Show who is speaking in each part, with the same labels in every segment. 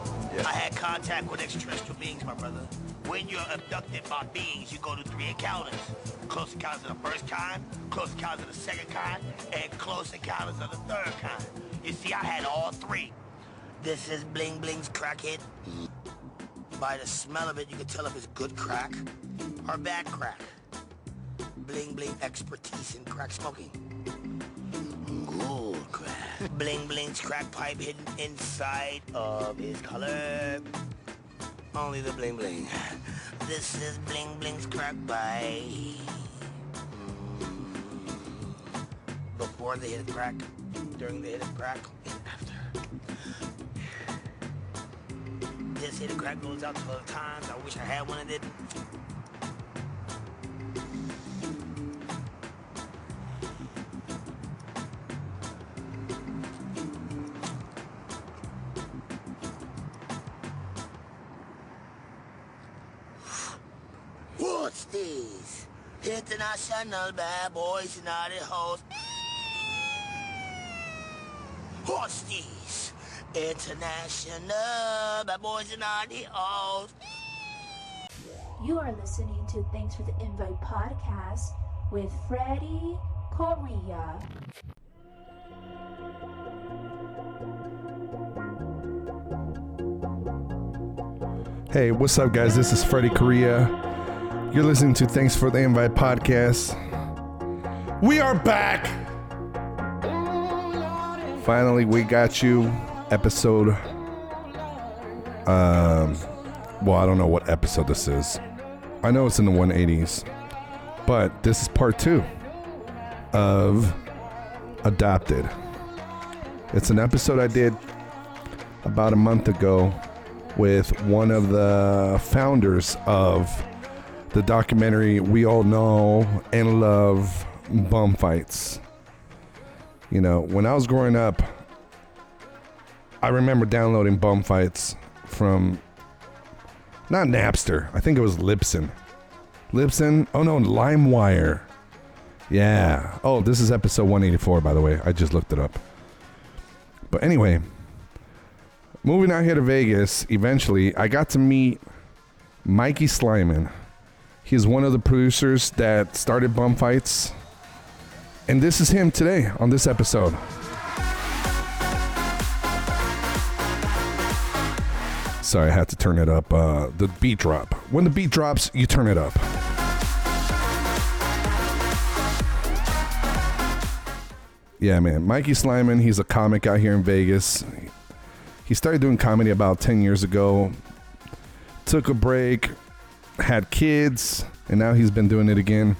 Speaker 1: Yes.
Speaker 2: I had contact with extraterrestrial beings, my brother. When you're abducted by beings, you go to three encounters. Close encounters of the first kind, close encounters of the second kind, and close encounters of the third kind. You see, I had all three. This is Bling Bling's crackhead. By the smell of it, you can tell if it's good crack or bad crack. Bling Bling expertise in crack smoking. Good crack. Bling Bling's crack pipe hidden inside of his collar. Only the Bling Bling. This is Bling Bling's crack pipe. Before the hit of crack, during the hit of crack, and after. This hit of crack goes out 12 times. I wish I had one of it. What's this? International bad boys, naughty hoes. What's this? International bad boys, naughty hoes.
Speaker 3: You are listening to Thanks for the Invite podcast with Freddie Correa.
Speaker 4: Hey, what's up, guys? This is Freddie Correa. You're listening to Thanks for the Invite podcast. We are back. Finally, we got you. Episode. Um, well, I don't know what episode this is. I know it's in the 180s, but this is part two of Adopted. It's an episode I did about a month ago with one of the founders of the documentary we all know and love bum fights you know when i was growing up i remember downloading bum fights from not napster i think it was libsyn libsyn oh no limewire yeah oh this is episode 184 by the way i just looked it up but anyway moving out here to Vegas, eventually, I got to meet Mikey Slyman. He's one of the producers that started Bum Fights. And this is him today on this episode. Sorry, I had to turn it up. Uh, the beat drop. When the beat drops, you turn it up. Yeah, man. Mikey Slyman, he's a comic out here in Vegas he started doing comedy about 10 years ago took a break had kids and now he's been doing it again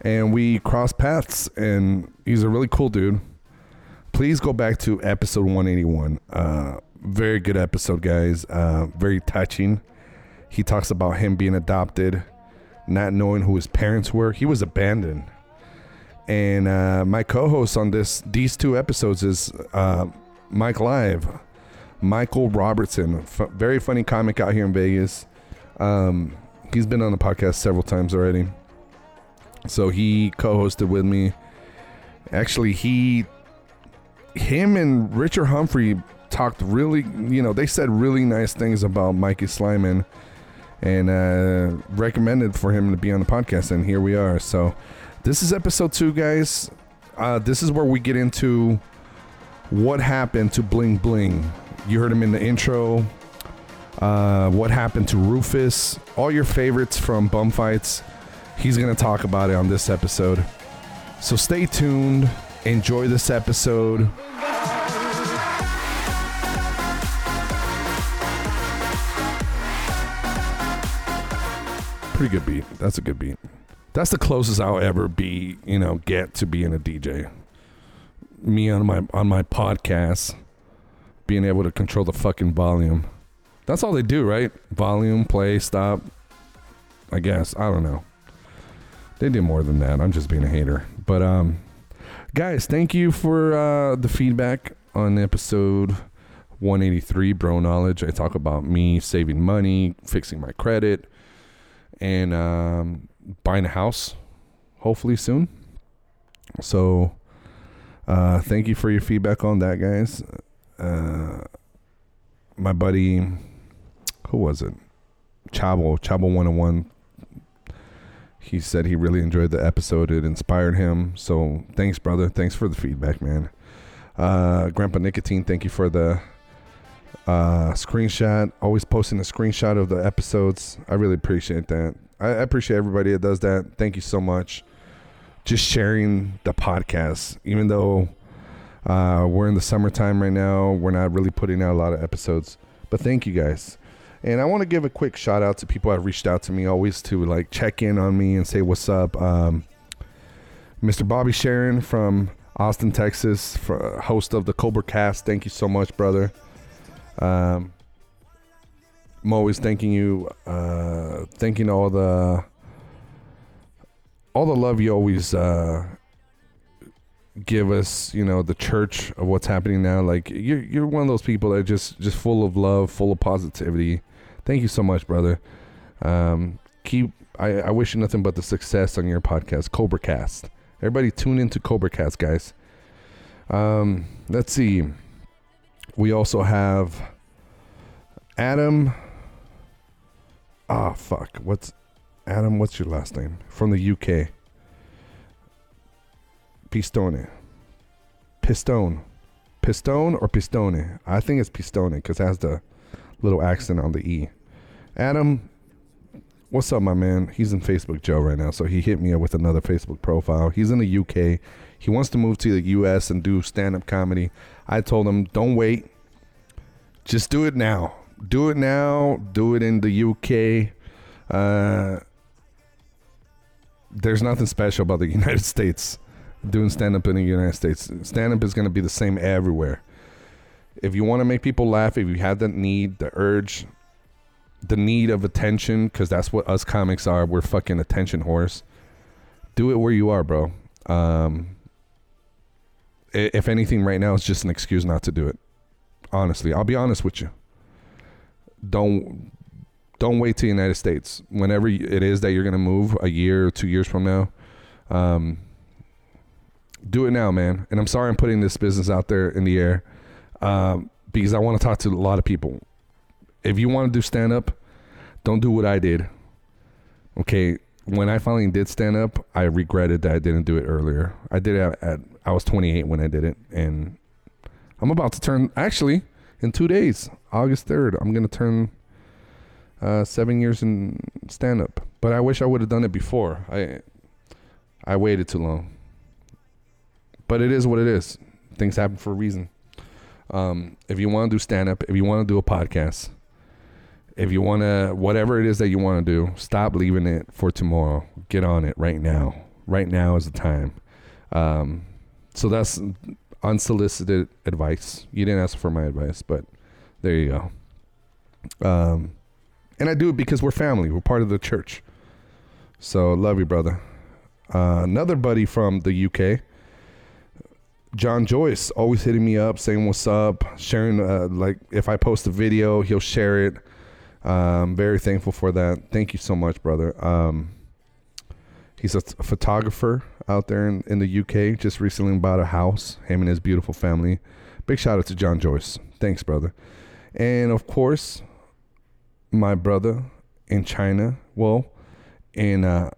Speaker 4: and we crossed paths and he's a really cool dude please go back to episode 181 uh, very good episode guys uh, very touching he talks about him being adopted not knowing who his parents were he was abandoned and uh, my co-host on this these two episodes is uh, mike live Michael Robertson, f- very funny comic out here in Vegas. Um, he's been on the podcast several times already. So he co-hosted with me. Actually, he, him and Richard Humphrey talked really, you know, they said really nice things about Mikey Slyman and uh, recommended for him to be on the podcast. And here we are. So this is episode two, guys. Uh, this is where we get into what happened to Bling Bling. You heard him in the intro. Uh, what happened to Rufus? All your favorites from bum fights. He's gonna talk about it on this episode. So stay tuned. Enjoy this episode. Pretty good beat. That's a good beat. That's the closest I'll ever be, you know, get to being a DJ me on my on my podcast being able to control the fucking volume. That's all they do, right? Volume, play, stop. I guess. I don't know. They do more than that. I'm just being a hater. But um guys, thank you for uh the feedback on episode 183 bro knowledge. I talk about me saving money, fixing my credit and um buying a house hopefully soon. So uh, thank you for your feedback on that, guys. Uh, my buddy who was it? Chavo, Chavo 101. He said he really enjoyed the episode. It inspired him. So thanks, brother. Thanks for the feedback, man. Uh, Grandpa Nicotine, thank you for the uh, screenshot. Always posting a screenshot of the episodes. I really appreciate that. I I appreciate everybody that does that. Thank you so much. Just sharing the podcast, even though uh, we're in the summertime right now. We're not really putting out a lot of episodes, but thank you guys. And I want to give a quick shout out to people that reached out to me always to like check in on me and say what's up. Um, Mr. Bobby Sharon from Austin, Texas, for, host of the Cobra Cast. Thank you so much, brother. Um, I'm always thanking you, uh, thanking all the all the love you always uh, give us. You know, the church of what's happening now. Like you're you're one of those people that just just full of love, full of positivity. Thank you so much, brother. Um, keep. I, I wish you nothing but the success on your podcast, Cobra Cast. Everybody, tune into Cobra Cast, guys. Um, let's see. We also have Adam. Ah, fuck. What's Adam? What's your last name? From the UK. Pistone. Pistone. Pistone or Pistone? I think it's Pistone because it has the little accent on the E. Adam, what's up, my man? He's in Facebook Joe right now, so he hit me up with another Facebook profile. He's in the UK. He wants to move to the US and do stand up comedy. I told him, don't wait. Just do it now. Do it now. Do it in the UK. Uh, there's nothing special about the United States doing stand up in the United States. Stand up is going to be the same everywhere. If you want to make people laugh, if you have that need, the urge, the need of attention, because that's what us comics are. We're fucking attention whores. Do it where you are, bro. Um, i- if anything, right now, it's just an excuse not to do it. Honestly, I'll be honest with you. Don't don't wait till the United States. Whenever y- it is that you're gonna move, a year or two years from now, um, do it now, man. And I'm sorry I'm putting this business out there in the air um, because I want to talk to a lot of people. If you want to do stand up, don't do what I did. Okay, when I finally did stand up, I regretted that I didn't do it earlier. I did it at, at I was 28 when I did it, and I'm about to turn. Actually, in two days, August 3rd, I'm gonna turn uh, seven years in stand up. But I wish I would have done it before. I I waited too long but it is what it is. Things happen for a reason. Um, if you want to do stand up, if you want to do a podcast, if you want to, whatever it is that you want to do, stop leaving it for tomorrow. Get on it right now. Right now is the time. Um, so that's unsolicited advice. You didn't ask for my advice, but there you go. Um, and I do it because we're family, we're part of the church. So love you, brother. Uh, another buddy from the UK. John Joyce always hitting me up, saying what's up, sharing. Uh, like if I post a video, he'll share it. Um, very thankful for that. Thank you so much, brother. Um, he's a, th- photographer out there in, in the UK. Just recently bought a house. Him and his beautiful family. Big shout out to John Joyce. Thanks, brother. And of course, my brother in China. Well, in uh,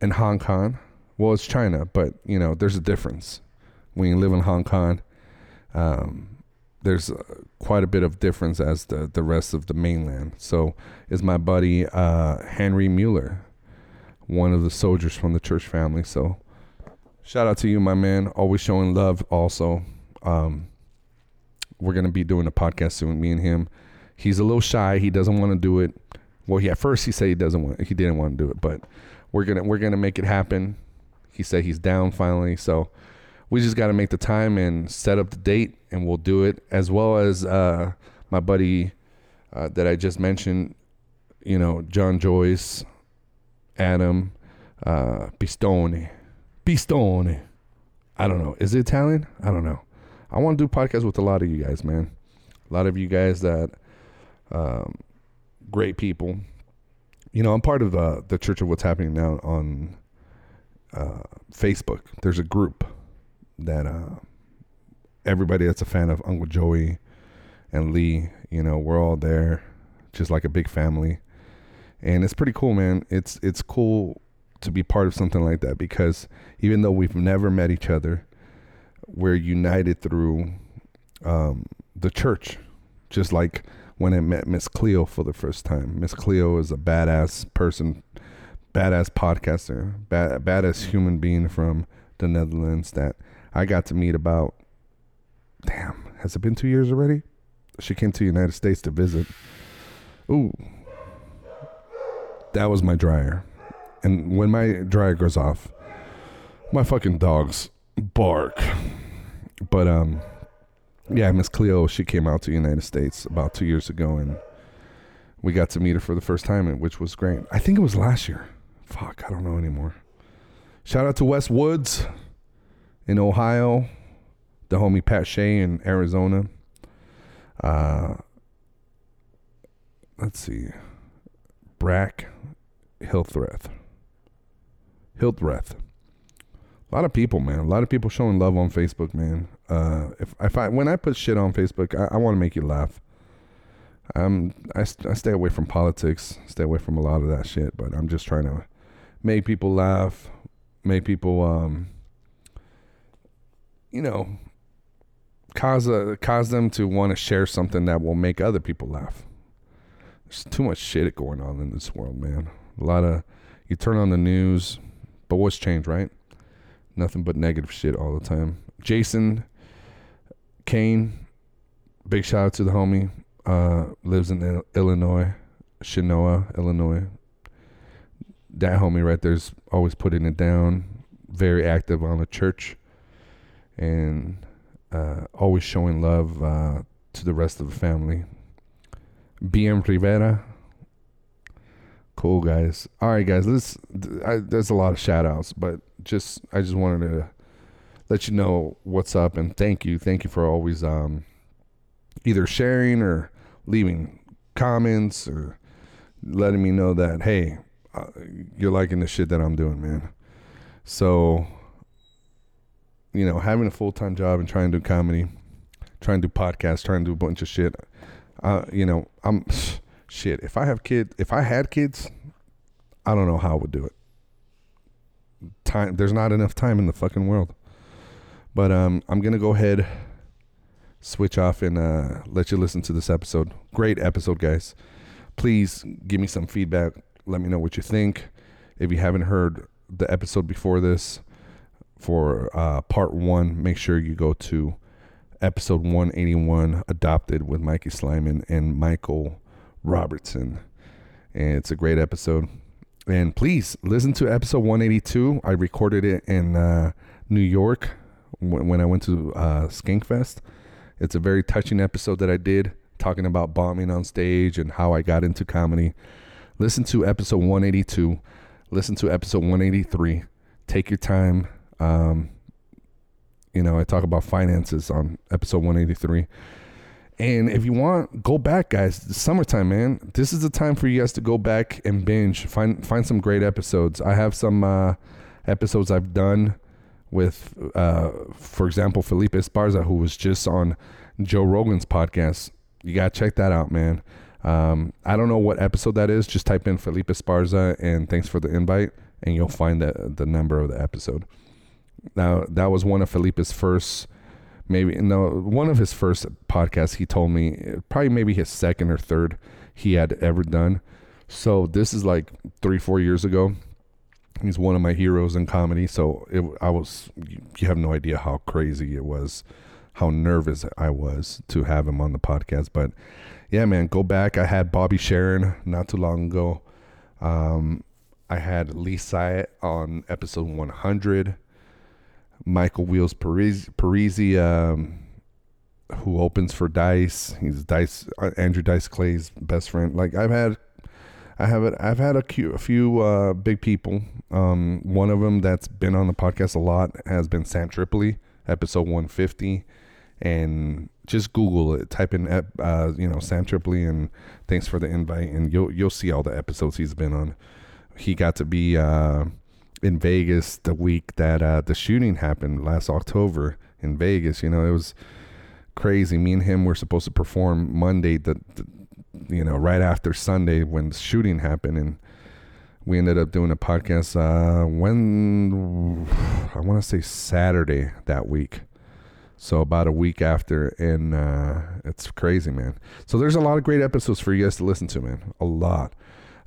Speaker 4: in Hong Kong. Well, it's China, but you know, there's a difference when you live in Hong Kong, um, there's uh, quite a bit of difference as the the rest of the mainland. So is my buddy uh, Henry Mueller, one of the soldiers from the church family. So shout out to you, my man. Always showing love. Also, um, we're gonna be doing a podcast soon. Me and him. He's a little shy. He doesn't want to do it. Well, he at first he said he doesn't want. He didn't want to do it, but we're gonna we're gonna make it happen. He said he's down finally. So we just got to make the time and set up the date and we'll do it as well as uh, my buddy uh, that i just mentioned you know john joyce adam uh, pistone pistone i don't know is it italian i don't know i want to do podcasts with a lot of you guys man a lot of you guys that um, great people you know i'm part of the, the church of what's happening now on uh, facebook there's a group that uh, everybody that's a fan of Uncle Joey and Lee, you know, we're all there just like a big family. And it's pretty cool, man. It's it's cool to be part of something like that because even though we've never met each other, we're united through um, the church. Just like when I met Miss Cleo for the first time. Miss Cleo is a badass person, badass podcaster, bad, badass human being from the Netherlands that I got to meet about. Damn, has it been two years already? She came to the United States to visit. Ooh, that was my dryer. And when my dryer goes off, my fucking dogs bark. But um, yeah, Miss Cleo, she came out to the United States about two years ago, and we got to meet her for the first time, and which was great. I think it was last year. Fuck, I don't know anymore. Shout out to West Woods in Ohio, the homie Pat Shea in Arizona. Uh, let's see, Brack Hilthreth. Hilthreth. A lot of people, man. A lot of people showing love on Facebook, man. Uh, if if I when I put shit on Facebook, I, I want to make you laugh. Um, I st- I stay away from politics, stay away from a lot of that shit. But I'm just trying to make people laugh, make people, um, you know, cause a, cause them to want to share something that will make other people laugh. There's too much shit going on in this world, man. A lot of you turn on the news, but what's changed, right? nothing but negative shit all the time. Jason Kane, big shout out to the homie. Uh, lives in Il- Illinois, Chenoa, Illinois. That homie right there's always putting it down. Very active on the church, and uh, always showing love uh, to the rest of the family. BM Rivera, cool guys. All right, guys. Let's. th- I, there's a lot of shout outs, but just I just wanted to let you know what's up and thank you, thank you for always um, either sharing or leaving comments or letting me know that hey, uh, you're liking the shit that I'm doing, man. So, you know, having a full time job and trying to do comedy, trying to do podcasts, trying to do a bunch of shit. Uh, you know, I'm shit. If I have kid, if I had kids, I don't know how I would do it. Time, there's not enough time in the fucking world. But um, I'm gonna go ahead, switch off, and uh, let you listen to this episode. Great episode, guys. Please give me some feedback. Let me know what you think. If you haven't heard the episode before this, for uh, part one, make sure you go to episode 181 adopted with mikey slyman and michael robertson and it's a great episode and please listen to episode 182 i recorded it in uh, new york when, when i went to uh, skankfest it's a very touching episode that i did talking about bombing on stage and how i got into comedy listen to episode 182 listen to episode 183 take your time um, you know, I talk about finances on episode 183. And if you want, go back, guys. It's summertime, man. This is the time for you guys to go back and binge. Find find some great episodes. I have some uh, episodes I've done with, uh, for example, Felipe Esparza, who was just on Joe Rogan's podcast. You gotta check that out, man. Um, I don't know what episode that is. Just type in Felipe Esparza and thanks for the invite, and you'll find the the number of the episode. Now that was one of Felipe's first, maybe no, one of his first podcasts. He told me uh, probably maybe his second or third he had ever done. So this is like three, four years ago. He's one of my heroes in comedy. So it, I was, you you have no idea how crazy it was, how nervous I was to have him on the podcast. But yeah, man, go back. I had Bobby Sharon not too long ago. Um, I had Lee Syatt on episode 100. Michael Wheels Parisi, Parisi um, who opens for Dice. He's Dice uh, Andrew Dice Clay's best friend. Like I've had, I have it. I've had a few, a few uh, big people. Um, one of them that's been on the podcast a lot has been Sam Tripoli, episode one fifty, and just Google it. Type in ep- uh, you know Sam Tripoli and thanks for the invite, and you'll you'll see all the episodes he's been on. He got to be. Uh, in Vegas the week that uh, the shooting happened last October in Vegas. You know, it was crazy. Me and him were supposed to perform Monday, the, the you know, right after Sunday when the shooting happened, and we ended up doing a podcast. Uh, when I want to say Saturday that week, so about a week after, and uh, it's crazy, man. So there's a lot of great episodes for you guys to listen to, man. A lot,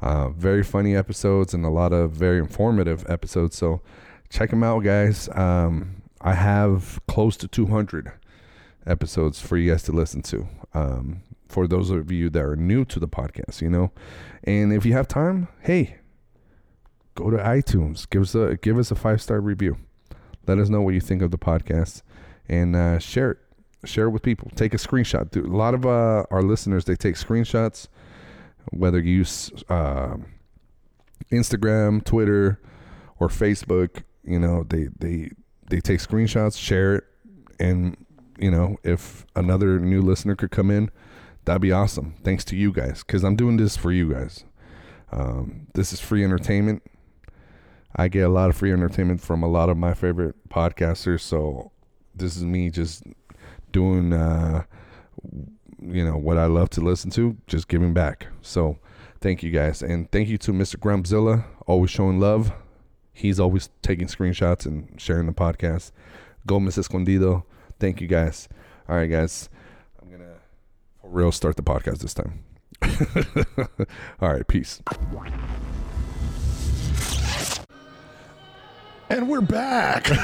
Speaker 4: uh, very funny episodes, and a lot of very informative episodes. So check them out, guys. Um, I have close to 200 episodes for you guys to listen to. Um, for those of you that are new to the podcast, you know, and if you have time, hey, go to iTunes, give us a give us a five star review, let us know what you think of the podcast, and uh, share it. Share it with people. Take a screenshot. Dude, a lot of uh, our listeners they take screenshots, whether you use uh, Instagram, Twitter, or Facebook. You know, they they they take screenshots, share it, and you know, if another new listener could come in, that'd be awesome. Thanks to you guys, because I'm doing this for you guys. Um, this is free entertainment. I get a lot of free entertainment from a lot of my favorite podcasters, so this is me just doing, uh, you know, what I love to listen to, just giving back. So, thank you guys, and thank you to Mr. Grumpzilla, always showing love. He's always taking screenshots and sharing the podcast. Gomez Escondido, thank you guys. All right, guys, I'm gonna for real start the podcast this time. All right, peace. And we're back.
Speaker 5: Dude,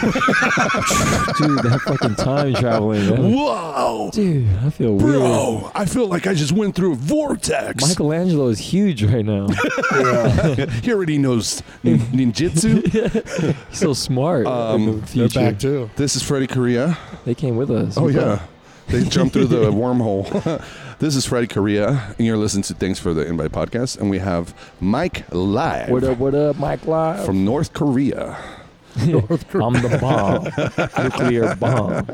Speaker 5: that fucking time traveling. Man.
Speaker 4: Whoa,
Speaker 5: Dude, I feel weird.
Speaker 4: bro! I feel like I just went through a vortex.
Speaker 5: Michelangelo is huge right now.
Speaker 4: he already knows nin- ninjutsu.
Speaker 5: He's so smart.
Speaker 4: Um,
Speaker 5: in the
Speaker 6: They're
Speaker 5: future.
Speaker 6: back too.
Speaker 4: this is Freddy Korea.
Speaker 5: They came with us.
Speaker 4: Oh
Speaker 5: We
Speaker 4: yeah,
Speaker 5: thought-
Speaker 4: they jumped through the wormhole. this is Freddy Korea, and you're listening to Thanks for the Invite podcast, and we have Mike live
Speaker 5: What up? What up, Mike? Live.
Speaker 4: from North Korea.
Speaker 5: I'm the bomb. Nuclear bomb.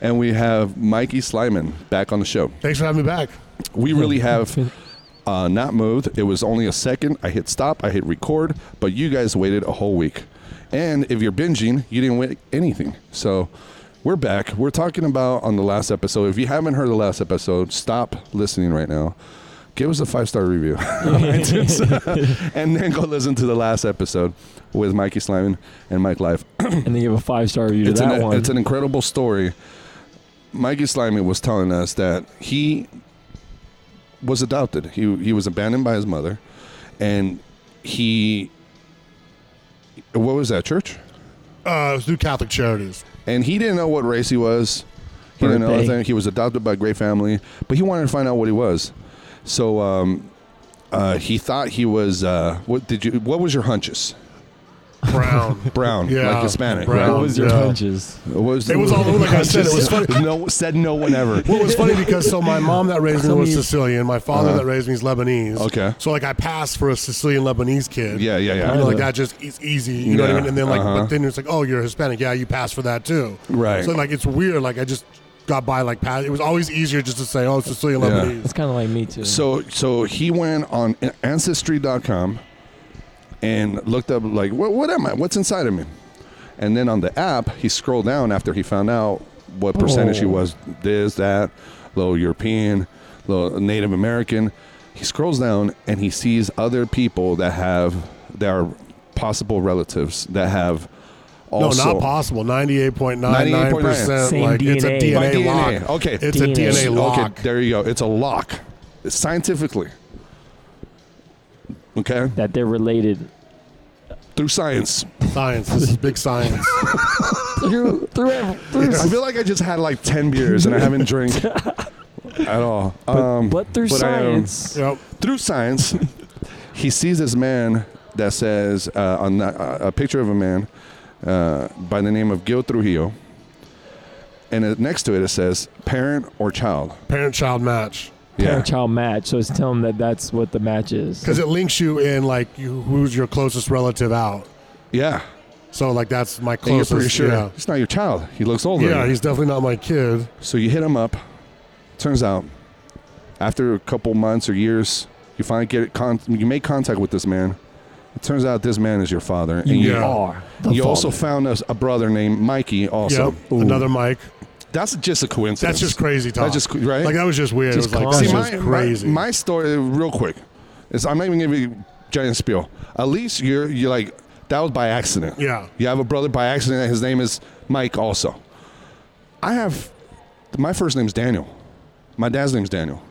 Speaker 4: and we have Mikey Slyman back on the show.
Speaker 6: Thanks for having me back.
Speaker 4: We really have uh, not moved. It was only a second. I hit stop, I hit record, but you guys waited a whole week. And if you're binging, you didn't wait anything. So we're back. We're talking about on the last episode. If you haven't heard the last episode, stop listening right now. Give us a five star review on iTunes. and then go listen to the last episode with Mikey Slyman and Mike Life
Speaker 5: And they give a five star review to
Speaker 4: it's
Speaker 5: that
Speaker 4: an, e-
Speaker 5: one.
Speaker 4: It's an incredible story. Mikey Slimey was telling us that he was adopted. He he was abandoned by his mother, and he what was that church?
Speaker 6: Uh, it was New Catholic Charities.
Speaker 4: And he didn't know what race he was. He didn't know
Speaker 5: Birthday.
Speaker 4: anything. He was adopted by a great family, but he wanted to find out what he was. So um, uh, he thought he was. Uh, what did you? What was your hunches?
Speaker 6: Brown.
Speaker 4: Brown,
Speaker 6: Yeah,
Speaker 4: like Hispanic.
Speaker 6: brown.
Speaker 5: what
Speaker 4: Right?
Speaker 5: was your
Speaker 6: Yeah.
Speaker 5: punches?
Speaker 4: What was
Speaker 6: It was all over, like I said, it was funny.
Speaker 4: No, said no one ever.
Speaker 6: Well, it was funny because so my mom that raised me
Speaker 5: Some
Speaker 6: was
Speaker 5: of you-
Speaker 6: Sicilian. My father that raised me is Lebanese.
Speaker 4: Uh-huh. Okay.
Speaker 6: So like I passed for a Sicilian Lebanese kid.
Speaker 4: Yeah, yeah, yeah.
Speaker 6: You know, like
Speaker 5: Yeah.
Speaker 6: that just is easy. You know what I
Speaker 4: Yeah,
Speaker 6: mean? And then like,
Speaker 4: uh-huh.
Speaker 6: but then it's like, oh, you're Hispanic. Yeah, you pass for that too.
Speaker 4: Right.
Speaker 6: So like, it's weird. Like I just got by like pass. It was always easier just to say, oh, Sicilian
Speaker 4: Yeah.
Speaker 6: Lebanese.
Speaker 5: It's kind of like me too.
Speaker 4: So so he went on ancestry.com and looked up like what what am I? What's inside of me? And then on the app, he scrolled down after he found out what percentage he
Speaker 5: Oh.
Speaker 4: was this that, little European, little Native American. He scrolls down and he sees other people that have that are possible relatives that have also
Speaker 6: no, not possible. Ninety-eight point nine nine
Speaker 4: 98.9%.
Speaker 6: percent.
Speaker 5: Same
Speaker 6: Like it's a
Speaker 5: DNA.
Speaker 6: DNA,
Speaker 4: By DNA.
Speaker 6: lock.
Speaker 4: Okay.
Speaker 6: It's
Speaker 5: DNA.
Speaker 6: a DNA lock.
Speaker 4: Okay, there you go. It's a lock. Scientifically. Okay?
Speaker 5: that they're related
Speaker 4: Through science.
Speaker 6: Science. This is big science.
Speaker 5: through through. ev- through
Speaker 4: I feel like I just had like 10 beers and I haven't drank at all. Um,
Speaker 5: but through
Speaker 4: but I, um,
Speaker 5: science,
Speaker 6: yep.
Speaker 4: through science, he sees this man that says, uh, on that, uh, a picture of a man uh, by the name of Gil Trujillo. And it, next to it, it says parent or child.
Speaker 6: Parent-child match.
Speaker 5: parent-child match. So it's telling them that that's what the match is.
Speaker 6: because it links you in like you, who's your closest relative out.
Speaker 4: Yeah.
Speaker 6: So like that's my
Speaker 4: And you're
Speaker 6: closest.
Speaker 4: pretty sure
Speaker 6: Yeah,
Speaker 4: it's not your child. He looks older.
Speaker 6: yeah he's definitely not my kid.
Speaker 4: So you hit him up. Turns out, after a couple months or years, you finally get con- you make contact with this man. It turns out this man is your father, and
Speaker 6: Yeah.
Speaker 4: you,
Speaker 5: Are the
Speaker 4: you also
Speaker 5: father.
Speaker 4: found us a brother named Mikey. Also,
Speaker 6: Yep, another Mike.
Speaker 4: That's just a coincidence.
Speaker 6: That's just crazy talk.
Speaker 4: That's just co- right.
Speaker 6: Like that was just weird.
Speaker 5: Just
Speaker 6: it was like
Speaker 5: conscious.
Speaker 6: this
Speaker 4: See,
Speaker 6: is
Speaker 4: my,
Speaker 6: crazy.
Speaker 4: My, my story, real quick, is I'm not even giving you giant spiel. At least you're you're like that was by accident.
Speaker 6: Yeah.
Speaker 4: you have a brother by accident. His name is Mike. Also, I have my first name's Daniel. My dad's name's Daniel.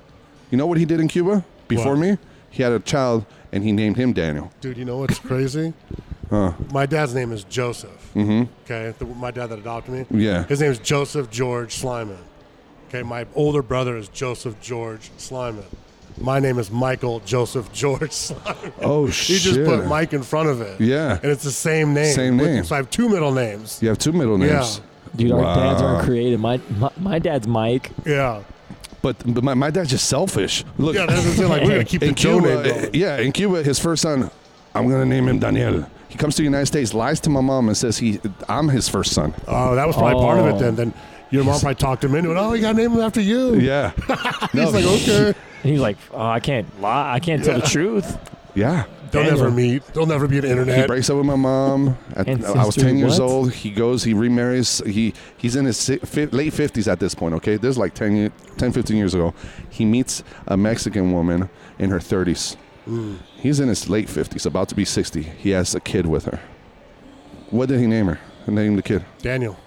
Speaker 4: You know what he did in Cuba before
Speaker 6: What?
Speaker 4: me? He had a child and he named him Daniel.
Speaker 6: Dude, you know what's crazy? My dad's name is Joseph. Mm-hmm. Okay, the, my dad that adopted me.
Speaker 4: Yeah.
Speaker 6: his name is Joseph George Slyman. Okay, my older brother is Joseph George Slyman. My name is Michael Joseph George Slyman.
Speaker 4: Oh
Speaker 6: You
Speaker 4: shit!
Speaker 6: just put Mike in front of it.
Speaker 4: Yeah.
Speaker 6: and it's the same name.
Speaker 4: Same
Speaker 6: With-
Speaker 4: name.
Speaker 6: So I have two middle names.
Speaker 4: You have two middle names.
Speaker 5: Dude, our dads
Speaker 4: Wow.
Speaker 5: aren't creative. My, my my dad's Mike.
Speaker 6: Yeah,
Speaker 4: But, but my, my dad's just selfish. Look,
Speaker 6: yeah. That's what I'm saying. Like we're gonna keep the
Speaker 4: in
Speaker 6: Joe
Speaker 4: Cuba,
Speaker 6: name going.
Speaker 4: uh, yeah, in Cuba, his first son, I'm gonna name him Daniel. He comes to the United States, lies to my mom, and says he, I'm his first son.
Speaker 6: Oh, that was probably part of
Speaker 5: Oh.
Speaker 6: it then. Then your mom probably talked him into it. Oh, you got to name him after you.
Speaker 4: Yeah, no,
Speaker 6: He's like, okay.
Speaker 5: And he's like, oh, I can't lie. I can't tell the truth.
Speaker 4: yeah.
Speaker 6: They'll
Speaker 5: Daniel.
Speaker 6: never meet. They'll never be an
Speaker 4: He
Speaker 6: internet.
Speaker 4: breaks up with my mom. At, I was
Speaker 5: Ancestry,
Speaker 4: ten years
Speaker 5: what?
Speaker 4: old. He goes. He remarries. He he's in his si- fi- late fifties at this point. Okay, this is like 10, ye- 10, 15 years ago. He meets a Mexican woman in her thirties.
Speaker 6: Mm.
Speaker 4: He's in his late fifties, about to be sixty. He has a kid with her. What did he name her? He named the kid.
Speaker 6: Daniel.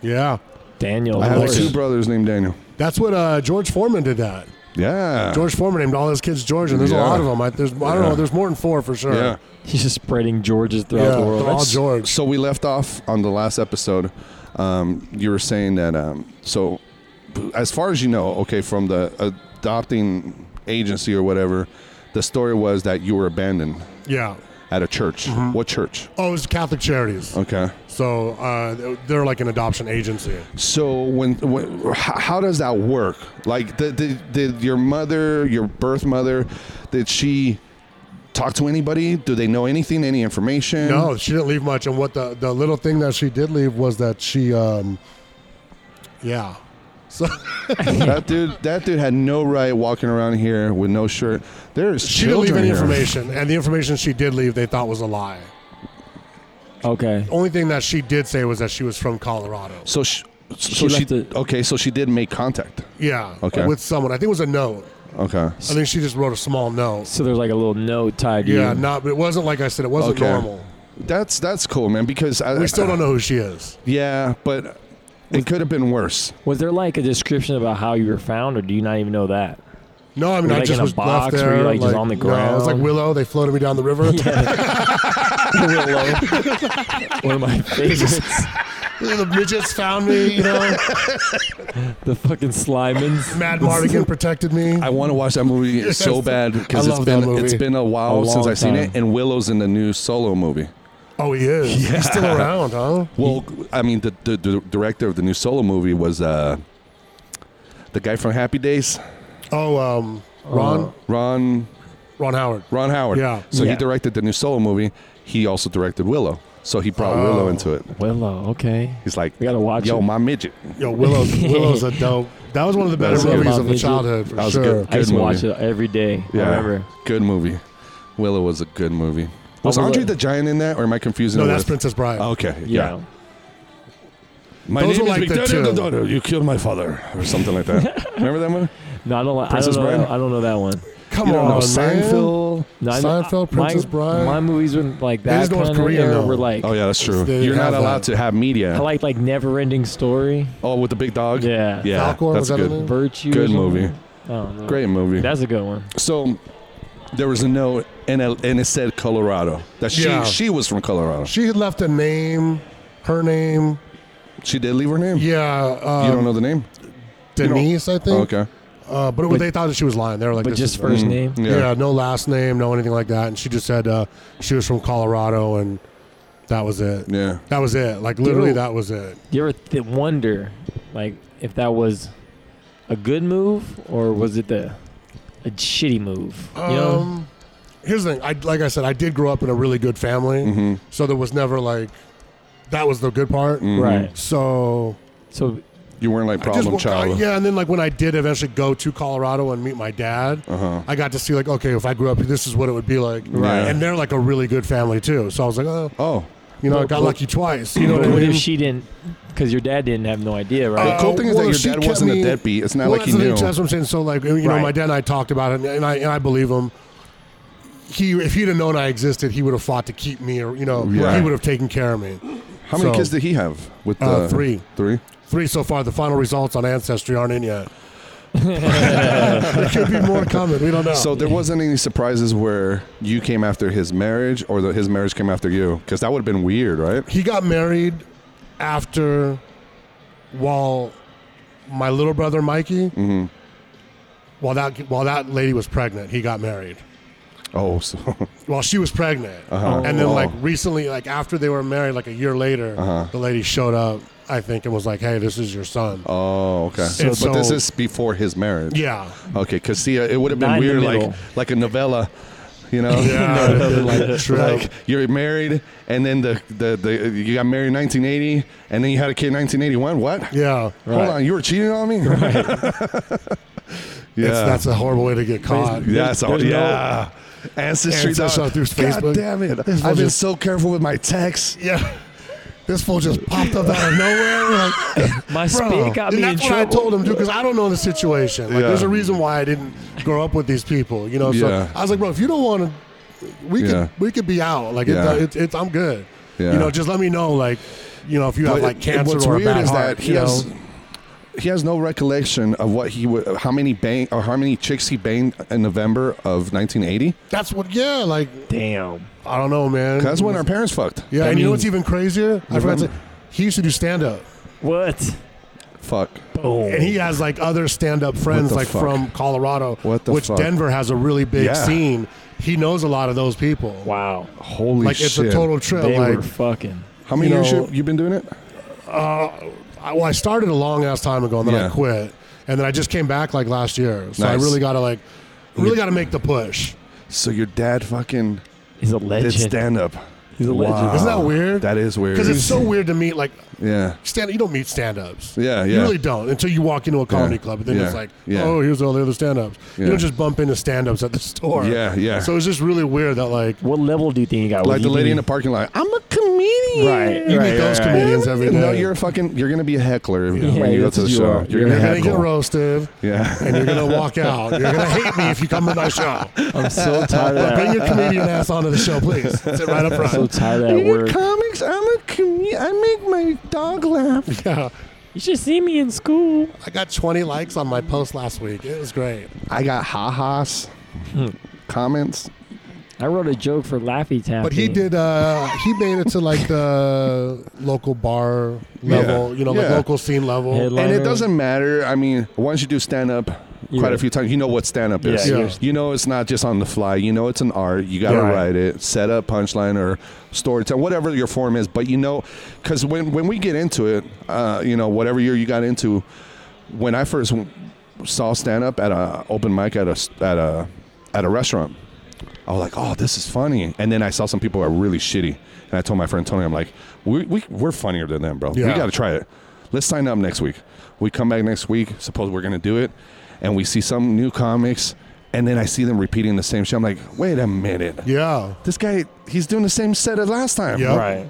Speaker 6: Yeah.
Speaker 5: Daniel.
Speaker 4: I
Speaker 5: of
Speaker 4: have
Speaker 5: course.
Speaker 4: two brothers named Daniel.
Speaker 6: That's what uh, George Foreman did that.
Speaker 4: Yeah.
Speaker 6: George Foreman named all his kids George, and there's
Speaker 4: Uh. Yeah.
Speaker 6: a lot of them. I, there's, I don't
Speaker 4: Yeah.
Speaker 6: know. There's more than four for sure.
Speaker 4: Yeah.
Speaker 5: He's just spreading Georges
Speaker 6: Yeah,
Speaker 5: throughout the world.
Speaker 6: they're all
Speaker 5: That's-
Speaker 6: George.
Speaker 4: So we left off on the last episode. Um, you were saying that. Um, so, as far as you know, okay, from the adopting agency or whatever, the story was that you were abandoned
Speaker 6: yeah.
Speaker 4: at a church. What church?
Speaker 6: Oh, it was Catholic Charities.
Speaker 4: Okay.
Speaker 6: So uh, they're like an adoption agency.
Speaker 4: So when, when h- how does that work? Like, did, did, did your mother, your birth mother, did she talk to anybody? Do they know anything? Any information?
Speaker 6: No, she didn't leave much. And what the, the little thing that she did leave was that she, um, yeah. So
Speaker 4: that dude that dude had no right walking around here with no shirt there's
Speaker 6: she didn't leave
Speaker 4: children
Speaker 6: any
Speaker 4: here.
Speaker 6: information. And the information she did leave, they thought was a lie.
Speaker 5: Okay.
Speaker 6: Only thing that she did say was that she was from Colorado.
Speaker 4: so she, so
Speaker 5: She
Speaker 4: she,
Speaker 5: left it-
Speaker 4: okay so she did make contact
Speaker 6: Yeah.
Speaker 4: Okay.
Speaker 6: With someone. I think it was a note.
Speaker 4: okay
Speaker 6: I think she just wrote a small note.
Speaker 5: So there's like a little note tied to
Speaker 6: Yeah,
Speaker 5: you.
Speaker 6: not. It wasn't like I said. It wasn't
Speaker 4: Okay.
Speaker 6: normal.
Speaker 4: that's that's cool man because I,
Speaker 6: We still don't know who she is.
Speaker 4: yeah but it could have been worse
Speaker 5: Was there like a description about how you were found, or do you not even know that?
Speaker 6: No, I mean
Speaker 5: Were
Speaker 6: I
Speaker 5: they
Speaker 6: just
Speaker 5: in a
Speaker 6: was
Speaker 5: box?
Speaker 6: left
Speaker 5: Were
Speaker 6: there.
Speaker 5: you, like, just on the
Speaker 6: No, it was like
Speaker 5: ground?
Speaker 6: Willow. They floated me down the river.
Speaker 5: One of my favorites.
Speaker 6: the midgets found me. You know,
Speaker 5: the fucking Slimans.
Speaker 6: Mad Mardigan protected me.
Speaker 4: I want to watch that movie so bad because
Speaker 6: I
Speaker 4: it's
Speaker 6: love that
Speaker 4: been it's
Speaker 6: movie.
Speaker 4: been a while
Speaker 5: A
Speaker 4: since
Speaker 5: long
Speaker 4: I've seen it
Speaker 5: time.
Speaker 4: and Willow's in the new solo movie
Speaker 6: oh, he is. He's still around, huh?
Speaker 4: well I mean the, the, the director of the new solo movie was uh the guy from Happy Days
Speaker 6: Oh, um, uh, Ron,
Speaker 4: Ron
Speaker 6: Ron Howard.
Speaker 4: Ron Howard.
Speaker 6: Yeah.
Speaker 4: So he
Speaker 5: Yeah.
Speaker 4: directed the new Solo movie. He also directed Willow. So he brought
Speaker 6: Oh.
Speaker 4: Willow into it.
Speaker 5: Willow. Okay.
Speaker 4: He's like,
Speaker 5: We gotta watch
Speaker 4: Yo,
Speaker 5: it."
Speaker 4: my midget.
Speaker 6: Yo, Willow's Willow's a dope. That was one of the better
Speaker 4: That's a good
Speaker 6: movies of the
Speaker 5: movie.
Speaker 6: childhood for
Speaker 4: That was a
Speaker 6: sure.
Speaker 4: good-
Speaker 5: I used to watch
Speaker 4: movie.
Speaker 5: it every day. I remember.
Speaker 4: Good movie. Willow was a good movie. Was
Speaker 5: was
Speaker 4: Andre
Speaker 5: it?
Speaker 4: the Giant in that, or am I confusing?
Speaker 6: No,
Speaker 4: it
Speaker 6: that's
Speaker 4: with-
Speaker 6: Princess Bride.
Speaker 4: Oh, okay. Yeah.
Speaker 5: Yeah.
Speaker 4: My
Speaker 6: Those
Speaker 4: name
Speaker 6: were
Speaker 4: is
Speaker 6: like the
Speaker 4: Victoria
Speaker 6: two.
Speaker 4: the daughter. You killed my father, or something like that. Remember that one?
Speaker 5: No, I don't. Like, I
Speaker 4: Princess
Speaker 5: don't know.
Speaker 4: Bride?
Speaker 5: That, I don't know that one.
Speaker 6: Come
Speaker 4: you don't
Speaker 6: on,
Speaker 4: know
Speaker 6: man.
Speaker 4: Seinfeld.
Speaker 5: No, I know-
Speaker 6: Seinfeld,
Speaker 5: my-
Speaker 6: Princess Bride.
Speaker 5: My movies were like that.
Speaker 6: is North
Speaker 5: kinda
Speaker 6: Korea,
Speaker 5: era
Speaker 6: though.
Speaker 5: Were like.
Speaker 4: Oh yeah, that's true.
Speaker 6: They
Speaker 4: You're not
Speaker 6: have
Speaker 4: allowed
Speaker 6: that.
Speaker 4: to have media.
Speaker 5: I liked like Never Ending Story,
Speaker 4: Oh, with the big dog.
Speaker 5: Yeah.
Speaker 4: Yeah.
Speaker 6: Falcor,
Speaker 4: that's
Speaker 6: was that
Speaker 4: good.
Speaker 6: in there?
Speaker 5: Virtue. or
Speaker 4: Good
Speaker 5: something.
Speaker 4: movie.
Speaker 5: I don't know.
Speaker 4: Great movie.
Speaker 5: That's a good one.
Speaker 4: So there was a note, and it, and it said Colorado. That she
Speaker 6: Yeah.
Speaker 4: she was from Colorado.
Speaker 6: She had left a name. Her name.
Speaker 4: She did leave her name.
Speaker 6: Yeah. Um,
Speaker 4: you don't know the name. don't-
Speaker 6: Denise, I think.
Speaker 4: Oh, okay. Mm-hmm.
Speaker 6: Uh, but, it, was- they thought that she was lying. They were like,
Speaker 5: But
Speaker 6: this
Speaker 5: just
Speaker 6: is-
Speaker 5: first name.
Speaker 4: Yeah.
Speaker 6: yeah. no last name, no anything like that. And she just said uh, she was from Colorado, and that was it.
Speaker 4: Yeah.
Speaker 6: That was it. Like literally,
Speaker 5: Dude.
Speaker 6: that was it.
Speaker 5: You ever th- wonder, like, if that was a good move or was it the a shitty move? You know?
Speaker 6: Um, here's the thing. I like I said, I did grow up in a really good family,
Speaker 4: Mm-hmm,
Speaker 6: so there was never like that was the good part.
Speaker 4: Mm.
Speaker 5: Right.
Speaker 6: So
Speaker 5: So
Speaker 4: You weren't like
Speaker 6: I just
Speaker 4: problem
Speaker 6: wa-
Speaker 4: child.
Speaker 6: I- yeah, and then like when I did eventually go to Colorado and meet my dad,
Speaker 4: Uh-huh.
Speaker 6: I got to see like okay, if I grew up, this is what it would be like.
Speaker 4: Right.
Speaker 6: And they're like a really good family too. So I was like, oh,
Speaker 4: Oh.
Speaker 6: You know, I
Speaker 5: But-
Speaker 6: got
Speaker 5: but-
Speaker 6: lucky twice. You know what I
Speaker 5: But what
Speaker 6: mean?
Speaker 5: if she didn't? Because your dad didn't have no idea,
Speaker 4: The
Speaker 5: right?
Speaker 4: cool
Speaker 6: Uh,
Speaker 4: thing is
Speaker 6: well,
Speaker 4: that
Speaker 6: she
Speaker 4: your dad
Speaker 6: kept
Speaker 4: wasn't
Speaker 6: me-
Speaker 4: a deadbeat. It's not
Speaker 6: Well,
Speaker 4: like he
Speaker 6: that's the
Speaker 4: knew.
Speaker 6: thing, That's what I'm saying. So, like, you know,
Speaker 5: Right.
Speaker 6: my dad and I talked about it, and I and I believe him. He, if he'd have known I existed, he would have fought to keep me, or you know,
Speaker 4: Yeah.
Speaker 6: he would have taken care of me.
Speaker 4: How many
Speaker 6: So-
Speaker 4: kids did he have? With the
Speaker 6: Uh, three.
Speaker 4: three.
Speaker 6: Three so far. The final results on Ancestry aren't in yet. there could be more coming. We don't know.
Speaker 4: So there wasn't any surprises where you came after his marriage, or that his marriage came after you, because that would have been weird, right?
Speaker 6: he got married after, while my little brother Mikey,
Speaker 4: Mm-hmm.
Speaker 6: while that while that lady was pregnant, he got married.
Speaker 4: Oh, so
Speaker 6: Well, she was pregnant,
Speaker 4: Uh-huh.
Speaker 6: and then
Speaker 4: Oh. Uh-huh.
Speaker 6: like recently, like after they were married, like a year later, the lady showed up, I think, and was like, "Hey, this is your son."
Speaker 4: oh, okay.
Speaker 6: So-
Speaker 4: but this
Speaker 6: so-
Speaker 4: is before his marriage.
Speaker 6: Yeah,
Speaker 4: Okay, because see, uh, it would have been
Speaker 5: Not in the
Speaker 4: weird, like
Speaker 5: middle.
Speaker 4: like a novella, you know.
Speaker 6: yeah, it'd been, like, true.
Speaker 4: Like you're married, and then the, the, the you got married in 1980, and then you had a kid in 1981. What?
Speaker 6: yeah.
Speaker 4: Hold on, you were cheating on me. yeah,
Speaker 6: That's, that's a horrible way to get caught.
Speaker 4: That's all.
Speaker 5: there's no-
Speaker 4: Yeah. Ancestry.
Speaker 6: Ancestry
Speaker 4: dot-
Speaker 6: through
Speaker 4: God
Speaker 6: Facebook.
Speaker 4: damn it.
Speaker 6: This
Speaker 4: I've
Speaker 6: was
Speaker 4: been
Speaker 6: just-
Speaker 4: so careful with my texts.
Speaker 6: Yeah. This fool just popped up out of nowhere. We're like,
Speaker 5: My
Speaker 6: Uh, bro.
Speaker 5: spit got
Speaker 6: and
Speaker 5: me in
Speaker 6: that's what I
Speaker 5: trouble.
Speaker 6: told him, dude, because I don't know the situation. Like,
Speaker 4: Yeah.
Speaker 6: there's a reason why I didn't grow up with these people, you know. So
Speaker 4: Yeah.
Speaker 6: I was like, bro, if you don't want to, we
Speaker 4: Yeah.
Speaker 6: could we could be out. Like,
Speaker 4: Yeah.
Speaker 6: it, it, it's I'm good.
Speaker 4: Yeah.
Speaker 6: You know, just let me know, like, you know, if you have
Speaker 4: But
Speaker 6: like cancer
Speaker 4: what's
Speaker 6: or
Speaker 4: weird
Speaker 6: a bad
Speaker 4: is
Speaker 6: heart.
Speaker 4: that
Speaker 6: you
Speaker 4: he has
Speaker 6: know?
Speaker 4: he has no recollection of what he would how many bang or how many chicks he banged in November of 1980.
Speaker 6: That's what. Yeah, like
Speaker 5: Damn.
Speaker 6: I don't know, man.
Speaker 4: That's when our parents fucked.
Speaker 6: Yeah,
Speaker 5: I
Speaker 6: and you
Speaker 5: mean-
Speaker 6: know what's even crazier? I forgot to.
Speaker 4: Remember-
Speaker 6: He used to do stand up.
Speaker 5: What?
Speaker 4: Fuck.
Speaker 5: Boom.
Speaker 6: and he has like other stand-up friends
Speaker 4: the
Speaker 6: like
Speaker 4: fuck?
Speaker 6: from Colorado,
Speaker 4: What the
Speaker 6: which
Speaker 4: fuck?
Speaker 6: Denver has a really big
Speaker 4: Yeah.
Speaker 6: scene. He knows a lot of those people.
Speaker 5: Wow.
Speaker 4: Holy
Speaker 6: Like
Speaker 4: shit.
Speaker 6: it's a total trip.
Speaker 5: They
Speaker 6: like
Speaker 5: were fucking.
Speaker 4: how many
Speaker 6: you
Speaker 4: years
Speaker 6: know-
Speaker 4: you, you been doing it?
Speaker 6: I, well, I started a long ass time ago, and then
Speaker 4: Yeah.
Speaker 6: I quit, and then I just came back like last year. So
Speaker 4: Nice.
Speaker 6: I really got to like, really got to make the push.
Speaker 4: So your dad fucking
Speaker 5: He's a
Speaker 4: did
Speaker 5: legend.
Speaker 4: stand up.
Speaker 5: He's a legend.
Speaker 6: Isn't
Speaker 4: Ah,
Speaker 6: that weird?
Speaker 4: That is weird.
Speaker 6: Because it's so weird to meet like
Speaker 4: yeah.
Speaker 6: stand. You don't meet stand-ups.
Speaker 4: Yeah,
Speaker 6: You
Speaker 4: yeah.
Speaker 6: really don't until you walk into a comedy
Speaker 4: Yeah,
Speaker 6: club, and then
Speaker 4: yeah,
Speaker 6: it's like,
Speaker 4: yeah.
Speaker 6: oh, here's all the other stand-ups.
Speaker 4: Yeah.
Speaker 6: You don't just bump into stand-ups at the store.
Speaker 4: Yeah, yeah.
Speaker 6: So it's just really weird that like
Speaker 5: What level do you think he got?
Speaker 4: Like
Speaker 5: Was
Speaker 4: the
Speaker 5: he
Speaker 4: lady in
Speaker 5: being-
Speaker 4: the parking lot. I'm a comedian.
Speaker 5: Right.
Speaker 6: You
Speaker 5: right,
Speaker 6: meet those
Speaker 5: right, right.
Speaker 6: comedians every day.
Speaker 4: No, you're a fucking. You're gonna be a heckler when you go
Speaker 5: that's
Speaker 4: to the
Speaker 5: what you
Speaker 4: show.
Speaker 5: are.
Speaker 4: You're,
Speaker 5: You're
Speaker 4: gonna
Speaker 6: You're gonna get
Speaker 4: heckle.
Speaker 6: roasted,
Speaker 4: Yeah.
Speaker 6: and you're gonna walk out. You're gonna hate me if you come to my show.
Speaker 5: I'm so tired of
Speaker 6: But
Speaker 5: that.
Speaker 6: bring your comedian ass onto the show, please. Sit right up
Speaker 5: so
Speaker 6: front.
Speaker 5: tired of that
Speaker 4: You're
Speaker 5: word.
Speaker 4: comics. I'm a comedian. I make my dog laugh.
Speaker 6: Yeah.
Speaker 5: You should see me in school.
Speaker 6: I got 20 likes on my post last week. It was great.
Speaker 4: I got ha ha's comments.
Speaker 5: I wrote a joke for Laffy Taffy.
Speaker 6: But he did. uh He made it to like the local bar level.
Speaker 4: Yeah.
Speaker 6: You know, like
Speaker 4: Yeah.
Speaker 6: local scene level.
Speaker 5: Headline-
Speaker 4: And it
Speaker 5: Liner.
Speaker 4: doesn't matter. I mean, once you do stand up quite
Speaker 5: Yeah.
Speaker 4: a few times, you know what stand up is.
Speaker 5: Yeah,
Speaker 6: Yeah.
Speaker 4: You know it's not just on the fly. You know it's an art. You got to
Speaker 5: Right.
Speaker 4: write it, set up punchline or storytelling, whatever your form is. But you know, because when, when we get into it, uh, you know, whatever year you got into, when I first w- saw stand up at a open mic at a, s- at a, at a restaurant, I was like, oh, this is funny. And then I saw some people are really shitty. And I told my friend Tony, I'm like, we, we, we're funnier than them, bro. We
Speaker 6: Yeah.
Speaker 4: got to try it. Let's sign up next week. We come back next week. Suppose we're going to do it. And we see some new comics. And then I see them repeating the same shit. I'm like, wait a minute.
Speaker 6: Yeah.
Speaker 4: This guy, he's doing the same set as last time.
Speaker 6: Yeah.
Speaker 5: Right.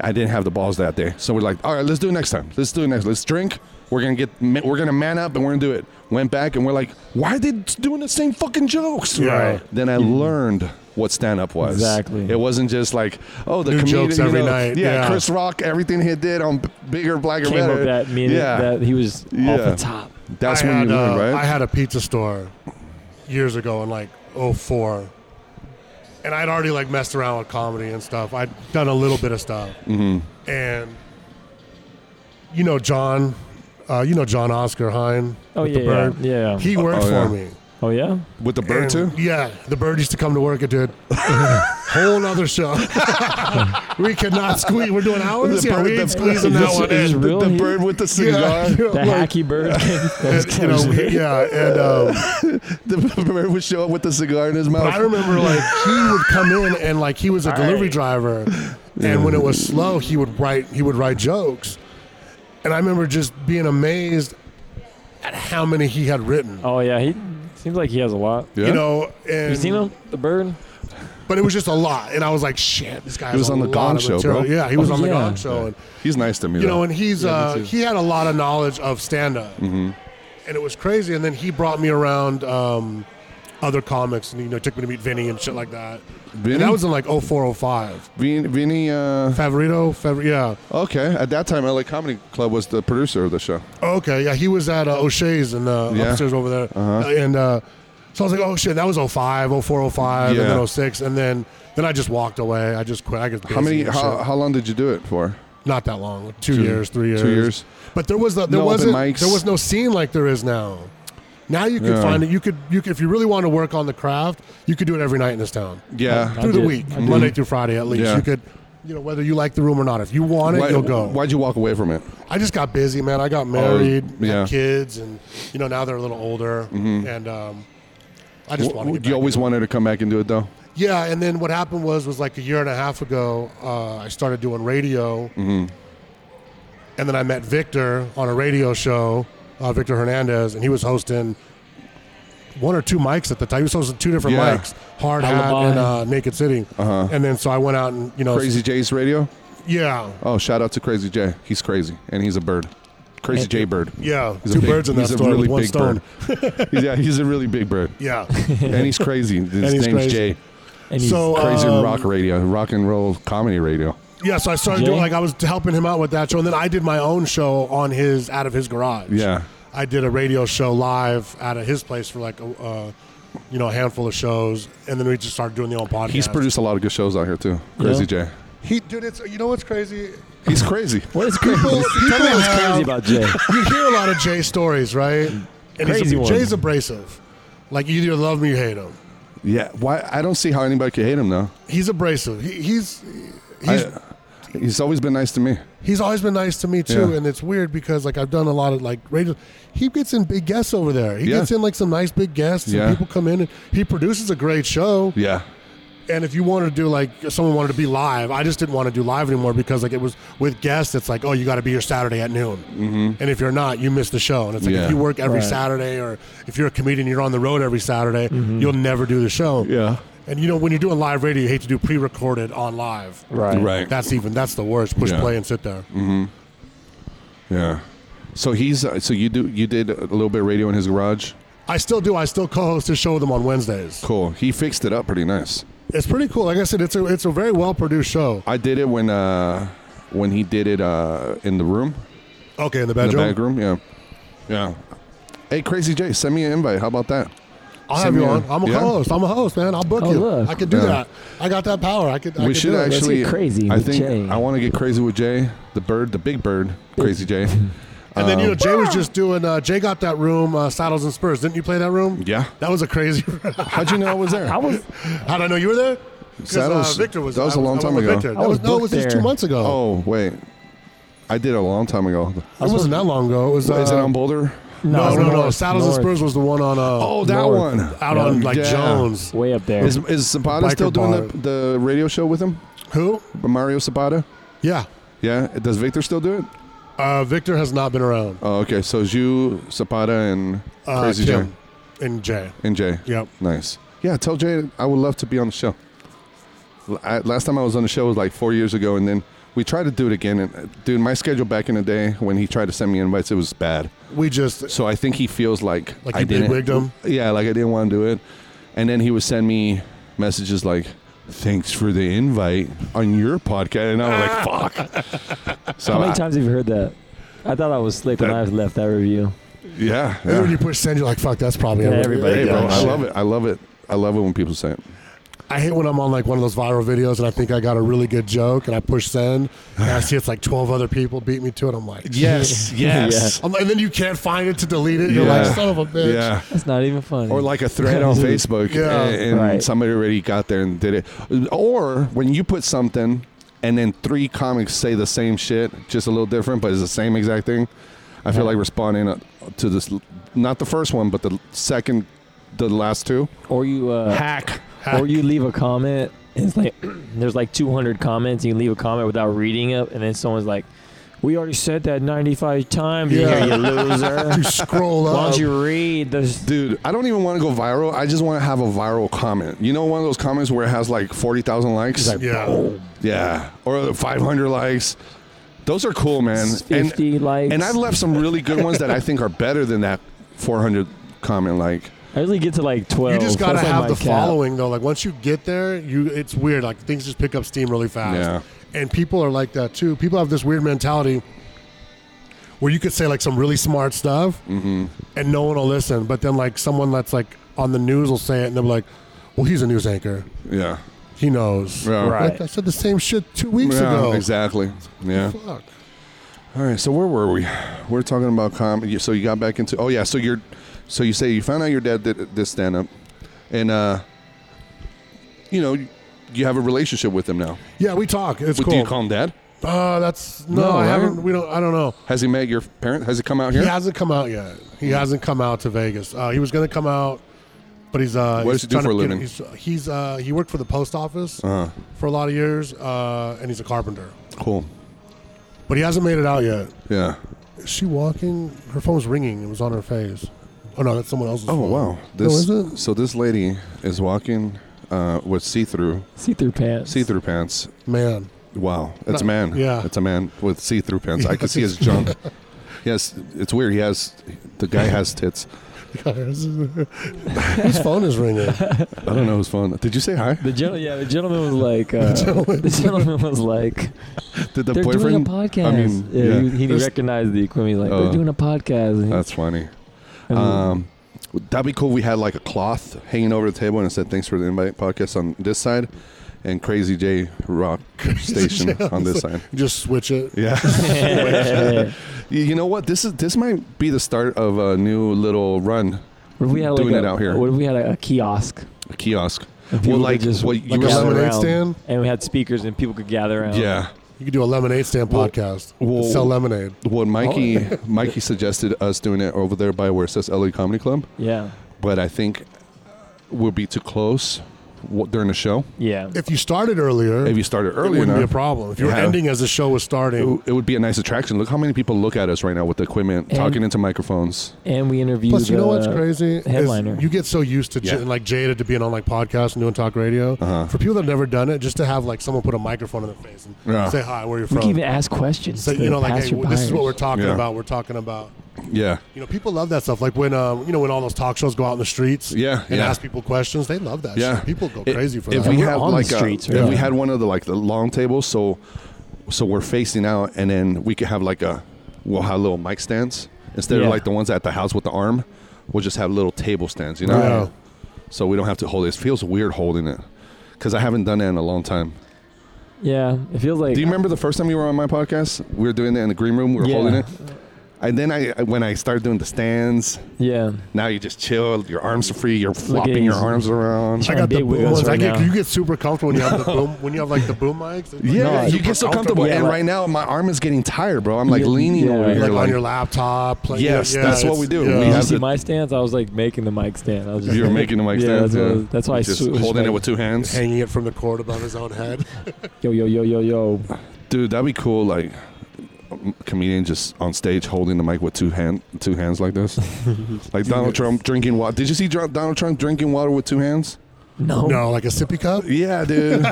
Speaker 4: I didn't have the balls that day. So we're like, all right, let's do it next time. Let's do it next. Let's drink. We're gonna get. ma- We're gonna man up, and we're gonna do it. Went back, and we're like, why are they doing the same fucking jokes?
Speaker 6: Right. Mm-hmm.
Speaker 4: Then I learned what stand up was.
Speaker 5: Exactly.
Speaker 4: It wasn't just like, oh, the
Speaker 6: New
Speaker 4: comedian,
Speaker 6: jokes
Speaker 4: you
Speaker 6: every
Speaker 4: know,
Speaker 6: night.
Speaker 4: Yeah,
Speaker 6: Yeah.
Speaker 4: Chris Rock, everything he did on B- bigger, blacker,
Speaker 5: Came up
Speaker 4: better.
Speaker 5: that minute that he was off
Speaker 4: Yeah.
Speaker 5: the top.
Speaker 4: That's
Speaker 6: I
Speaker 4: when
Speaker 6: had,
Speaker 4: you learn,
Speaker 6: uh,
Speaker 4: right?
Speaker 6: I had a pizza store years ago in like '04, and I'd already like messed around with comedy and stuff. I'd done a little bit of stuff,
Speaker 4: Mm-hmm.
Speaker 6: and you know John, uh, you know John Oscar Hine.
Speaker 5: Oh
Speaker 6: with
Speaker 5: yeah,
Speaker 6: the bird.
Speaker 5: yeah, yeah.
Speaker 6: He worked
Speaker 4: oh,
Speaker 6: for
Speaker 4: yeah.
Speaker 6: me.
Speaker 5: Oh yeah.
Speaker 4: With the bird
Speaker 6: And,
Speaker 4: too.
Speaker 6: Yeah, the bird used to come to work. It did. Whole other show. we could not squeeze. We're doing hours.
Speaker 4: The
Speaker 6: Oh, yeah,
Speaker 4: bird-
Speaker 6: we
Speaker 4: the
Speaker 6: ain't squeezing
Speaker 5: bird-
Speaker 6: that one
Speaker 5: This is
Speaker 6: in.
Speaker 5: real.
Speaker 4: The
Speaker 5: He-
Speaker 4: bird with the cigar.
Speaker 5: The hacky bird.
Speaker 6: And, you know, we- yeah, and. Um,
Speaker 4: the bird would show up with the cigar in his mouth.
Speaker 6: But I remember like he would come in and like he was a delivery driver, and when it was slow, he would write he would write jokes, and I remember just being amazed at how many he had written.
Speaker 5: oh yeah. He seems like he has a lot.
Speaker 4: Oh, Yeah.
Speaker 6: You know, and
Speaker 5: You seen him? The bird?
Speaker 6: but it was just a lot, and I was like, "Shit, this guy." He
Speaker 4: was on The Gong Show, bro.
Speaker 6: Yeah, he was
Speaker 5: Oh,
Speaker 6: on the
Speaker 5: yeah.
Speaker 6: Gong Show, and
Speaker 4: He's nice to me.
Speaker 6: you
Speaker 4: though.
Speaker 6: know, and he's
Speaker 4: Yeah, me
Speaker 6: uh,
Speaker 4: too. Mm-hmm.
Speaker 6: he had a lot of knowledge of stand up, and it was crazy. And then he brought me around um, other comics, and you know, took me to meet Vinny and shit like that.
Speaker 4: Vinny?
Speaker 6: And that was in like 0405.
Speaker 4: Vin, Vinny. Uh,
Speaker 6: Favorito, Fav- yeah,
Speaker 4: okay, at that time, LA Comedy Club was the producer of the show.
Speaker 6: Oh, okay, yeah, he was at uh, O'Shea's and uh,
Speaker 4: Yeah. Uh-huh.
Speaker 6: upstairs over there, uh and uh, so I was like, oh shit, that was 05, 04, 05,
Speaker 4: Yeah.
Speaker 6: and then 06, and then then I just walked away. I just quit. I just
Speaker 4: How many? How, how long did you do it for?
Speaker 6: Not that long, two, years, three years,
Speaker 4: Two years.
Speaker 6: But there was the, there
Speaker 4: No open
Speaker 6: wasn't
Speaker 4: mics.
Speaker 6: there was no scene like there is now. Now you could
Speaker 4: Yeah.
Speaker 6: find it. You could you could if you really want to work on the craft, you could do it every night in this town
Speaker 5: I
Speaker 4: Yeah.
Speaker 6: through the
Speaker 5: did.
Speaker 6: week,
Speaker 5: I did.
Speaker 6: Monday through Friday at least.
Speaker 4: Yeah.
Speaker 6: You could, you know, whether you like the room or not. If you want it, you'll go.
Speaker 4: Why'd you walk away from it?
Speaker 6: I just got busy, man. I got married,
Speaker 4: Oh, yeah.
Speaker 6: had kids, and you know now they're a little older, and um, I just
Speaker 4: W-
Speaker 6: wanted. To get
Speaker 4: you
Speaker 6: back
Speaker 4: always
Speaker 6: into it.
Speaker 4: wanted to come back and do it though.
Speaker 6: Yeah, and then what happened was was like a year and a half ago, uh, I started doing radio,
Speaker 4: Mm-hmm.
Speaker 6: and then I met Victor on a radio show, uh, Victor Hernandez, and he was hosting one or two mics at the time. He was hosting two different
Speaker 4: Yeah.
Speaker 6: mics, Hard
Speaker 5: Alibi.
Speaker 6: Hat and uh, Naked City,
Speaker 4: Uh-huh.
Speaker 6: and then so I went out and you know,
Speaker 4: Crazy J's radio.
Speaker 6: yeah,
Speaker 4: Oh, shout out to Crazy J. He's crazy and he's a bird. Crazy J bird.
Speaker 6: yeah,
Speaker 4: He's a
Speaker 6: two
Speaker 4: big-
Speaker 6: birds in that
Speaker 4: he's a
Speaker 6: story
Speaker 4: really
Speaker 6: with one
Speaker 4: big
Speaker 6: stone.
Speaker 4: bird. He's- yeah, he's a really big bird,
Speaker 6: Yeah.
Speaker 4: and he's crazy. His
Speaker 6: he's
Speaker 4: name's
Speaker 6: crazy.
Speaker 4: Jay.
Speaker 5: And he's
Speaker 6: So, uh,
Speaker 4: Crazy
Speaker 6: Um,
Speaker 4: rock radio, rock and roll comedy radio.
Speaker 6: Yeah, so I started
Speaker 5: Jay?
Speaker 6: doing like I was helping him out with that show, and then I did my own show on his out of his garage.
Speaker 4: Yeah.
Speaker 6: I did a radio show live out of his place for like a, uh, you know a handful of shows, and then we just started doing the own podcast.
Speaker 4: He's produced a lot of good shows out here too. Crazy J.
Speaker 6: He, dude, it's you know what's crazy?
Speaker 4: He's crazy.
Speaker 5: what is crazy?
Speaker 6: People, people
Speaker 5: Tell me what's crazy
Speaker 6: have-
Speaker 5: about Jay.
Speaker 6: you hear a lot of Jay stories, right? And he's,
Speaker 5: Crazy
Speaker 6: a-
Speaker 5: one.
Speaker 6: Jay's abrasive. Like you either love him or you hate him.
Speaker 4: Yeah. Why? I don't see how anybody could hate him though.
Speaker 6: He's abrasive. He, he's he's
Speaker 4: I- he's always been nice to me.
Speaker 6: he's always been nice to me too,
Speaker 4: Yeah.
Speaker 6: and it's weird because like I've done a lot of like radio. He gets in big guests over there. He
Speaker 4: Yeah.
Speaker 6: gets in like some nice big guests,
Speaker 4: Yeah.
Speaker 6: and people come in and he produces a great show.
Speaker 4: Yeah.
Speaker 6: And if you wanted to do like someone wanted to be live, I just didn't want to do live anymore because like it was with guests. It's like oh, you got to be here Saturday at noon, mm-hmm. and if you're not, you miss the show. And it's like
Speaker 4: Yeah.
Speaker 6: if you work every
Speaker 5: Right.
Speaker 6: Saturday or if you're a comedian, you're on the road every Saturday, you'll never do the show.
Speaker 4: Mm-hmm. Yeah.
Speaker 6: And you know when you're doing live radio, you hate to do pre-recorded on live.
Speaker 5: Right.
Speaker 4: Right.
Speaker 6: That's even that's the worst. Push
Speaker 4: Yeah.
Speaker 6: play and sit there.
Speaker 4: Yeah. So he's uh, so you do you did a little bit of radio in his garage.
Speaker 6: I still do. I still co-host his show with him on Wednesdays.
Speaker 4: Cool. He fixed it up pretty nice.
Speaker 6: It's pretty cool. Like I said, it's a it's a very well produced show.
Speaker 4: I did it when uh when he did it uh in the room,
Speaker 6: Okay,
Speaker 4: in
Speaker 6: in the
Speaker 4: the
Speaker 6: bedroom.
Speaker 4: back room. Yeah. Yeah. Hey, Crazy J, send me an invite. How about that?
Speaker 6: I'll have
Speaker 4: Send
Speaker 6: you
Speaker 4: me
Speaker 6: on.
Speaker 4: a-
Speaker 6: I'm a
Speaker 4: yeah?
Speaker 6: co-host. I'm a host, man. I'll book
Speaker 5: Oh,
Speaker 6: you.
Speaker 5: look.
Speaker 6: I could do
Speaker 4: Yeah.
Speaker 6: that. I got that power. I could. I
Speaker 4: we
Speaker 6: could
Speaker 4: should
Speaker 6: do it.
Speaker 5: Let's
Speaker 4: actually
Speaker 5: get crazy
Speaker 4: I
Speaker 5: with
Speaker 4: think
Speaker 5: Jay.
Speaker 4: I want to get crazy with Jay, the bird, the big bird, Crazy Jay.
Speaker 6: And then you
Speaker 4: um,
Speaker 6: know Jay was just doing. Uh, Jay got that room, uh, Saddles and Spurs. Didn't you play that room?
Speaker 4: Yeah.
Speaker 6: That was a crazy.
Speaker 4: How'd you know I was there?
Speaker 5: I was
Speaker 6: How did I know you were there? 'Cause, uh,
Speaker 4: Saddles-
Speaker 6: Victor was.
Speaker 4: that was
Speaker 6: a
Speaker 4: a long time ago.
Speaker 6: Victor.
Speaker 5: I
Speaker 6: That was,
Speaker 5: was
Speaker 6: no, it
Speaker 5: booked
Speaker 6: was just
Speaker 5: there.
Speaker 6: two months ago.
Speaker 4: oh wait, I did it a long time ago.
Speaker 6: Oh, it wasn't that long ago. It was. Uh,
Speaker 4: Is it on Boulder?
Speaker 6: no, no, no.
Speaker 5: north,
Speaker 6: Saddles
Speaker 5: north,
Speaker 6: and Spurs was the one on. Uh,
Speaker 4: Oh, that
Speaker 5: North.
Speaker 4: one.
Speaker 6: out on like
Speaker 4: Yeah.
Speaker 6: Jones.
Speaker 5: way up there.
Speaker 4: Is is Zapata
Speaker 6: Biker
Speaker 4: still doing
Speaker 6: bar.
Speaker 4: the, the radio show with him?
Speaker 6: Who?
Speaker 4: Mario Zapata?
Speaker 6: Yeah.
Speaker 4: Yeah. Does Victor still do it?
Speaker 6: Uh, Victor has not been around.
Speaker 4: Oh, okay. So it's you, Zapata, and
Speaker 6: Uh,
Speaker 4: Crazy Jay.
Speaker 6: Tim and Jay.
Speaker 4: And Jay.
Speaker 6: Yep.
Speaker 4: Nice. Yeah, tell Jay I would love to be on the show. L- I- last time I was on the show was like four years ago, and then we tried to do it again. And uh, dude, my schedule back in the day when he tried to send me invites, it was bad.
Speaker 6: We just
Speaker 4: So I think he feels like
Speaker 6: Like
Speaker 4: I
Speaker 6: you
Speaker 4: didn't.
Speaker 6: bigwigged him?
Speaker 4: Yeah, like I didn't want to do it. And then he would send me messages like, "Thanks for the invite on your podcast," and I was like, "Fuck." So
Speaker 5: How many
Speaker 4: I-
Speaker 5: times have you heard that? I thought I was slick when I left that review.
Speaker 4: Yeah,
Speaker 6: and then
Speaker 4: yeah.
Speaker 6: when you push send, you're like, "Fuck, that's probably
Speaker 5: Yeah,
Speaker 6: it."
Speaker 5: everybody
Speaker 4: Hey, bro,
Speaker 5: Yeah,
Speaker 4: I
Speaker 5: shit.
Speaker 4: love it. I love it. I love it when people say it.
Speaker 6: I hate when I'm on like one of those viral videos and I think I got a really good joke and I push send and I see it's like 12 other people beat me to it. I'm like,
Speaker 4: Yes,
Speaker 5: yes.
Speaker 6: I'm like- and then you can't find it to delete it. You're like, son of a bitch.
Speaker 4: Yeah.
Speaker 5: That's not even funny.
Speaker 4: Or like a thread on Facebook,
Speaker 6: Yeah.
Speaker 4: and, and
Speaker 5: Right.
Speaker 4: somebody already got there and did it. Or when you put something, and then three comics say the same shit, just a little different, but it's the same exact thing. I feel like responding uh, to this, not the first one, but the second, the last two.
Speaker 5: or you uh,
Speaker 4: Hack.
Speaker 5: or you leave a comment. And it's like there's like 200 comments. You leave a comment without reading it, and then someone's like, We already said that 95 times. Yeah,
Speaker 6: Yeah.
Speaker 5: you loser.
Speaker 6: You scroll
Speaker 5: Why
Speaker 6: up.
Speaker 5: don't you read this?
Speaker 4: Dude, I don't even want to go viral. I just want to have a viral comment. You know, one of those comments where it has like 40,000 likes?
Speaker 6: yeah.
Speaker 4: yeah. Or 500 likes. Those are cool, man. And,
Speaker 5: 50 likes.
Speaker 4: and I've left some really good ones that I think are better than that 400 comment like.
Speaker 5: I usually get to like 12.
Speaker 6: You just gotta
Speaker 5: That's, like,
Speaker 6: have
Speaker 5: my
Speaker 6: the
Speaker 5: cap.
Speaker 6: following though. Like once you get there, you it's weird. Like things just pick up steam really fast.
Speaker 4: Yeah.
Speaker 6: And people are like that too. People have this weird mentality where you could say like some really smart stuff
Speaker 4: Mm. mm-hmm,
Speaker 6: and no one will listen. But then like someone that's like on the news will say it and they'll be like, Well, he's a news anchor.
Speaker 4: Yeah.
Speaker 6: He knows.
Speaker 4: Yeah.
Speaker 5: Right.
Speaker 6: Like, I said the same shit two weeks
Speaker 4: Yeah,
Speaker 6: ago.
Speaker 4: Exactly. Yeah.
Speaker 6: Fuck.
Speaker 4: All right. So where were we? We're talking about comedy. So you got back into. Oh yeah. So you're. So you say you found out your dad did this stand up, and uh, you know, you have a relationship with him now.
Speaker 6: Yeah, we talk. It's
Speaker 4: What,
Speaker 6: cool.
Speaker 4: Do you call him dad?
Speaker 6: uh, that's no,
Speaker 4: No,
Speaker 6: I
Speaker 4: right?
Speaker 6: haven't. We don't. I don't know.
Speaker 4: Has he met your parent? Has he come out here?
Speaker 6: He hasn't come out yet. He
Speaker 4: Mm.
Speaker 6: hasn't come out to Vegas. Uh, he was going to come out, but he's. Uh,
Speaker 4: What does
Speaker 6: he's
Speaker 4: he do
Speaker 6: trying to
Speaker 4: for a
Speaker 6: get-
Speaker 4: living?
Speaker 6: He's, he's uh, he worked for the post office
Speaker 4: Uh-huh.
Speaker 6: for a lot of years, uh, and he's a carpenter.
Speaker 4: Cool.
Speaker 6: But he hasn't made it out yet.
Speaker 4: Yeah.
Speaker 6: Is she walking? Her phone's ringing. It was on her face. Oh no, that's someone else's.
Speaker 4: Oh
Speaker 6: phone.
Speaker 4: wow.
Speaker 6: No,
Speaker 4: This.
Speaker 6: is it?
Speaker 4: So this lady is walking uh, with see-through
Speaker 5: See through pants.
Speaker 4: see-through pants.
Speaker 6: Man,
Speaker 4: Wow, that's a
Speaker 6: No,
Speaker 4: man.
Speaker 6: yeah.
Speaker 4: that's a man with see-through pants. I can see his junk. Yes, it's weird. He has the guy has tits.
Speaker 6: his phone is ringing.
Speaker 4: I don't know whose phone. Did you say hi?
Speaker 5: The gen- yeah, the gentleman was like, uh, the gentleman was like,
Speaker 4: Did the
Speaker 5: they're
Speaker 4: boyfriend?
Speaker 5: doing a podcast.
Speaker 4: I mean,
Speaker 5: yeah,
Speaker 4: yeah.
Speaker 5: he, he
Speaker 6: There's-
Speaker 5: recognized the equipment. He's like,
Speaker 4: Oh.
Speaker 5: they're doing a podcast. And he-
Speaker 4: That's funny.
Speaker 5: and
Speaker 4: Um, that'd be cool. if We had like a cloth hanging over the table and it said, "Thanks for the invite." Podcast on this side, and Crazy J Rock Station on this side.
Speaker 6: Just switch it.
Speaker 4: Yeah.
Speaker 5: what
Speaker 4: You- you know what? This is this might be the start of a new little run,
Speaker 5: if we had like
Speaker 4: Doing
Speaker 5: a,
Speaker 4: it out here.
Speaker 5: What if we had a, a kiosk?
Speaker 4: a kiosk.
Speaker 5: And people
Speaker 4: Well,
Speaker 5: could
Speaker 4: like
Speaker 5: just
Speaker 4: what you
Speaker 6: like
Speaker 4: were
Speaker 6: a
Speaker 5: gather
Speaker 4: saying.
Speaker 6: lemonade
Speaker 5: around,
Speaker 6: stand?
Speaker 5: and we had speakers, and people could gather around.
Speaker 4: Yeah.
Speaker 6: You could do a lemonade stand
Speaker 4: Well-
Speaker 6: podcast.
Speaker 4: well-
Speaker 6: Sell lemonade.
Speaker 4: Well, Mikey Mikey suggested us doing it over there by where it says LA Comedy Club,
Speaker 5: yeah,
Speaker 4: but I think we'll be too close w- during the show.
Speaker 5: yeah.
Speaker 6: If you started earlier,
Speaker 4: If you started
Speaker 6: it
Speaker 4: early
Speaker 6: wouldn't be a
Speaker 4: enough,
Speaker 6: problem. If you were
Speaker 4: Yeah.
Speaker 6: ending as the show was
Speaker 4: it,
Speaker 6: starting,
Speaker 4: w- it would be a nice attraction. Look how many people look at us right now with the equipment,
Speaker 5: And-
Speaker 4: talking into microphones.
Speaker 5: And we interviewed.
Speaker 6: Plus, you know
Speaker 5: the-
Speaker 6: what's crazy? is
Speaker 5: headliner.
Speaker 6: you get so used to
Speaker 4: Yeah.
Speaker 6: j- like jaded to being on like podcasts and doing talk radio.
Speaker 4: Uh-huh.
Speaker 6: For people that have never done it, just to have like someone put a microphone in their face and
Speaker 4: Yeah.
Speaker 6: say hi, where you're
Speaker 5: We
Speaker 6: from.
Speaker 5: can even ask questions.
Speaker 6: so
Speaker 5: to
Speaker 6: you know, like, hey,
Speaker 5: passer
Speaker 6: w- this is what
Speaker 5: buyers.
Speaker 6: we're talking
Speaker 4: Yeah.
Speaker 6: about. We're talking about.
Speaker 4: Yeah,
Speaker 6: You know, people love that stuff. Like when um, you know, when all those talk shows go out in the streets,
Speaker 4: Yeah,
Speaker 6: and
Speaker 4: yeah.
Speaker 6: ask people questions, they love that.
Speaker 4: yeah.
Speaker 6: shit. people go
Speaker 4: I-
Speaker 6: crazy for
Speaker 4: if
Speaker 6: that.
Speaker 4: we
Speaker 5: And we're
Speaker 4: had
Speaker 5: on the
Speaker 4: like
Speaker 5: streets,
Speaker 4: a,
Speaker 5: right?
Speaker 4: if we had one of the like the long tables, so so we're facing out, and then we could have like a we'll have little mic stands instead
Speaker 5: Yeah.
Speaker 4: of like the ones at the house with the arm. We'll just have little table stands, you know.
Speaker 6: yeah.
Speaker 4: so we don't have to hold it. It feels weird holding it because I haven't done that in a long time.
Speaker 5: Yeah, it feels like.
Speaker 4: Do you remember the first time you were on my podcast? We were doing it in the green room. We were
Speaker 5: Yeah.
Speaker 4: holding it, and then I I- when I started doing the stands,
Speaker 5: Yeah,
Speaker 4: now you just chill. Your arms are free. You're flopping your
Speaker 5: his-
Speaker 4: arms around.
Speaker 5: I
Speaker 6: I got the
Speaker 5: big
Speaker 6: boom
Speaker 5: wiggles
Speaker 6: ones. I
Speaker 5: right
Speaker 6: get,
Speaker 5: now.
Speaker 6: you get super comfortable when you have the boom when you have like the boom mics. It's like-
Speaker 4: Yeah,
Speaker 5: No,
Speaker 4: you
Speaker 5: super
Speaker 4: get so comfortable,
Speaker 5: Yeah,
Speaker 4: and
Speaker 5: like-
Speaker 4: right now my arm is getting tired, bro. I'm like
Speaker 5: Yeah,
Speaker 4: leaning
Speaker 5: yeah.
Speaker 4: over
Speaker 5: Like
Speaker 4: here,
Speaker 6: like
Speaker 4: like,
Speaker 6: on your laptop. Play,
Speaker 4: Yes, that's what
Speaker 6: it's-
Speaker 4: we do.
Speaker 6: yeah.
Speaker 4: We
Speaker 5: Did you
Speaker 4: have
Speaker 5: see
Speaker 4: the-
Speaker 5: my stance? I was like making the mic stand. I was just
Speaker 4: you're
Speaker 5: like-
Speaker 4: making the mic stand.
Speaker 5: yeah, That's, what I was- that's why I
Speaker 4: just
Speaker 5: sw- was
Speaker 4: holding it
Speaker 5: like,
Speaker 4: with two hands.
Speaker 6: hanging it from the cord above his own head.
Speaker 5: Yo, yo, yo, yo, yo.
Speaker 4: Dude, that'd be cool. Like a comedian just on stage holding the mic with two hand two hands like this. like Donald Trump drinking water. Did you see Dr- Donald Trump drinking water with two hands?
Speaker 5: No.
Speaker 6: no, like a sippy cup.
Speaker 4: Yeah, dude.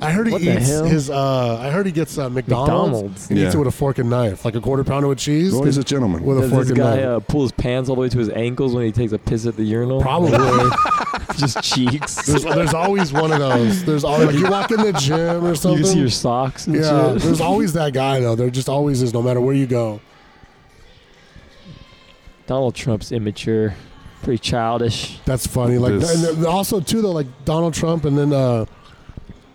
Speaker 6: I heard he
Speaker 5: What the
Speaker 6: eats
Speaker 5: hell?
Speaker 6: his. Uh, I heard he gets uh, McDonald's.
Speaker 5: McDonald's.
Speaker 6: He eats
Speaker 4: Yeah.
Speaker 6: it with a fork and knife, like a quarter pounder with cheese.
Speaker 4: Always a gentleman.
Speaker 6: With a
Speaker 5: Does
Speaker 6: fork
Speaker 5: this
Speaker 6: and
Speaker 5: guy
Speaker 6: knife.
Speaker 5: uh, pull his pants all the way to his ankles when he takes a piss at the urinal?
Speaker 6: Probably.
Speaker 5: just cheeks.
Speaker 6: there's, there's always one of those. There's always like you walk in the gym or
Speaker 5: you see
Speaker 6: something.
Speaker 5: your socks and
Speaker 6: yeah,
Speaker 5: shit.
Speaker 6: there's always that guy though. There just always is, no matter where you go.
Speaker 5: Donald Trump's immature, pretty childish.
Speaker 6: That's funny. Like
Speaker 4: This-
Speaker 6: and then also too though, like Donald Trump and then uh,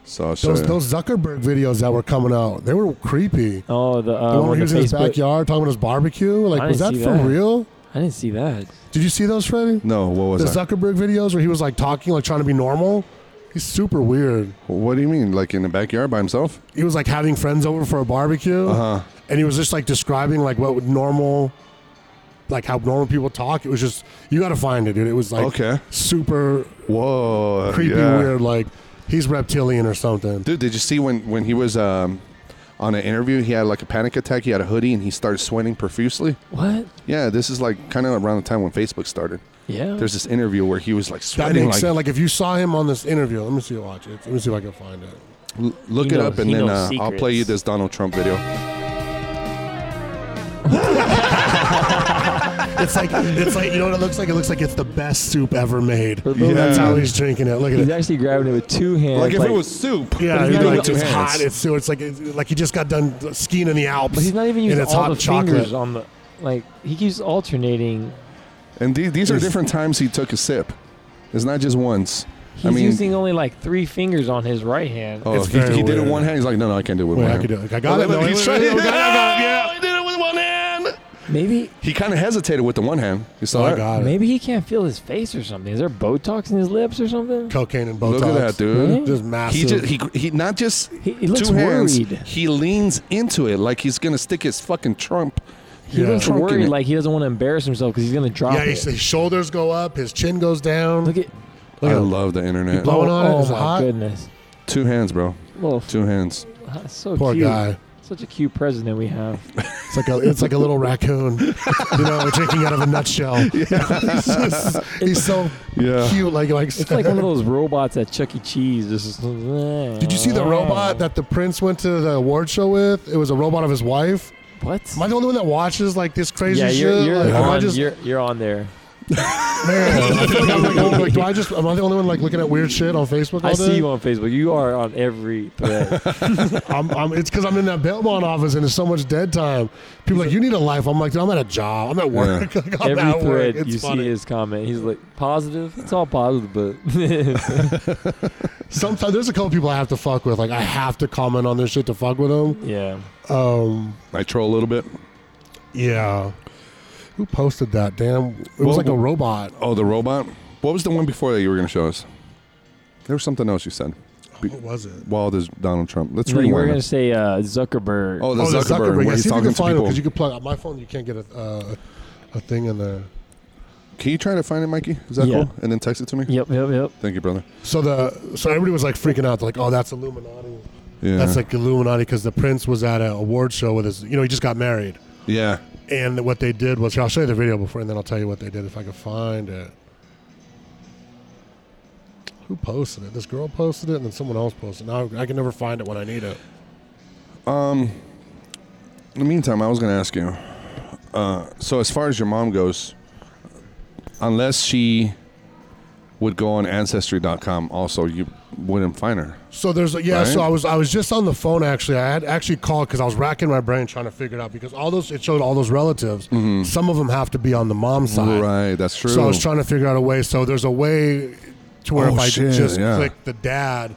Speaker 4: so I'll show
Speaker 6: those
Speaker 4: you.
Speaker 6: those Zuckerberg videos that were coming out. They were creepy.
Speaker 5: Oh, the, uh,
Speaker 6: the one where
Speaker 5: on
Speaker 6: he
Speaker 5: the
Speaker 6: was in his
Speaker 5: Facebook-
Speaker 6: backyard talking about his barbecue. Like,
Speaker 5: I
Speaker 6: was that
Speaker 5: didn't
Speaker 6: for
Speaker 5: see that.
Speaker 6: real?
Speaker 5: I didn't see that.
Speaker 6: Did you see those, Freddie?
Speaker 4: no, what was
Speaker 6: the
Speaker 4: that?
Speaker 6: Zuckerberg videos where he was like talking, like trying to be normal. He's super weird.
Speaker 4: what do you mean? Like in the backyard by himself?
Speaker 6: He was like having friends over for a barbecue,
Speaker 4: Uh huh.
Speaker 6: and he was just like describing like what would normal, like how normal people talk. It was just you got to find it, dude. It was like
Speaker 4: Okay.
Speaker 6: super
Speaker 4: Whoa.
Speaker 6: creepy,
Speaker 4: yeah.
Speaker 6: weird. Like he's reptilian or something.
Speaker 4: Dude, did you see when when he was um on an interview. He had like a panic attack. He had a hoodie and he started sweating profusely.
Speaker 5: What?
Speaker 4: Yeah, this is like kind of around the time when Facebook started.
Speaker 5: Yeah.
Speaker 4: There's this interview where he was like
Speaker 6: That
Speaker 4: sweating.
Speaker 6: makes
Speaker 4: Like,
Speaker 6: sense. Like if you saw him on this interview, let me see. Watch it. Let me see if I can find it.
Speaker 4: l- look
Speaker 5: He
Speaker 4: it
Speaker 5: knows-
Speaker 4: up and
Speaker 5: he
Speaker 4: then uh,
Speaker 5: knows
Speaker 4: I'll play you this
Speaker 5: secrets.
Speaker 4: Donald Trump video.
Speaker 6: It's like it's like you know what it looks like. It looks like it's the best soup ever made.
Speaker 5: Yeah.
Speaker 6: That's how he's drinking it. Look at
Speaker 5: He's
Speaker 6: it.
Speaker 5: actually grabbing it with two hands.
Speaker 4: Like if it was soup.
Speaker 6: Yeah,
Speaker 5: But he's not
Speaker 6: it's like,
Speaker 5: even-
Speaker 6: it's
Speaker 5: two
Speaker 4: hands.
Speaker 6: hot. It's so it's like it's like he just got done skiing in the Alps.
Speaker 5: But he's not even
Speaker 6: and
Speaker 5: using
Speaker 6: it's
Speaker 5: all
Speaker 6: hot
Speaker 5: the
Speaker 6: chocolate.
Speaker 5: fingers on the. Like he keeps alternating.
Speaker 4: And the- these are
Speaker 5: Yes.
Speaker 4: different times he took a sip. It's not just once.
Speaker 5: He's
Speaker 4: I mean,
Speaker 5: using only like three fingers on his right hand.
Speaker 4: oh,
Speaker 6: It's
Speaker 4: he,
Speaker 6: very
Speaker 4: he did it
Speaker 6: weird.
Speaker 4: one hand. He's like, no, no, I can't do it with
Speaker 6: Wait,
Speaker 4: one
Speaker 6: I
Speaker 4: hand.
Speaker 6: could do it. I got
Speaker 4: wait,
Speaker 6: it. No,
Speaker 4: wait,
Speaker 6: wait,
Speaker 4: he's
Speaker 6: wait,
Speaker 4: trying-
Speaker 6: wait, I got it. Yeah.
Speaker 4: I did it with one hand.
Speaker 5: Maybe
Speaker 4: He kind of hesitated with the one hand. You saw
Speaker 6: Oh, I
Speaker 4: that?
Speaker 6: got it.
Speaker 5: maybe he can't feel his face or something. Is there Botox in his lips or something?
Speaker 6: Cocaine and Botox.
Speaker 4: Look at that, dude.
Speaker 5: Really?
Speaker 6: Just massive.
Speaker 4: He just he, he not just
Speaker 5: He- he looks
Speaker 4: two hands.
Speaker 5: worried.
Speaker 4: He leans into it like he's gonna stick his fucking trump.
Speaker 5: He
Speaker 6: Yeah.
Speaker 5: looks
Speaker 4: Trunking
Speaker 5: worried,
Speaker 4: it.
Speaker 5: like he doesn't want to embarrass himself because he's gonna drop
Speaker 6: yeah,
Speaker 5: it.
Speaker 6: his, his shoulders go up. His chin goes down.
Speaker 5: Look at
Speaker 6: Look
Speaker 4: I
Speaker 6: at him.
Speaker 4: love the internet.
Speaker 6: blow- Blowing on it,
Speaker 5: oh
Speaker 6: is it
Speaker 5: my
Speaker 6: hot?
Speaker 5: goodness!
Speaker 4: Two hands, bro.
Speaker 5: Little f-
Speaker 4: Two hands.
Speaker 5: Ah, so
Speaker 6: Poor
Speaker 5: cute.
Speaker 6: guy.
Speaker 5: Such a cute president we have.
Speaker 6: It's like a it's like a little raccoon, you know, drinking out of a nutshell. he's, just- he's so
Speaker 4: Yeah.
Speaker 6: cute. Like like.
Speaker 5: It's like one of those robots at Chuck E. Cheese. Just
Speaker 6: Did you see
Speaker 5: Oh.
Speaker 6: the robot that the prince went to the award show with? It was a robot of his wife.
Speaker 5: What?
Speaker 6: Am I the only one that watches like this crazy
Speaker 5: yeah, you're,
Speaker 6: shit?
Speaker 5: you're,
Speaker 6: like, am I
Speaker 5: on,
Speaker 6: just
Speaker 5: you're, you're on there.
Speaker 6: man? I feel like I'm like, oh, like, do I just? Am I the only one like looking at weird shit on Facebook? All
Speaker 5: I
Speaker 6: day?
Speaker 5: see you on Facebook. You are on every thread.
Speaker 6: I'm, I'm, it's because I'm in that bail bond office and there's so much dead time. People are like, you need a life. I'm like, dude, I'm at a job. I'm at work. Like, I'm
Speaker 5: every
Speaker 6: at work.
Speaker 5: thread
Speaker 6: It's
Speaker 5: you
Speaker 6: funny.
Speaker 5: see his comment. He's like positive. It's all positive, but
Speaker 6: Sometimes there's a couple people I have to fuck with. Like I have to comment on their shit to fuck with them.
Speaker 5: yeah.
Speaker 6: Um,
Speaker 4: I troll a little bit.
Speaker 6: yeah. Who posted that? Damn, it was like a robot.
Speaker 4: Oh, the robot. What was the one before that you were gonna show us? There was something else you said.
Speaker 6: What was it?
Speaker 4: While there's Donald Trump. Let's
Speaker 5: No, you were
Speaker 4: rewind.
Speaker 5: gonna
Speaker 4: it.
Speaker 5: say uh, Zuckerberg.
Speaker 4: Oh, the
Speaker 6: oh, the
Speaker 4: Zuckerberg,
Speaker 6: Zuckerberg.
Speaker 4: where
Speaker 6: Yeah,
Speaker 4: he's
Speaker 6: see if you
Speaker 4: talking
Speaker 6: can
Speaker 4: to
Speaker 6: find it
Speaker 4: people.
Speaker 6: because you can plug my phone. You can't get a uh, a thing in there.
Speaker 4: Can you try to find it, Mikey? Is that
Speaker 5: Yeah.
Speaker 4: cool? And then text it to me.
Speaker 5: Yep, yep, yep.
Speaker 4: Thank you, brother.
Speaker 6: So the so everybody was like freaking out. They're like, oh, that's Illuminati.
Speaker 4: Yeah.
Speaker 6: That's like Illuminati because the prince was at an award show with his. You know, he just got married.
Speaker 4: yeah.
Speaker 6: And what they did was, I'll show you the video before, and then I'll tell you what they did if I can find it. Who posted it? This girl posted it, and then someone else posted it. Now I can never find it when I need it.
Speaker 4: In the meantime, I was going to ask you. Uh, so, as far as your mom goes, unless she would go on Ancestry.com, also you wouldn't find her.
Speaker 6: So there's a, yeah. So
Speaker 4: Right.
Speaker 6: I was I was just on the phone actually. I had actually called because I was racking my brain trying to figure it out because all those it showed all those relatives.
Speaker 4: Mm-hmm.
Speaker 6: Some of them have to be on the mom's side.
Speaker 4: Right. That's true.
Speaker 6: So I was trying to figure out a way. So there's a way to where
Speaker 4: Oh,
Speaker 6: if I
Speaker 4: shit,
Speaker 6: just
Speaker 4: yeah.
Speaker 6: click the dad,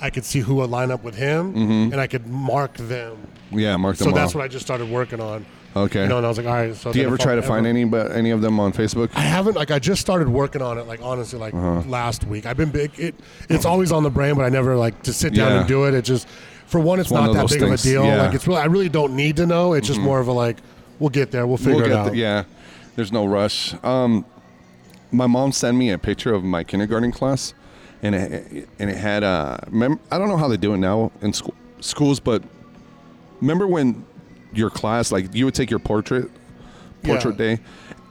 Speaker 6: I could see who would line up with him, and I could mark them.
Speaker 4: yeah, mark Mm-hmm. them
Speaker 6: So that's
Speaker 4: off.
Speaker 6: what I just started working on.
Speaker 4: Okay.
Speaker 6: You know, and I was like, all right. So
Speaker 4: Do you
Speaker 6: then
Speaker 4: ever
Speaker 6: if I
Speaker 4: try to find any but any of them on Facebook?
Speaker 6: I haven't. Like, I just started working on it. Like, honestly, like
Speaker 4: Uh-huh.
Speaker 6: last week. I've been big. It it's always on the brain, but I never like to sit down
Speaker 4: Yeah.
Speaker 6: and do it. It just for one, it's,
Speaker 4: one
Speaker 6: not
Speaker 4: of
Speaker 6: that
Speaker 4: those
Speaker 6: big of
Speaker 4: things,
Speaker 6: a deal.
Speaker 4: yeah. Mm-hmm.
Speaker 6: Like, it's really I really don't need to know. It's just more of a like, we'll get there. We'll figure
Speaker 4: We'll
Speaker 6: it
Speaker 4: get
Speaker 6: out.
Speaker 4: the- yeah. There's no rush. Um, my mom sent me a picture of my kindergarten class, and it, and it had uh, mem- I don't know how they do it now in school, schools, but remember when your class like you would take your portrait portrait
Speaker 6: Yeah.
Speaker 4: day,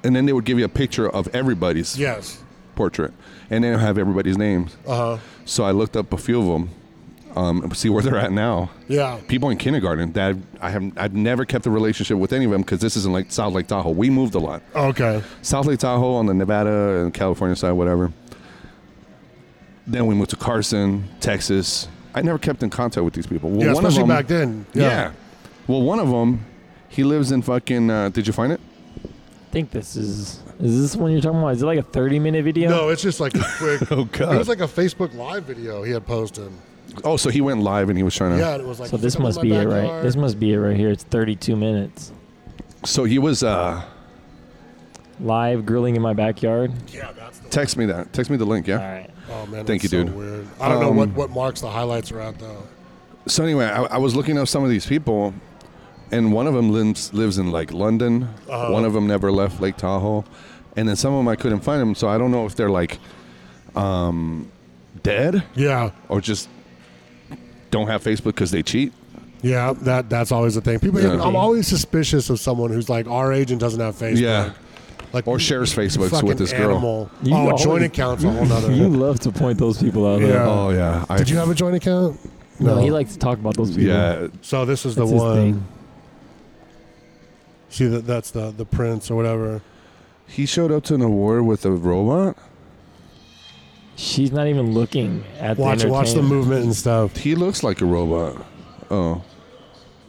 Speaker 4: and then they would give you a picture of everybody's
Speaker 6: Yes.
Speaker 4: portrait, and then have everybody's names.
Speaker 6: Uh huh.
Speaker 4: So I looked up a few of them, um, and see where they're at now
Speaker 6: Yeah.
Speaker 4: people in kindergarten that I have I've never kept a relationship with any of them because this isn't like South Lake Tahoe. We moved a lot.
Speaker 6: Okay.
Speaker 4: South Lake Tahoe on the Nevada and California side, whatever. Then we moved to Carson, Texas. I never kept in contact with these people. Well,
Speaker 6: yeah.
Speaker 4: one of
Speaker 6: Especially
Speaker 4: them-
Speaker 6: back then.
Speaker 4: Yeah. Well, one of them, he lives in fucking. Uh, did you find it?
Speaker 5: I think this is is this one you're talking about? Is it like a 30 minute video?
Speaker 6: No, it's just like a quick.
Speaker 4: Oh, God.
Speaker 6: It was like a Facebook Live video he had posted.
Speaker 4: Oh, so he went live and he was trying to.
Speaker 6: Yeah, and it was like.
Speaker 5: So this
Speaker 6: "Come in
Speaker 5: must
Speaker 6: my
Speaker 5: be it, right?
Speaker 6: backyard."
Speaker 5: This must be it right here. It's 32 minutes.
Speaker 4: So he was. Uh,
Speaker 5: Live grilling in my backyard.
Speaker 6: yeah, that's the.
Speaker 4: text me that. Text me the link. Yeah.
Speaker 5: All right.
Speaker 6: Oh man,
Speaker 4: Thank
Speaker 6: that's
Speaker 4: you,
Speaker 6: so
Speaker 4: dude.
Speaker 6: Weird. I don't know
Speaker 4: Um,
Speaker 6: what what marks the highlights are at though.
Speaker 4: So anyway, I, I was looking up some of these people, and one of them lives lives in like London.
Speaker 6: Uh-huh.
Speaker 4: One of them never left Lake Tahoe, and then some of them I couldn't find them. So I don't know if they're like, um, dead
Speaker 6: Yeah,
Speaker 4: or just don't have Facebook because they cheat.
Speaker 6: Yeah, that that's always a thing. People,
Speaker 4: Yeah.
Speaker 6: I'm always suspicious of someone who's like our age and doesn't have Facebook.
Speaker 4: Yeah.
Speaker 6: Like
Speaker 4: Or shares Facebooks
Speaker 6: fucking
Speaker 4: with this girl.
Speaker 6: Animal.
Speaker 5: You
Speaker 6: oh,
Speaker 5: always-
Speaker 6: joint account's a whole nother.
Speaker 5: You love to point those people out.
Speaker 6: Yeah.
Speaker 5: Yeah.
Speaker 4: Oh yeah. I,
Speaker 6: Did you have a joint account?
Speaker 5: No, he likes to talk about those people.
Speaker 4: Yeah.
Speaker 6: So this is the
Speaker 5: That's his
Speaker 6: one.
Speaker 5: thing.
Speaker 6: See that that's the the prince or whatever.
Speaker 4: He showed up to an award with a robot.
Speaker 5: She's not even looking at
Speaker 6: Watch
Speaker 5: the
Speaker 6: watch the
Speaker 5: entertainment.
Speaker 6: movement and stuff.
Speaker 4: He looks like a robot. Oh.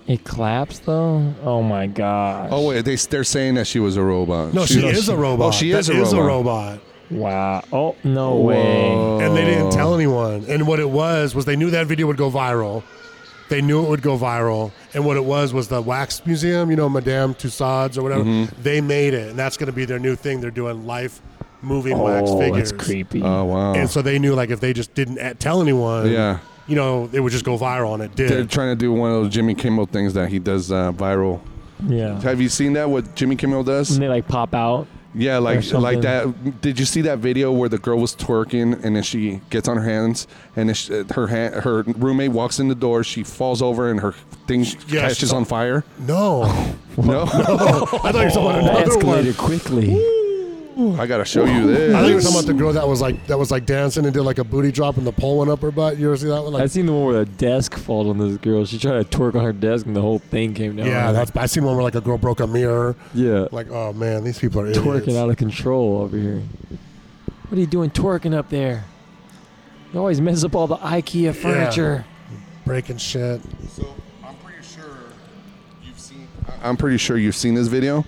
Speaker 5: It claps though. Oh my gosh.
Speaker 4: Oh wait, they they're saying that she was a robot.
Speaker 6: No, she, is a robot.
Speaker 4: Oh, she
Speaker 6: That
Speaker 4: is a
Speaker 6: Is a
Speaker 4: robot.
Speaker 6: robot.
Speaker 5: Wow. Oh no way.
Speaker 6: and they didn't tell anyone. And what it was was they knew that video would go viral. They knew it would go viral. And what it was was the wax museum, you know, Madame Tussauds or whatever. They made it, and that's going to be their new thing. They're doing life moving wax
Speaker 5: Oh,
Speaker 6: figures. Um,
Speaker 5: that's creepy.
Speaker 4: Oh wow.
Speaker 6: And so they knew, like, if they just didn't a- tell anyone,
Speaker 4: Yeah.
Speaker 6: you know, it would just go viral, and it did.
Speaker 4: They're trying to do one of those Jimmy Kimmel things that he does uh, viral.
Speaker 5: yeah.
Speaker 4: Have you seen that? What Jimmy Kimmel does?
Speaker 5: And they like pop out.
Speaker 4: Yeah, like
Speaker 5: something.
Speaker 4: like that. Did you see that video where the girl was twerking and then she gets on her hands and then she, her hand, her roommate walks in the door, she falls over and her thing
Speaker 6: yeah,
Speaker 4: catches
Speaker 6: she-
Speaker 4: on fire?
Speaker 6: no,
Speaker 4: No,
Speaker 6: I thought you were talking about
Speaker 5: That
Speaker 6: Oh, another one.
Speaker 5: escalated quickly.
Speaker 4: I gotta show you
Speaker 6: I thought you were
Speaker 4: this.
Speaker 6: talking about the girl that was like that was like dancing and did like a booty drop and the pole went up her butt. You ever see that one? Like,
Speaker 5: I seen the one where the desk fall on this girl. She tried to twerk on her desk and the whole thing came down.
Speaker 6: yeah, that's. I seen one where like a girl broke a mirror.
Speaker 5: yeah.
Speaker 6: Like, oh man, these people are idiots.
Speaker 5: twerking out of control over here. What are you doing twerking up there? You always mess up all the IKEA furniture.
Speaker 6: breaking shit.
Speaker 4: So I'm pretty sure you've seen. I'm pretty sure you've seen this video,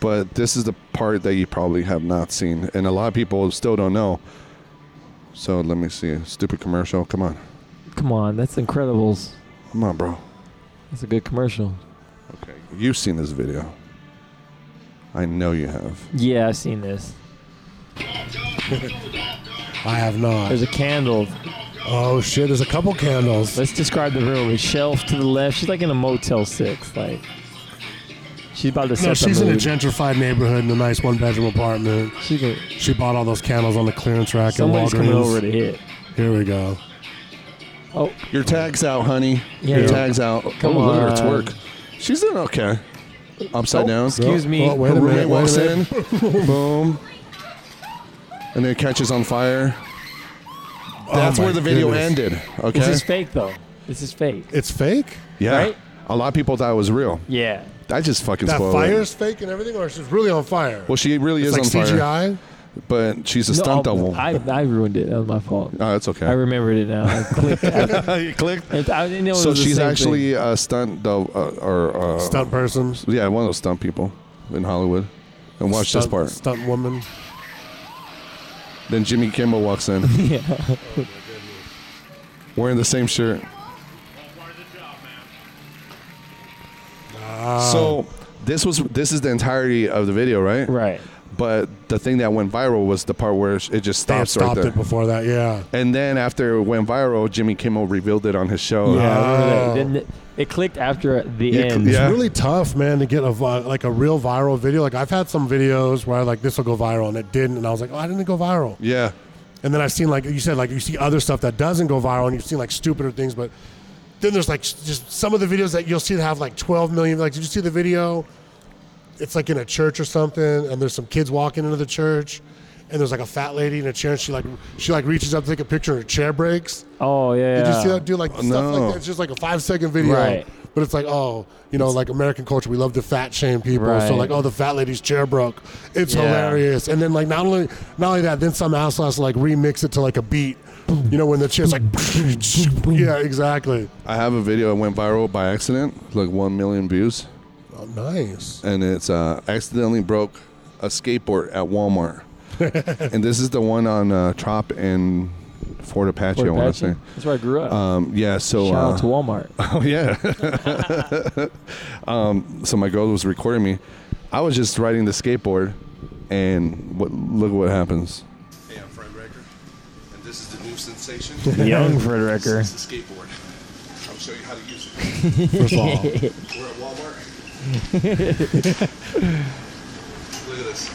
Speaker 4: but this is the part that you probably have not seen, and a lot of people still don't know. So let me see. Stupid commercial. Come on,
Speaker 5: Come on, that's Incredibles.
Speaker 4: come on, bro.
Speaker 5: That's a good commercial.
Speaker 4: Okay, you've seen this video. I know you have.
Speaker 5: Yeah, I've seen this.
Speaker 6: I have not.
Speaker 5: There's a candle.
Speaker 6: Oh shit, there's a couple candles.
Speaker 5: Let's describe the room. A shelf to the left. She's like in a Motel 6. Like she's about to set
Speaker 6: No,
Speaker 5: the
Speaker 6: she's in a
Speaker 5: mood.
Speaker 6: gentrified neighborhood in a nice one bedroom apartment.
Speaker 5: She can-
Speaker 6: She bought all those candles on the clearance rack
Speaker 5: somebody's
Speaker 6: at
Speaker 5: coming
Speaker 6: Walgreens.
Speaker 5: over to hit.
Speaker 6: Here we go.
Speaker 5: Oh,
Speaker 4: Your tag's out, honey.
Speaker 5: Yeah.
Speaker 4: Your tag's out.
Speaker 5: Come
Speaker 4: oh, Look at her
Speaker 5: on.
Speaker 4: twerk. She's doing okay. Upside down.
Speaker 5: excuse me.
Speaker 6: Oh, wait a
Speaker 4: Her roommate
Speaker 6: minute, wait
Speaker 4: walks
Speaker 6: a
Speaker 4: in.
Speaker 6: minute.
Speaker 4: Boom. And then it catches on fire. That's
Speaker 6: Oh my
Speaker 4: where the video
Speaker 6: goodness.
Speaker 4: ended. Okay.
Speaker 5: This is fake though. This is fake.
Speaker 6: It's fake?
Speaker 4: yeah.
Speaker 5: right?
Speaker 4: A lot of people thought it was real.
Speaker 5: Yeah.
Speaker 4: I just fucking
Speaker 6: That
Speaker 4: spoiled it.
Speaker 6: fire's fake and everything, or she's really on fire?
Speaker 4: Well, she really
Speaker 6: it's
Speaker 4: is
Speaker 6: like
Speaker 4: on fire,
Speaker 6: CGI?
Speaker 4: but she's a stunt
Speaker 5: No,
Speaker 4: double.
Speaker 5: I, I ruined it. That was my fault.
Speaker 4: oh, that's okay.
Speaker 5: I remembered it now. I clicked. I,
Speaker 4: you clicked.
Speaker 5: it- I didn't know. it
Speaker 4: So
Speaker 5: was the
Speaker 4: she's
Speaker 5: same thing.
Speaker 4: actually a stunt double, uh, or uh,
Speaker 6: Stunt person.
Speaker 4: yeah, one of those stunt people in Hollywood. And watch this
Speaker 6: stunt,
Speaker 4: part.
Speaker 6: Stunt woman.
Speaker 4: Then Jimmy Kimmel walks in.
Speaker 5: Yeah.
Speaker 4: wearing the same shirt. So this was this is the entirety of the video, right?
Speaker 5: right.
Speaker 4: But the thing that went viral was the part where it just
Speaker 6: They had
Speaker 4: stops right
Speaker 6: stopped
Speaker 4: there.
Speaker 6: it before that, yeah.
Speaker 4: and then after it went viral, Jimmy Kimmel revealed it on his show.
Speaker 5: Yeah. I remember
Speaker 6: Wow.
Speaker 5: that. Then it- it clicked after the
Speaker 4: Oh, Yeah,
Speaker 5: end.
Speaker 4: cl- yeah.
Speaker 6: It's really tough, man, to get a vi- like a real viral video. Like I've had some videos where I like this will go viral and it didn't, and I was like, oh, I didn't go viral.
Speaker 4: Yeah.
Speaker 6: And then I've seen like you said, like you see other stuff that doesn't go viral, and you've seen like stupider things. But then there's like s- just some of the videos that you'll see that have like 12 million. Like, did you see the video? It's like in a church or something, and there's some kids walking into the church, and there's like a fat lady in a chair, and she like she like reaches up to take a picture, and her chair breaks.
Speaker 5: Oh yeah.
Speaker 6: Did you see that dude like stuff
Speaker 4: no.
Speaker 6: like that? It's just like a five second video.
Speaker 5: Right.
Speaker 6: But it's like, oh, you know, like American culture, we love to fat shame people.
Speaker 5: Right.
Speaker 6: So like, oh, the fat lady's chair broke. It's
Speaker 5: Yeah.
Speaker 6: hilarious. And then like not only not only that, then some ass has to like remix it to like a beat. You know, when the chair's like Yeah, exactly.
Speaker 4: I have a video that went viral by accident, like one million views,
Speaker 6: Oh, nice.
Speaker 4: and it's uh, accidentally broke a skateboard at Walmart. and this is the one on uh, Trop and Fort Apache, I
Speaker 5: Fort
Speaker 4: want
Speaker 5: Apache?
Speaker 4: to say.
Speaker 5: That's where I grew up.
Speaker 4: Um, yeah, so
Speaker 5: Shout
Speaker 4: uh,
Speaker 5: out to Walmart.
Speaker 4: Oh yeah. um, so my girl was recording me. I was just riding the skateboard, and what, look what happens. Hey, I'm Fred Recker, and this is the new sensation.
Speaker 5: Young Fred Recker.
Speaker 4: This is the skateboard. I'll show you how to use it.
Speaker 6: First of all.
Speaker 4: We're at Walmart. look at this.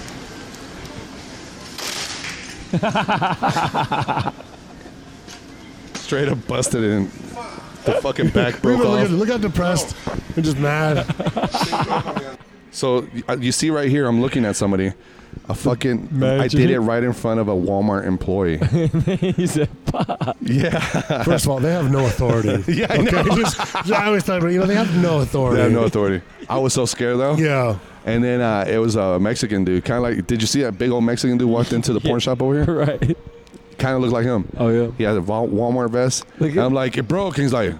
Speaker 4: Straight up busted it in. the fucking back broke
Speaker 6: Look,
Speaker 4: off.
Speaker 6: at- look how depressed and just mad.
Speaker 4: So uh, you see right here, I'm looking at somebody. A fucking, I
Speaker 5: Imagine.
Speaker 4: did it right in front of a Walmart employee.
Speaker 5: he said,
Speaker 4: yeah,
Speaker 6: First of all, they have no authority. yeah, I okay? Just- just- I always tell everybody, you know, they have no authority.
Speaker 4: they have no authority. I was so scared though.
Speaker 6: Yeah.
Speaker 4: And then uh, it was a Mexican dude, kind of like, did you see that big old Mexican dude walked into the porn shop over here?
Speaker 5: right.
Speaker 4: Kind of looked like him.
Speaker 5: Oh yeah.
Speaker 4: He had a Wal- Walmart vest.
Speaker 5: Look
Speaker 4: and
Speaker 5: at-
Speaker 4: I'm like, it broke. And he's like,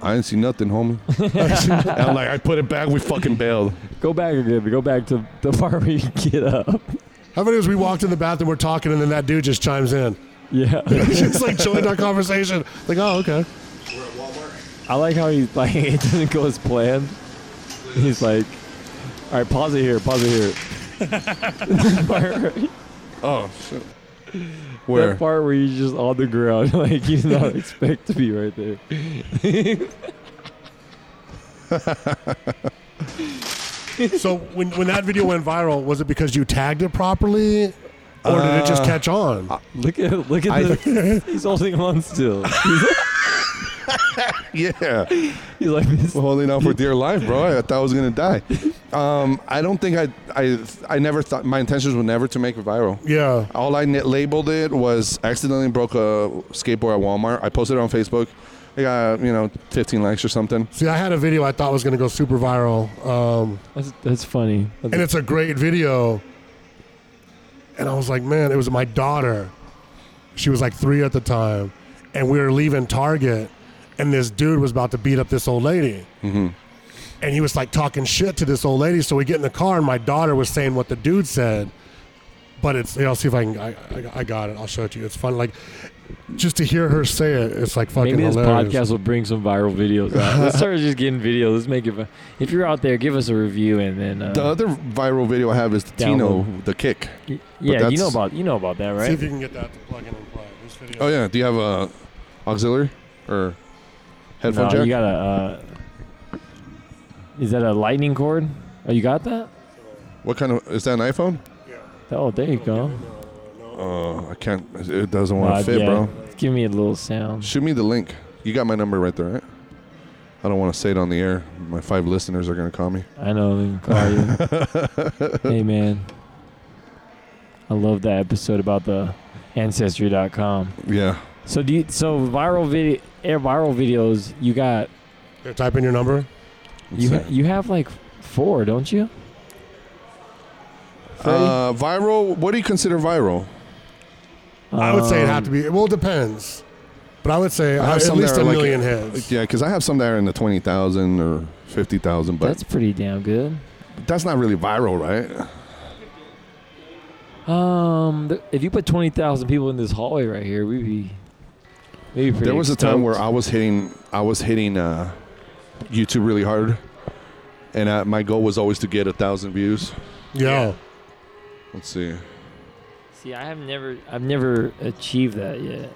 Speaker 4: I didn't see nothing, homie. and I'm like, I put it back. We fucking bailed.
Speaker 5: Go back again. Go back to the bar where you get up.
Speaker 6: How many was we walked in the bathroom, we're talking, and then that dude just chimes in.
Speaker 5: Yeah.
Speaker 6: just like joined our conversation. Like, oh, okay.
Speaker 5: I like how he's like it doesn't go as planned. He's like, all right, pause it here. Pause it here.
Speaker 4: Oh, shit.
Speaker 5: Where? That
Speaker 4: Where?
Speaker 5: part where he's just on the ground, like he's not expect to be right there.
Speaker 6: So when, when that video went viral, was it because you tagged it properly, or did it just catch on?
Speaker 5: Look at look at
Speaker 4: I-
Speaker 5: the. he's holding on still.
Speaker 4: Yeah.
Speaker 5: He's like this.
Speaker 4: holding on for dear life, bro. I thought I was gonna die. Um, I don't think I, I, I never thought my intentions were never to make it viral.
Speaker 6: yeah.
Speaker 4: All I n- labeled it was accidentally broke a skateboard at Walmart. I posted it on Facebook. I got you know 15 likes or something.
Speaker 6: See, I had a video I thought was going to go super viral, um,
Speaker 5: That's, that's funny. That's-
Speaker 6: and it's a great video. And I was like, man, it was my daughter. She was like three at the time, and we were leaving Target, and this dude was about to beat up this old lady.
Speaker 4: Mm-hmm.
Speaker 6: And he was like talking shit to this old lady. So we get in the car, and my daughter was saying what the dude said. But it's, here, I'll see if I can, I, I, I got it. I'll show it to you. It's fun. Like, just to hear her say it, it's like fucking
Speaker 5: Maybe this
Speaker 6: hilarious.
Speaker 5: podcast will bring some viral videos out. Let's start just getting videos. Let's make it. vi- If you're out there, give us a review and then. Uh,
Speaker 4: The other viral video I have is the Tino,
Speaker 5: Download.
Speaker 4: the kick.
Speaker 5: y- yeah, you know
Speaker 4: that's-
Speaker 5: about you know about that,
Speaker 6: See
Speaker 5: right?
Speaker 6: if you can get that to plug in and play. This video.
Speaker 4: Oh yeah. Do you have a auxiliary or headphone
Speaker 5: No,
Speaker 4: jack?
Speaker 5: you got a. Uh, is that a lightning cord? Oh, you got that?
Speaker 4: what kind of is that an iPhone?
Speaker 5: Oh, there you go.
Speaker 4: Oh, I can't. It doesn't want
Speaker 5: Uh,
Speaker 4: to fit,
Speaker 5: yeah.
Speaker 4: bro.
Speaker 5: Give me a little sound.
Speaker 4: Shoot me the link. You got my number right there, right? I don't want to say it on the air. My five listeners are going to call me.
Speaker 5: I know they can call you. Oh, hey man, I love that episode about the ancestry.com.
Speaker 4: Yeah.
Speaker 5: So do you, so viral video air viral videos. You got
Speaker 6: Here, type in your number.
Speaker 5: you ha- you have like four, don't you?
Speaker 4: uh, viral. What do you consider viral?
Speaker 6: I would say it
Speaker 5: Um,
Speaker 6: have to be. Well, it depends. But I would say I have at
Speaker 4: some that
Speaker 6: least
Speaker 4: are
Speaker 6: a
Speaker 4: like-
Speaker 6: million hits.
Speaker 4: Yeah, because I have some that are in the twenty thousand or fifty thousand, but
Speaker 5: That's pretty damn good.
Speaker 4: that's, not really viral, right?
Speaker 5: Um, th- if you put twenty thousand people in this hallway right here, we'd be maybe pretty.
Speaker 4: There was a time where
Speaker 5: stoked.
Speaker 4: I was hitting, I was hitting uh, YouTube really hard, and I, my goal was always to get a thousand views.
Speaker 6: Yeah.
Speaker 4: Let's see.
Speaker 5: See, I have never, I've never achieved that yet.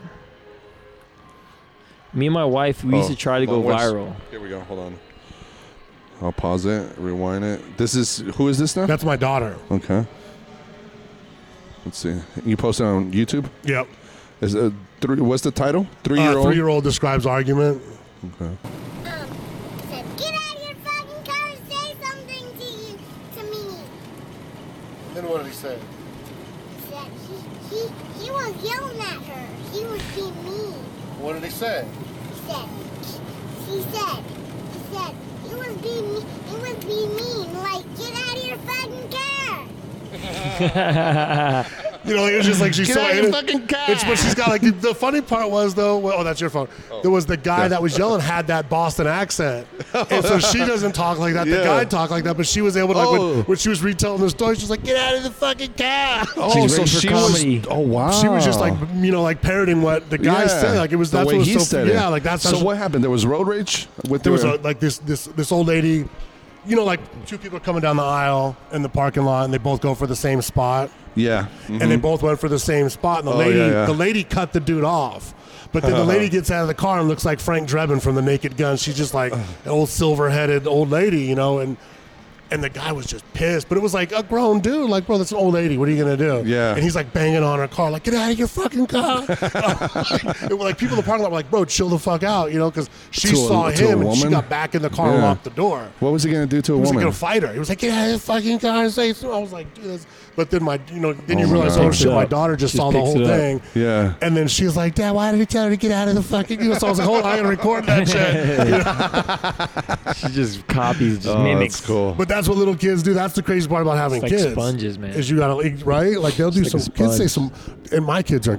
Speaker 5: Me and my wife, we used
Speaker 4: Oh,
Speaker 5: to try to go
Speaker 4: well, what's-
Speaker 5: viral.
Speaker 4: Here we go. Hold on. I'll pause it, rewind it. This is who is this now?
Speaker 6: That's my daughter.
Speaker 4: Okay. Let's see. You posted on YouTube.
Speaker 6: Yep.
Speaker 4: Is uh, three? What's the title? Three year
Speaker 6: Uh,
Speaker 4: old.
Speaker 6: three-year-old describes argument.
Speaker 4: Okay.
Speaker 7: Um, said, get out of your fucking car and say something to you, to me.
Speaker 6: Then what did he say?
Speaker 7: Said he, he, he was yelling at her. He was being mean.
Speaker 6: What did he say?
Speaker 7: He said, he said, he said, it was being, me- it was being mean. Like, get out of your fucking car.
Speaker 6: You know, it was just like she
Speaker 4: Get
Speaker 6: saw
Speaker 4: out of your
Speaker 6: it.
Speaker 4: fucking car!
Speaker 6: It's what she's got. Like the, the funny part was though. Well, oh, that's your phone. There was the guy
Speaker 4: Yeah.
Speaker 6: that was yelling had that Boston accent, and so she doesn't talk like that.
Speaker 4: Yeah.
Speaker 6: The guy talked like that, but she was able to. Like,
Speaker 4: Oh.
Speaker 6: when, when she was retelling the story, she was like, "Get out of the fucking car."
Speaker 4: Oh,
Speaker 5: She's ready for comedy.
Speaker 4: was. Oh wow.
Speaker 6: She was just like you know, like parroting what the guy said. Like it was
Speaker 4: the
Speaker 6: that's
Speaker 4: way
Speaker 6: what was
Speaker 4: he
Speaker 6: so
Speaker 4: said it.
Speaker 6: yeah, like that's
Speaker 4: so.
Speaker 6: how she-
Speaker 4: What happened? There was road rage with
Speaker 6: there was a,
Speaker 4: the-
Speaker 6: like this this this old lady, you know, like two people coming down the aisle in the parking lot, and they both go for the same spot,
Speaker 4: yeah. mm-hmm.
Speaker 6: and they both went for the same spot, and the
Speaker 4: Oh,
Speaker 6: lady
Speaker 4: yeah, yeah.
Speaker 6: the lady cut the dude off. But then the lady gets out of the car and looks like Frank Drebin from The Naked Gun. She's just like an old silver-headed old lady, you know, and And the guy was just pissed, but it was like a grown dude. Like, bro, that's an old lady. What are you gonna do?
Speaker 4: Yeah.
Speaker 6: And he's like banging on her car, like, get out of your fucking car. like, it was like people in the parking lot were like, bro, chill the fuck out, you know, because she
Speaker 4: To a-
Speaker 6: saw
Speaker 4: to a
Speaker 6: him and she
Speaker 4: woman?
Speaker 6: got back in the car and
Speaker 4: Yeah.
Speaker 6: locked the door.
Speaker 4: What was he gonna do to a
Speaker 6: He was
Speaker 4: woman?
Speaker 6: like gonna fight her. He was like, "Get out of the fucking car and say so." I was like, "Dude, that's." But then my, you know, then
Speaker 4: Oh
Speaker 6: you
Speaker 4: my
Speaker 6: realize,
Speaker 4: God.
Speaker 6: oh shit, my
Speaker 5: Picks it
Speaker 6: daughter
Speaker 5: up.
Speaker 6: just
Speaker 5: Just
Speaker 6: saw the
Speaker 5: picks
Speaker 6: whole
Speaker 5: it up.
Speaker 6: thing.
Speaker 4: yeah.
Speaker 6: And then she's like, "Dad, why did he tell her to get out of the fucking?" You know, so I was like, "Hold on, I gotta record that shit." You know?
Speaker 5: She just copies, just
Speaker 4: Oh,
Speaker 5: mimics.
Speaker 4: that's cool.
Speaker 6: But that's what little kids do. That's the crazy part about having
Speaker 5: It's like
Speaker 6: kids.
Speaker 5: sponges, man.
Speaker 6: Is you gotta like, right? Like they'll do
Speaker 5: It's
Speaker 6: some
Speaker 5: like a
Speaker 6: kids say some,
Speaker 5: sponge.
Speaker 6: and my kids are,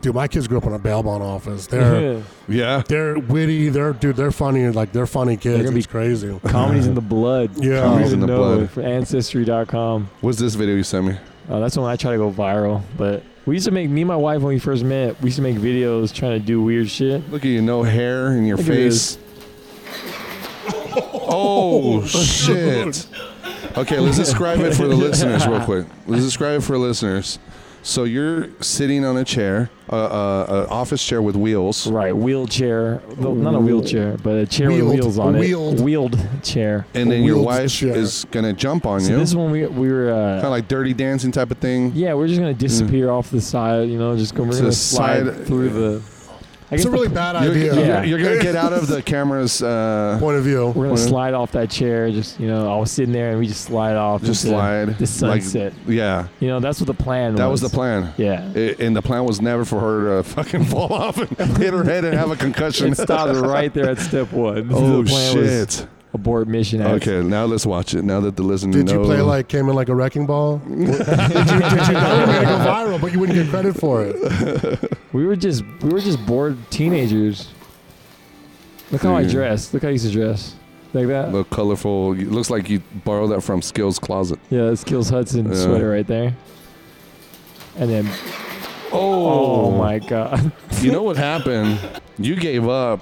Speaker 6: dude. My kids grew up in a bail bond office. They're
Speaker 4: Yeah.
Speaker 6: they're witty. They're dude. They're funny. Like they're funny kids.
Speaker 5: gonna be
Speaker 6: it's crazy.
Speaker 5: Comedy's in the blood.
Speaker 6: Yeah.
Speaker 5: You don't
Speaker 6: Comedy's
Speaker 4: in
Speaker 5: even
Speaker 4: the
Speaker 5: know
Speaker 4: blood.
Speaker 5: it from Ancestry.com.
Speaker 4: What's this video you sent me?
Speaker 5: Uh, that's when I try to go viral. But we used to make me and my wife when we first met. We used to make videos trying to do weird shit.
Speaker 4: Look at you, no hair in your
Speaker 5: Look at
Speaker 4: face. Oh shit! Okay, let's describe it for the listeners real quick. Let's describe it for listeners. So you're sitting on a chair, uh, uh, uh, office chair with wheels.
Speaker 5: Right, wheelchair. No, not a wheelchair, but a chair
Speaker 6: Wheeled.
Speaker 5: with wheels on
Speaker 6: Wheeled.
Speaker 5: it. Wheeled chair.
Speaker 4: and then your
Speaker 6: wheeled
Speaker 4: wife
Speaker 6: chair.
Speaker 4: is gonna jump on
Speaker 5: So
Speaker 4: you, kind
Speaker 5: this is when we we were. Uh,
Speaker 4: of like dirty dancing type of thing.
Speaker 5: yeah, we're just gonna disappear off the side. You know, just go. We're
Speaker 4: To
Speaker 5: gonna
Speaker 4: the
Speaker 5: slide
Speaker 4: side.
Speaker 5: through the. I guess
Speaker 6: It's a
Speaker 5: the-
Speaker 6: really bad
Speaker 4: You're,
Speaker 6: idea.
Speaker 4: you're-
Speaker 5: Yeah.
Speaker 4: you're gonna get out of the camera's. Uh,
Speaker 6: Point of view.
Speaker 5: We're gonna
Speaker 4: Well-
Speaker 5: slide off that chair. Just you know, I was sitting there and we just slide off.
Speaker 4: just
Speaker 5: into
Speaker 4: slide.
Speaker 5: uh, The sunset.
Speaker 4: Like, yeah,
Speaker 5: you know, that's what the plan.
Speaker 4: that was
Speaker 5: was
Speaker 4: the plan.
Speaker 5: Yeah.
Speaker 4: I- and the plan was never for her to fucking fall off and hit her head and have a concussion.
Speaker 5: It stopped right there at step one.
Speaker 4: oh
Speaker 5: the plan Was
Speaker 4: shit!
Speaker 5: abort mission. as-
Speaker 4: Okay, now let's watch it. Now that the listener
Speaker 6: Did
Speaker 4: know-
Speaker 6: you play like came in like a wrecking ball? did you, did you that would make it go viral, but you wouldn't get credit for it?
Speaker 5: We were just we were just bored teenagers. Look how I
Speaker 4: Dude.
Speaker 5: dressed. Look how I used to dress. Like that.
Speaker 4: the colorful? It looks like you borrowed that from Skills Closet.
Speaker 5: Yeah, that's Kills Hudson
Speaker 4: Yeah.
Speaker 5: sweater right there. And then, oh, my god,
Speaker 4: You know what happened? You gave up.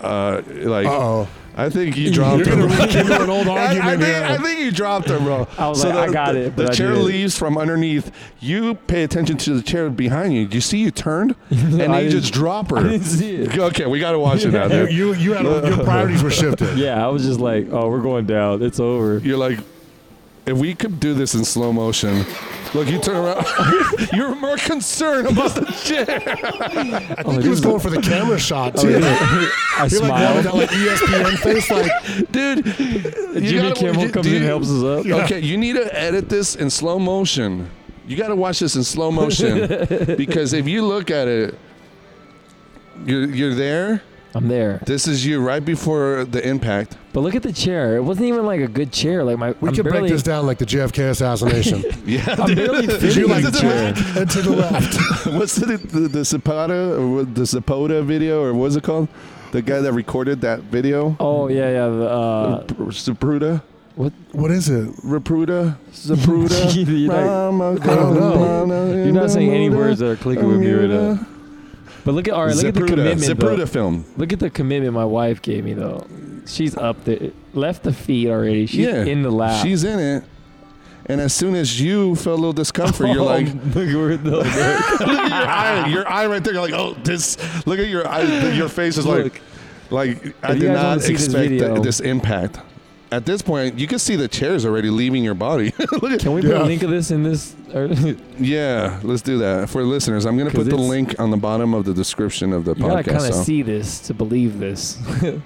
Speaker 4: Uh, like
Speaker 6: Uh oh.
Speaker 4: I think you
Speaker 6: You're
Speaker 4: dropped.
Speaker 6: gonna
Speaker 4: her.
Speaker 6: rekindle an old
Speaker 4: I, I
Speaker 6: argument
Speaker 4: think, I
Speaker 6: here.
Speaker 4: think you dropped her, bro.
Speaker 5: I was like,
Speaker 4: the,
Speaker 5: I got
Speaker 4: the-
Speaker 5: it,
Speaker 4: The
Speaker 5: but I
Speaker 4: chair
Speaker 5: didn't.
Speaker 4: leaves from underneath. You pay attention to the chair behind you. Do you see you turned? And then
Speaker 5: I
Speaker 4: you
Speaker 5: didn't-
Speaker 4: just drop her.
Speaker 5: I didn't see it.
Speaker 4: Okay, we got to watch it now,
Speaker 6: You,
Speaker 4: dude.
Speaker 6: you, you had your priorities were shifted.
Speaker 5: Yeah, I was just like, oh, we're going down. It's over.
Speaker 4: You're like, if we could do this in slow motion. Look, you turn around. You're more concerned about the chair.
Speaker 6: I think he was going for the camera shot too.
Speaker 5: I
Speaker 6: You're like having
Speaker 5: smiled.
Speaker 6: that like E ESPN face, like
Speaker 4: Dude.
Speaker 5: Jimmy Kimmel comes in and helps us up.
Speaker 4: Okay, you need to edit this in slow motion. You got to watch this in slow motion because if you look at it, you're, you're there.
Speaker 5: I'm there.
Speaker 4: This is you right before the impact.
Speaker 5: But look at the chair. It wasn't even like a good chair. Like my,
Speaker 6: we
Speaker 5: I'm
Speaker 6: can
Speaker 5: barely,
Speaker 6: break this down like the JFK assassination.
Speaker 4: Yeah.
Speaker 5: I'm barely
Speaker 6: Did you
Speaker 5: fitting
Speaker 6: like
Speaker 5: in the
Speaker 6: to the
Speaker 5: chair.
Speaker 6: right and to the left?
Speaker 4: What's the, the the Zapata or what- the Zapota video or what's it called? The guy that recorded that video,
Speaker 5: Oh yeah, yeah. The, uh,
Speaker 4: Zapruda,
Speaker 6: What is it?
Speaker 4: Rapruda, Zapruda.
Speaker 5: You're not-
Speaker 4: You're
Speaker 5: you're not saying any words that are clicking with me right now. But look at all right. Look at the
Speaker 4: Zapruda,
Speaker 5: commitment. though.
Speaker 4: Zapruda film.
Speaker 5: Look at the commitment my wife gave me though. She's up there, left the feet already. She's
Speaker 4: yeah,
Speaker 5: in the lap.
Speaker 4: She's in it. And as soon as you felt a little discomfort, you're like,
Speaker 5: Oh, look where the
Speaker 4: look at your eye, your eye right there. You're like, oh, this. Look at your eye. Your face is like,
Speaker 5: Look.
Speaker 4: like I
Speaker 5: If you
Speaker 4: did
Speaker 5: guys wanna
Speaker 4: not
Speaker 5: see this
Speaker 4: expect th-
Speaker 5: video-
Speaker 4: this impact. At this point, you can see the chairs already leaving your body. look at,
Speaker 5: Can we put
Speaker 6: Yeah.
Speaker 5: a link of this in this? Or, you
Speaker 4: yeah, let's do that for listeners. I'm gonna
Speaker 5: 'Cause
Speaker 4: put the
Speaker 5: it's-
Speaker 4: link on the bottom of the description of the
Speaker 5: gotta
Speaker 4: podcast.
Speaker 5: kind of
Speaker 4: so.
Speaker 5: see this to believe this.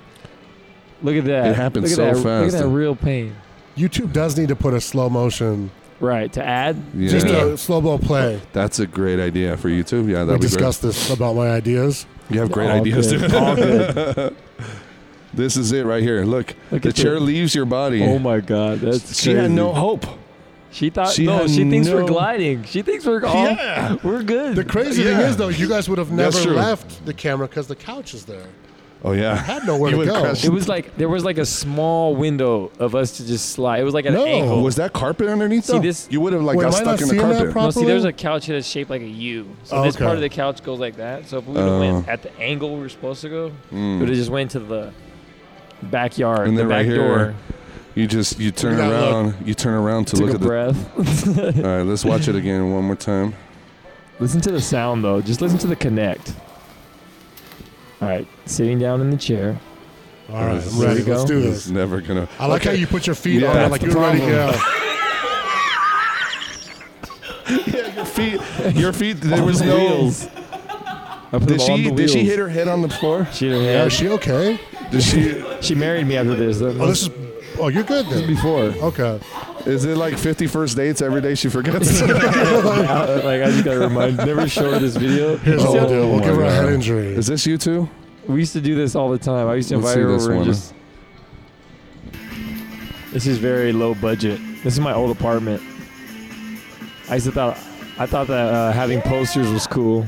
Speaker 5: look at that.
Speaker 4: It happened
Speaker 5: look at
Speaker 4: so
Speaker 5: that, Look
Speaker 4: fast.
Speaker 5: at that real pain.
Speaker 6: YouTube does need to put a slow motion,
Speaker 5: Right to add.
Speaker 4: Yeah.
Speaker 6: just uh, a slow mo play.
Speaker 4: That's a great idea for YouTube. Yeah,
Speaker 6: We
Speaker 4: that'd be
Speaker 6: discussed this about my ideas.
Speaker 4: great. You have great
Speaker 5: All
Speaker 4: ideas.
Speaker 5: good,
Speaker 4: dude.
Speaker 5: all good.
Speaker 4: This is it right here. Look,
Speaker 5: Look
Speaker 4: the
Speaker 5: at
Speaker 4: chair
Speaker 5: the-
Speaker 4: leaves your body.
Speaker 5: Oh my god, that's
Speaker 4: she had
Speaker 5: crazy.
Speaker 4: no hope.
Speaker 5: She thought
Speaker 4: she
Speaker 5: no.
Speaker 4: had
Speaker 5: She thinks we're
Speaker 4: no-
Speaker 5: gliding. She thinks we're all.
Speaker 4: Yeah.
Speaker 5: We're good.
Speaker 6: The crazy
Speaker 4: Yeah.
Speaker 6: thing is, though, you guys would have
Speaker 4: That's
Speaker 6: never
Speaker 4: true.
Speaker 6: left the camera because the couch is there.
Speaker 4: Oh yeah,
Speaker 6: Had nowhere
Speaker 4: You
Speaker 6: to
Speaker 4: would
Speaker 6: go.
Speaker 4: crash-
Speaker 5: it was like there was like a small window of us to just slide. It was like an
Speaker 6: No.
Speaker 5: angle.
Speaker 4: Was that carpet underneath?
Speaker 5: See
Speaker 4: though?
Speaker 5: this-
Speaker 4: You would have like
Speaker 6: Wait,
Speaker 4: got
Speaker 6: am I not
Speaker 4: stuck in the
Speaker 6: seeing that
Speaker 4: carpet.
Speaker 6: pro-
Speaker 5: No, see,
Speaker 6: properly?
Speaker 5: there's a couch that's shaped like a U. So
Speaker 6: Oh,
Speaker 5: this
Speaker 6: okay.
Speaker 5: part of the couch goes like that. So if we would have went
Speaker 4: Oh.
Speaker 5: at the angle we were supposed to go, we would have just went to the backyard,
Speaker 4: Mm. And
Speaker 5: the
Speaker 4: then
Speaker 5: back
Speaker 4: right here,
Speaker 5: door.
Speaker 4: You just you turn
Speaker 6: Look at that
Speaker 4: around. You turn around to
Speaker 5: Took
Speaker 4: look
Speaker 5: a
Speaker 4: at the.
Speaker 5: breath.
Speaker 4: All right, let's watch it again one more time.
Speaker 5: listen to the sound though. Just listen to the connect. All right, sitting down in the chair.
Speaker 6: All right, I'm
Speaker 4: There
Speaker 6: ready.
Speaker 5: you go.
Speaker 6: Let's do
Speaker 4: It's
Speaker 6: this.
Speaker 4: never gonna.
Speaker 6: I like how
Speaker 4: Okay.
Speaker 6: you put your feet
Speaker 4: Yeah,
Speaker 6: on it,
Speaker 4: that's
Speaker 6: like
Speaker 4: the
Speaker 6: you're ready.
Speaker 4: problem.
Speaker 6: Yeah.
Speaker 4: Yeah, your feet. Your feet. There
Speaker 5: On
Speaker 4: was
Speaker 5: the
Speaker 4: no.
Speaker 5: wheels. I put
Speaker 4: Did
Speaker 5: them on
Speaker 4: she?
Speaker 5: the
Speaker 4: Did she
Speaker 5: wheels.
Speaker 4: hit her Oh, head on the floor?
Speaker 5: She, didn't
Speaker 6: Are
Speaker 5: have-
Speaker 6: she okay?
Speaker 4: Did she?
Speaker 5: she married me after this.
Speaker 6: Oh, this is. Oh, you're good then.
Speaker 4: Before.
Speaker 6: Okay.
Speaker 4: Is it like 50 first dates every day she forgets?
Speaker 5: like I just gotta remind. Never show her this video.
Speaker 6: Here's what we'll do.
Speaker 4: Oh
Speaker 6: We'll
Speaker 4: my
Speaker 6: give her a
Speaker 4: God.
Speaker 6: head injury.
Speaker 4: Is this you two?
Speaker 5: We used to do this all the time. I used to
Speaker 4: Let's
Speaker 5: invite
Speaker 4: see
Speaker 5: her
Speaker 4: this
Speaker 5: over and
Speaker 4: one.
Speaker 5: just. This is very low budget. This is my old apartment. I used to thought I thought that uh, having posters was cool.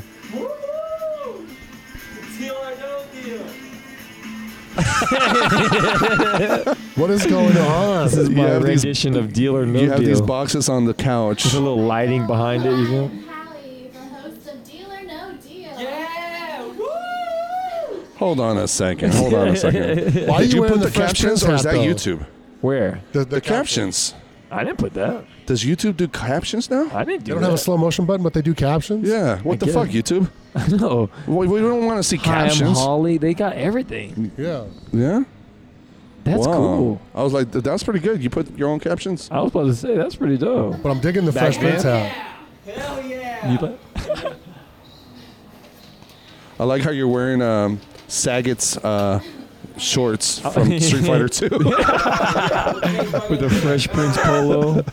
Speaker 6: What is going on?
Speaker 5: This is
Speaker 4: You
Speaker 5: my
Speaker 4: have these-
Speaker 5: rendition of Deal or No
Speaker 4: you have
Speaker 5: Deal.
Speaker 4: these boxes on the couch.
Speaker 5: There's a little lighting behind it. You
Speaker 8: Hi,
Speaker 5: know?
Speaker 8: I'm Hallie, the host of Deal or No Deal.
Speaker 4: Hold on a second. Hold on a second.
Speaker 6: Why are
Speaker 4: Did you
Speaker 6: wearing
Speaker 4: put the
Speaker 6: Fresh
Speaker 4: captions
Speaker 6: Prince
Speaker 4: or is
Speaker 6: hat,
Speaker 4: that
Speaker 6: though?
Speaker 4: YouTube?
Speaker 5: Where?
Speaker 6: The,
Speaker 4: The captions.
Speaker 5: I didn't put that.
Speaker 4: Does YouTube do captions now?
Speaker 5: I didn't do
Speaker 6: They don't have a
Speaker 5: that.
Speaker 6: slow motion button, but they do captions.
Speaker 4: Yeah. What the
Speaker 5: guess.
Speaker 4: fuck, YouTube?
Speaker 5: no.
Speaker 4: We, we don't want to see
Speaker 5: Hi, I'm
Speaker 4: captions.
Speaker 5: Holly. They got everything.
Speaker 6: Yeah.
Speaker 4: Yeah.
Speaker 5: That's
Speaker 4: Wow.
Speaker 5: cool.
Speaker 4: I was like, "Th- that's pretty good. You put your own captions.
Speaker 5: I was about to say that's pretty dope.
Speaker 6: But I'm digging the Fresh
Speaker 5: Back then?
Speaker 6: Prince hat.
Speaker 5: You like-
Speaker 4: I like how you're wearing um, Saget's uh, shorts from Street Fighter Two.
Speaker 5: with the Fresh Prince polo.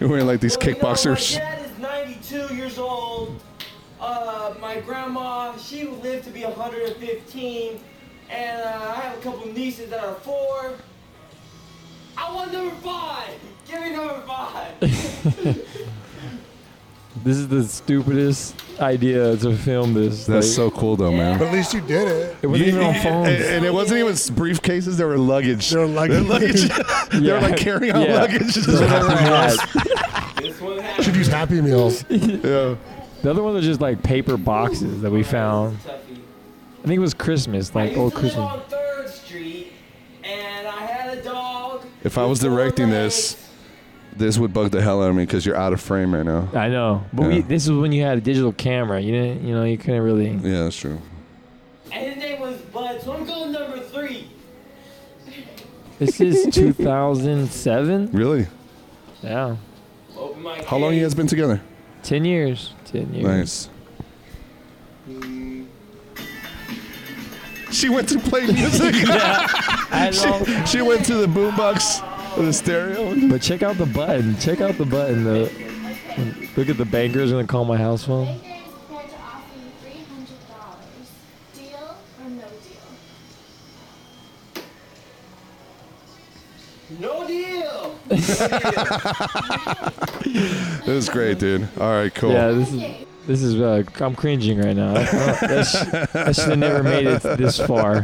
Speaker 4: you're wearing like these
Speaker 9: Well, you know,
Speaker 4: kickboxers.
Speaker 9: my dad is 92 years old. Uh, my grandma, she lived to be 115. And uh, I have a couple nieces that are four. I want number five. Give me number five.
Speaker 5: This is the stupidest idea to film this.
Speaker 4: That's so cool, though, man.
Speaker 6: But at least you did it.
Speaker 5: It wasn't even on
Speaker 4: And,
Speaker 5: phones.
Speaker 4: and it wasn't even s- briefcases; they were luggage.
Speaker 6: They're luggage.
Speaker 4: They were like carrying out
Speaker 5: Yeah.
Speaker 4: luggage. Just whatever.
Speaker 5: Yeah.
Speaker 9: this one
Speaker 6: Should
Speaker 9: happened.
Speaker 6: use Happy Meals.
Speaker 4: Yeah.
Speaker 5: The other ones are just like paper boxes that we found.
Speaker 9: Tuffy.
Speaker 5: I think it was Christmas,
Speaker 9: I
Speaker 5: like
Speaker 9: used
Speaker 5: old
Speaker 9: to live
Speaker 5: Christmas.
Speaker 9: on 3rd Street. And I had a dog.
Speaker 4: If I was
Speaker 9: with four
Speaker 4: directing
Speaker 9: legs.
Speaker 4: this, this would bug the hell out of me because you're out of frame right now.
Speaker 5: I know, but we,
Speaker 4: Yeah.
Speaker 5: this is when you had a digital camera. You didn't, you know, you couldn't really.
Speaker 4: Yeah, that's true.
Speaker 9: And his name was Bud, so I'm going number three.
Speaker 5: This is 2007.
Speaker 4: Really?
Speaker 5: Yeah,
Speaker 9: Open my
Speaker 4: How long you guys been together?
Speaker 5: ten years. Ten years.
Speaker 4: Nice. Mm. She went to play music.
Speaker 5: I know.
Speaker 4: she went to the boombox, the stereo.
Speaker 5: But check out the button. Check out the button. The, look at the bankers gonna call my house phone.
Speaker 8: Baker is prepared to offer you $300. Deal or no
Speaker 9: No
Speaker 8: deal?
Speaker 9: deal.
Speaker 4: It was great, dude. All right, cool.
Speaker 5: Yeah, this is this is. Uh, I'm cringing right now. That sh- that should have never made it this far.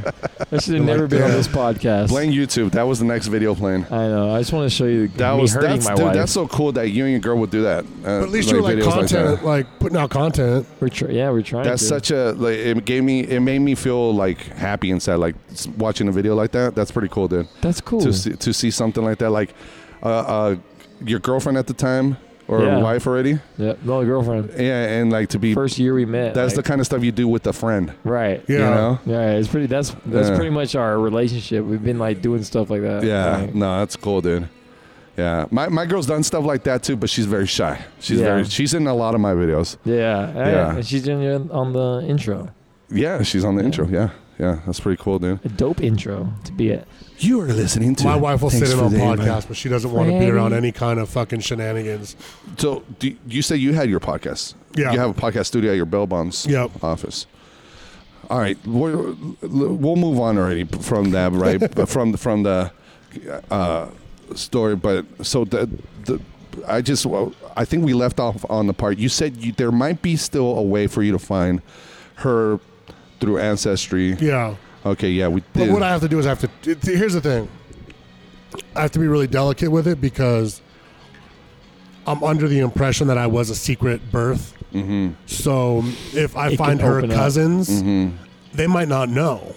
Speaker 5: That should have never been on this podcast.
Speaker 4: Blame YouTube. That was the next video playing.
Speaker 5: I know. I just want to show you
Speaker 4: That
Speaker 5: me
Speaker 4: was
Speaker 5: hurting
Speaker 4: that's
Speaker 5: my
Speaker 4: dude.
Speaker 5: wife.
Speaker 4: That's so cool that you and your girl would do that. Uh,
Speaker 6: But at least you were like
Speaker 4: videos
Speaker 6: content, like,
Speaker 4: that.
Speaker 6: putting out content.
Speaker 5: we're tr- yeah, we're trying.
Speaker 4: That's
Speaker 5: to.
Speaker 4: such a like. It gave me. It made me feel like happy inside. Like s- watching a video like that. That's pretty cool, dude.
Speaker 5: That's cool.
Speaker 4: to see, to see something like that, like uh, uh, your girlfriend at the time or
Speaker 5: Yeah.
Speaker 4: wife already.
Speaker 5: yeah, no girlfriend.
Speaker 4: Yeah, and like to be.
Speaker 5: First year we met.
Speaker 4: that's the
Speaker 5: like,
Speaker 4: kind of stuff you do with a friend.
Speaker 5: right.
Speaker 6: Yeah.
Speaker 4: You know.
Speaker 5: Yeah, it's pretty. That's that's
Speaker 4: Yeah.
Speaker 5: pretty much our relationship. We've been like doing stuff like that.
Speaker 4: Yeah.
Speaker 5: Like,
Speaker 4: No, that's cool, dude. Yeah, my, my girl's done stuff like that too, but she's very shy. She's
Speaker 5: Yeah.
Speaker 4: very she's in a lot of my videos.
Speaker 5: yeah.
Speaker 4: Yeah.
Speaker 5: And she's doing it on the intro.
Speaker 4: Yeah, she's on the intro. Yeah, yeah, that's pretty cool, dude.
Speaker 5: A dope intro to be it.
Speaker 4: You are listening to
Speaker 6: My wife will sit in on podcasts, but she doesn't want to be around
Speaker 5: Freddy.
Speaker 6: any kind of fucking shenanigans.
Speaker 4: So do you say you had your podcast?
Speaker 6: Yeah.
Speaker 4: you have a podcast studio at your Bell Bonds
Speaker 6: Yep.
Speaker 4: office. All right, we're, we'll move on already from that, right? But from from the uh, story, but so the the. I just, well, I think we left off on the part you said you, there might be still a way for you to find her through ancestry.
Speaker 6: Yeah.
Speaker 4: Okay, yeah, we
Speaker 6: But
Speaker 4: did.
Speaker 6: what I have to do is I have to. th- th- Here's the thing. I have to be really delicate with it because I'm under the impression that I was a secret birth. Mm-hmm. So um, if I
Speaker 5: It
Speaker 6: find
Speaker 5: can
Speaker 6: her
Speaker 5: open up.
Speaker 6: cousins,
Speaker 4: Mm-hmm.
Speaker 6: they might not know.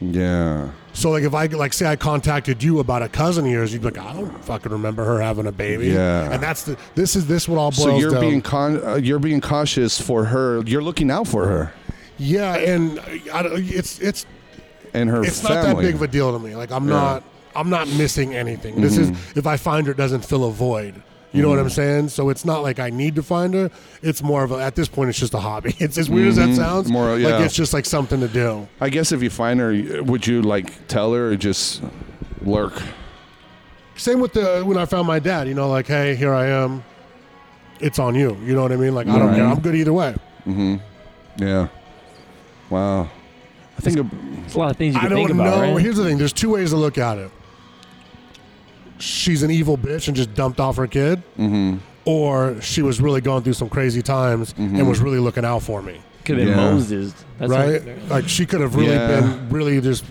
Speaker 4: yeah,
Speaker 6: So like if I like say I contacted you about a cousin of yours, you'd be like, I don't fucking remember her having a baby.
Speaker 4: Yeah.
Speaker 6: And that's the this is this what all boils
Speaker 4: so you're
Speaker 6: down.
Speaker 4: being con- uh, you're being cautious for her. You're looking out for her.
Speaker 6: yeah, and I, don't- it's it's
Speaker 4: and her
Speaker 6: it's
Speaker 4: family.
Speaker 6: not that big of a deal to me. Like I'm not I'm not missing anything. This is
Speaker 4: Mm-hmm.
Speaker 6: if I find her it doesn't fill a void. You know what I'm saying? So it's not like I need to find her. It's more of a, at this point it's just a hobby. It's as weird as that sounds.
Speaker 4: Mm-hmm. More, yeah.
Speaker 6: Like it's just like something to do.
Speaker 4: I guess if you find her, would you like tell her or just lurk?
Speaker 6: Same with the when I found my dad, you know, like, hey, here I am. It's on you. You know what I mean? Like I don't
Speaker 4: Right.
Speaker 6: care. I'm good either way.
Speaker 4: Yeah. Wow. I think ab-
Speaker 5: It's a lot of things you
Speaker 6: I
Speaker 5: can think
Speaker 6: don't
Speaker 5: about,
Speaker 6: know.
Speaker 5: right?
Speaker 6: Here's the thing. There's two ways to look at it. She's an evil bitch and just dumped off her kid, mm-hmm. or she was really going through some crazy times and was really looking out for me.
Speaker 5: Could have been
Speaker 4: Yeah.
Speaker 5: Moses. That's
Speaker 6: right?
Speaker 5: what-
Speaker 6: like she could have really
Speaker 4: Yeah.
Speaker 6: been really just.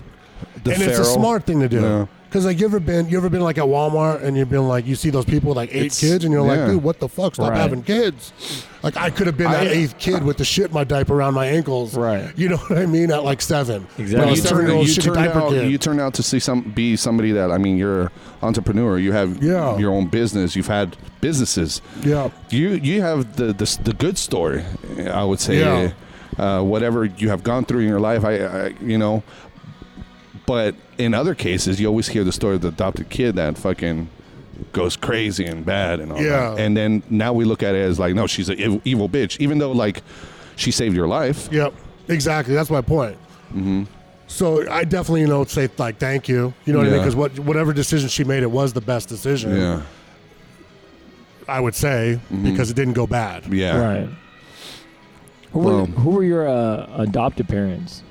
Speaker 4: The
Speaker 6: and it's a
Speaker 4: feral.
Speaker 6: smart thing to do.
Speaker 4: Yeah.
Speaker 6: Cause like you ever been you ever been like at Walmart and you've been like you see those people with like eight
Speaker 4: It's-
Speaker 6: kids and you're
Speaker 4: yeah.
Speaker 6: like dude what the fuck stop
Speaker 5: Right.
Speaker 6: having kids like I could have been
Speaker 4: I-
Speaker 6: that eighth kid with the shit in my diaper around my ankles
Speaker 5: Right.
Speaker 6: you know what I mean at like seven
Speaker 5: Exactly.
Speaker 6: When a
Speaker 5: You
Speaker 4: you
Speaker 5: turned-
Speaker 4: turn,
Speaker 6: seven-year-old
Speaker 4: you
Speaker 6: shitty
Speaker 4: turn
Speaker 6: diaper
Speaker 4: out
Speaker 6: kid.
Speaker 4: you turn out to see some be somebody that I mean you're an entrepreneur. You have
Speaker 6: Yeah.
Speaker 4: your own business. You've had businesses.
Speaker 6: Yeah.
Speaker 4: You you have the the, s- the good story. I would say
Speaker 6: Yeah.
Speaker 4: uh, whatever you have gone through in your life. I, I you know, but in other cases you always hear the story of the adopted kid that fucking goes crazy and bad and all
Speaker 6: Yeah.
Speaker 4: that. And then now we look at it as like no, she's an evil, evil bitch. Even though like she saved your life.
Speaker 6: Yep, exactly. That's my point. Mm-hmm. So I definitely, you know, say like thank you. You know what I mean?
Speaker 4: Yeah.
Speaker 6: Because what whatever decision she made, it was the best decision.
Speaker 4: Yeah. Mm-hmm.
Speaker 6: I would say because it didn't go bad.
Speaker 4: Yeah.
Speaker 5: Right. Who were,
Speaker 4: Well-
Speaker 5: who were your uh, adopted parents?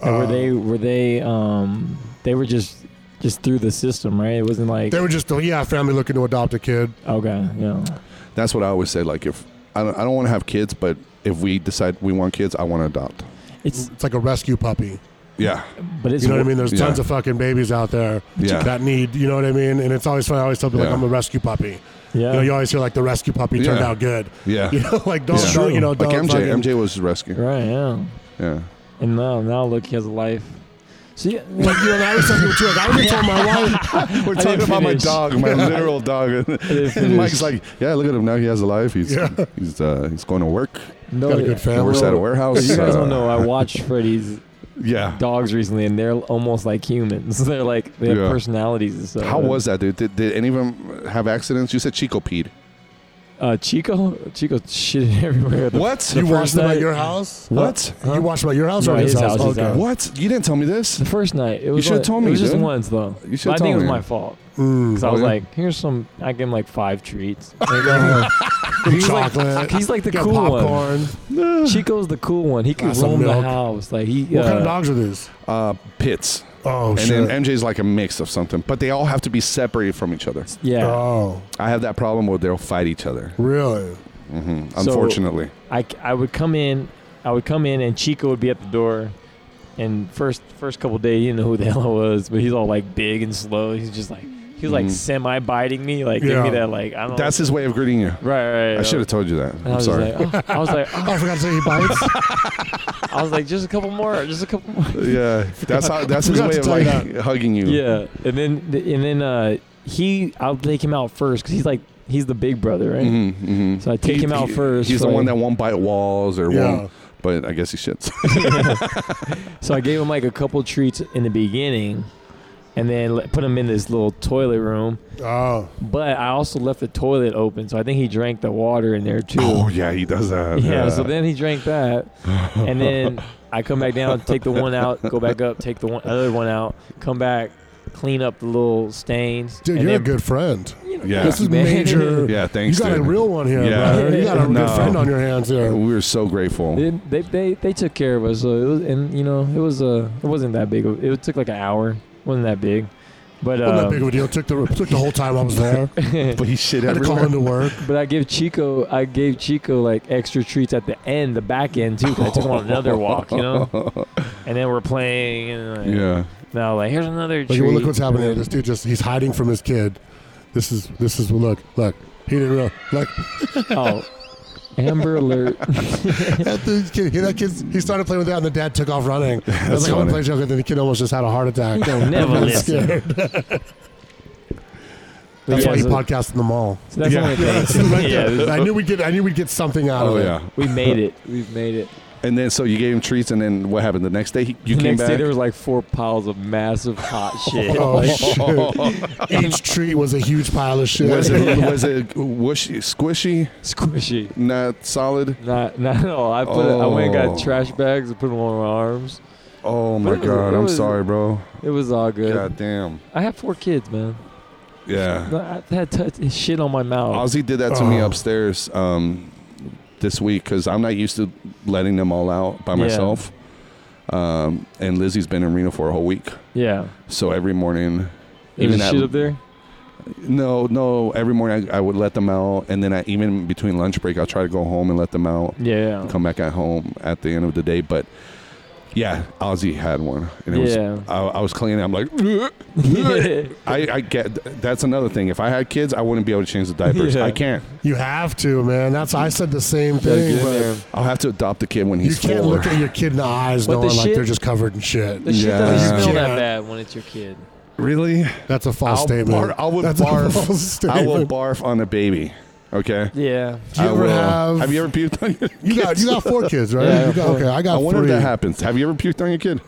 Speaker 5: And
Speaker 6: Uh,
Speaker 5: were they were they um they were just just through the system, right? It wasn't like
Speaker 6: They were just yeah, family looking to adopt a kid.
Speaker 5: okay, yeah.
Speaker 4: That's what I always say. Like, if I don't, I don't want to have kids, but if we decide we want kids, I want to adopt.
Speaker 5: It's
Speaker 6: It's like a rescue puppy.
Speaker 4: Yeah.
Speaker 5: but it's
Speaker 6: You know what I mean? There's
Speaker 4: Yeah.
Speaker 6: tons of fucking babies out there
Speaker 4: Yeah.
Speaker 6: that need. You know what I mean? And it's always fun. I always tell people
Speaker 4: Yeah.
Speaker 6: like I'm a rescue puppy.
Speaker 5: Yeah.
Speaker 6: You know, you always hear like the rescue puppy turned
Speaker 4: Yeah.
Speaker 6: out good.
Speaker 4: Yeah.
Speaker 6: You know, like don't,
Speaker 4: Yeah.
Speaker 6: don't you know? Don't
Speaker 4: Like MJ,
Speaker 6: fucking-
Speaker 4: MJ was rescued.
Speaker 5: right, yeah.
Speaker 4: Yeah.
Speaker 5: And now now look, he has a life. So yeah,
Speaker 6: Like you know, I always tell people too. Like I always tell my wife.
Speaker 4: We're
Speaker 5: talking about my finish. dog,
Speaker 4: my literal dog.
Speaker 5: finish.
Speaker 4: Mike's like, yeah, look at him now. He has a life. He's
Speaker 6: Yeah.
Speaker 4: he's uh, he's going to work.
Speaker 5: no,
Speaker 6: Got a
Speaker 4: He
Speaker 6: good family.
Speaker 4: works at a
Speaker 5: if
Speaker 4: warehouse.
Speaker 5: you guys don't
Speaker 4: Uh,
Speaker 5: know, I watched Freddy's
Speaker 4: Yeah.
Speaker 5: dogs recently, and they're almost like humans. They're like they have
Speaker 4: Yeah.
Speaker 5: personalities. And stuff.
Speaker 4: How was that, dude? Did, did any of them have accidents? You said Chico peed.
Speaker 5: uh, Chico? Chico shitted everywhere. The-
Speaker 4: What?
Speaker 5: the
Speaker 6: You
Speaker 5: first
Speaker 6: watched them at
Speaker 5: night-
Speaker 6: your house?
Speaker 4: What?
Speaker 6: You watched them at your house
Speaker 5: No,
Speaker 6: or his,
Speaker 5: his
Speaker 6: house?
Speaker 5: house, his
Speaker 6: okay.
Speaker 5: house.
Speaker 4: What? You didn't tell me this.
Speaker 5: The first night, it was
Speaker 4: should've
Speaker 5: only-
Speaker 4: told
Speaker 5: It
Speaker 4: me,
Speaker 5: was just
Speaker 4: dude.
Speaker 5: once though.
Speaker 4: You should've
Speaker 5: But I think
Speaker 4: told
Speaker 5: it was
Speaker 4: me.
Speaker 5: my fault because I
Speaker 4: Oh,
Speaker 5: was
Speaker 4: yeah?
Speaker 5: like, "Here's some." I give him like five treats.
Speaker 6: He's
Speaker 5: Like,
Speaker 6: chocolate.
Speaker 5: he's like the
Speaker 6: got
Speaker 5: cool
Speaker 6: popcorn.
Speaker 5: one. Chico's the cool one. He can
Speaker 6: Glass of
Speaker 5: roam the
Speaker 6: milk.
Speaker 5: house. Like he.
Speaker 6: What
Speaker 5: uh,
Speaker 6: kind of dogs are these?
Speaker 4: Uh, pits.
Speaker 6: Oh
Speaker 4: And
Speaker 6: shit.
Speaker 4: then MJ's like a mix of something, but they all have to be separated from each other.
Speaker 5: Yeah,
Speaker 6: oh,
Speaker 4: I have that problem where they'll fight each other. Mm-hmm.
Speaker 6: really?
Speaker 4: Unfortunately,
Speaker 5: I, c- I would come in, I would come in, and Chico would be at the door. And first first couple days, he didn't know who the hell I was, but he's all like big and slow. He's just like he was like semi biting me, like give me
Speaker 6: Yeah.
Speaker 5: that like I don't.
Speaker 4: Mm. that's his way of greeting you.
Speaker 5: right, right.
Speaker 4: I should have told you that.
Speaker 5: And I
Speaker 4: I'm
Speaker 5: was
Speaker 4: sorry.
Speaker 5: just Like, oh. I was like, oh.
Speaker 6: Oh, I forgot to say he bites.
Speaker 5: I was like, just a couple more, just a couple more.
Speaker 4: yeah, that's how. That's his
Speaker 6: Forgot
Speaker 4: way
Speaker 6: to
Speaker 4: of
Speaker 6: tell you
Speaker 4: like hugging you.
Speaker 5: Yeah, and then and then uh, he, I'll take him out first because he's like he's the big brother, right?
Speaker 4: Mm-hmm, mm-hmm.
Speaker 5: So I take him out first.
Speaker 4: He's the
Speaker 5: for,
Speaker 4: one that
Speaker 5: like-
Speaker 4: won't bite walls or
Speaker 6: Yeah.
Speaker 4: won't. But I guess he shits.
Speaker 5: So I gave him like a couple treats in the beginning, and then le- put him in this little toilet room.
Speaker 6: Oh,
Speaker 5: But I also left the toilet open, so I think he drank the water in there too.
Speaker 4: oh yeah, he does that.
Speaker 5: Yeah, so then he drank that, and then I come back down, take the one out, go back up, take the one, other one out, come back, clean up the little stains.
Speaker 6: dude,
Speaker 5: and
Speaker 6: you're a
Speaker 5: then-
Speaker 6: good friend.
Speaker 4: yeah,
Speaker 6: This is
Speaker 5: man.
Speaker 6: major.
Speaker 4: yeah. Thanks.
Speaker 6: you got a
Speaker 4: dude.
Speaker 6: real one here,
Speaker 4: Yeah.
Speaker 6: brother. You got a
Speaker 4: No.
Speaker 6: good friend on your hands here.
Speaker 4: We were so grateful.
Speaker 5: They, they they they took care of us, so it was, and you know it was uh it wasn't that big. of- It took like an hour, wasn't that big, but
Speaker 6: Wasn't
Speaker 5: uh,
Speaker 6: that big of a deal. Took the took the whole time I was there.
Speaker 4: but he shit
Speaker 6: had to call
Speaker 4: everywhere.
Speaker 6: him to work.
Speaker 5: but I give Chico I gave Chico like extra treats at the end, the back end too. 'cause I took him on another walk, you know, and then we're playing. And like,
Speaker 4: Yeah.
Speaker 5: Now like here's another
Speaker 6: Like,
Speaker 5: treat.
Speaker 6: well, look what's happening here. This dude just he's hiding from his kid. This is this is look look. He didn't real look.
Speaker 5: oh, Amber Alert.
Speaker 6: That dude's kid, he, that kid's, he started playing with that, and the dad took off running. I was like, I'm
Speaker 4: funny.
Speaker 6: gonna play joke, and then the kid almost just had a heart attack.
Speaker 5: never
Speaker 6: I'm
Speaker 5: listen.
Speaker 6: scared.
Speaker 5: But
Speaker 6: That's
Speaker 5: yeah,
Speaker 6: why he
Speaker 5: so,
Speaker 6: podcasts in the mall.
Speaker 5: so that's one of the
Speaker 6: That's
Speaker 5: things.
Speaker 6: right
Speaker 5: yeah,
Speaker 6: there.
Speaker 5: this-
Speaker 6: I knew we would get. I knew we'd get something out
Speaker 4: Oh
Speaker 6: of it.
Speaker 4: yeah.
Speaker 5: we made it. We've made it.
Speaker 4: And then so you gave him treats, and then what happened the next day? He, you
Speaker 5: the
Speaker 4: came
Speaker 5: next
Speaker 4: back.
Speaker 5: day there was like four piles of massive hot shit.
Speaker 6: Oh,
Speaker 5: Like,
Speaker 6: shit. Each treat was a huge pile of shit.
Speaker 4: Oh, was it was it whooshy, squishy,
Speaker 5: squishy.
Speaker 4: not solid?
Speaker 5: Not not at all. I put it, I went and
Speaker 4: Oh.
Speaker 5: got trash bags and put them on my arms.
Speaker 4: Oh my
Speaker 5: It was-
Speaker 4: god!
Speaker 5: it
Speaker 4: I'm
Speaker 5: was-
Speaker 4: sorry, bro.
Speaker 5: It was all good.
Speaker 4: God damn.
Speaker 5: I had four kids, man.
Speaker 4: Yeah.
Speaker 5: I I had t- shit on my mouth.
Speaker 4: Ozzy did that to me
Speaker 6: Oh.
Speaker 4: upstairs um, this week because I'm not used to letting them all out by
Speaker 5: Yeah.
Speaker 4: myself. Um, and Lizzie's been in Reno for a whole week,
Speaker 5: yeah.
Speaker 4: so every morning,
Speaker 5: There was
Speaker 4: at-
Speaker 5: shit up there.
Speaker 4: no, no, every morning I, I would let them out, and then I even between lunch break I'll try to go home and let them out,
Speaker 5: Yeah.
Speaker 4: and come back at home at the end of the day. But yeah, Ozzy had one, and it
Speaker 5: Yeah.
Speaker 4: was I, I was cleaning. I'm like, I, I get that's another thing. If I had kids, I wouldn't be able to change the diapers.
Speaker 5: Yeah.
Speaker 4: I can't.
Speaker 6: You have to, man. That's I said the same thing.
Speaker 5: get in
Speaker 6: but
Speaker 5: there.
Speaker 4: I'll have to adopt a kid when
Speaker 6: you
Speaker 4: he's
Speaker 6: can't
Speaker 4: four.
Speaker 6: look at your kid in the eyes
Speaker 5: What the
Speaker 6: knowing like
Speaker 5: shit?
Speaker 6: they're just covered in shit.
Speaker 5: The shit
Speaker 4: Yeah.
Speaker 5: doesn't smell
Speaker 6: Yeah.
Speaker 5: that bad when it's your kid.
Speaker 4: really?
Speaker 6: That's a false
Speaker 4: I'll
Speaker 6: statement.
Speaker 4: bar- I would
Speaker 6: That's
Speaker 4: barf.
Speaker 6: A false
Speaker 4: I
Speaker 6: statement.
Speaker 4: will barf on a baby. Okay.
Speaker 5: Yeah.
Speaker 6: Do you
Speaker 4: I
Speaker 6: ever
Speaker 4: will.
Speaker 6: have-
Speaker 4: you ever puked on your?
Speaker 6: you got you got four kids, right?
Speaker 5: Yeah, I
Speaker 6: You
Speaker 5: got
Speaker 6: got-
Speaker 5: four.
Speaker 6: okay, I
Speaker 4: I
Speaker 6: got
Speaker 4: wonder
Speaker 6: three.
Speaker 4: if that happens. Have you ever puked on your kid?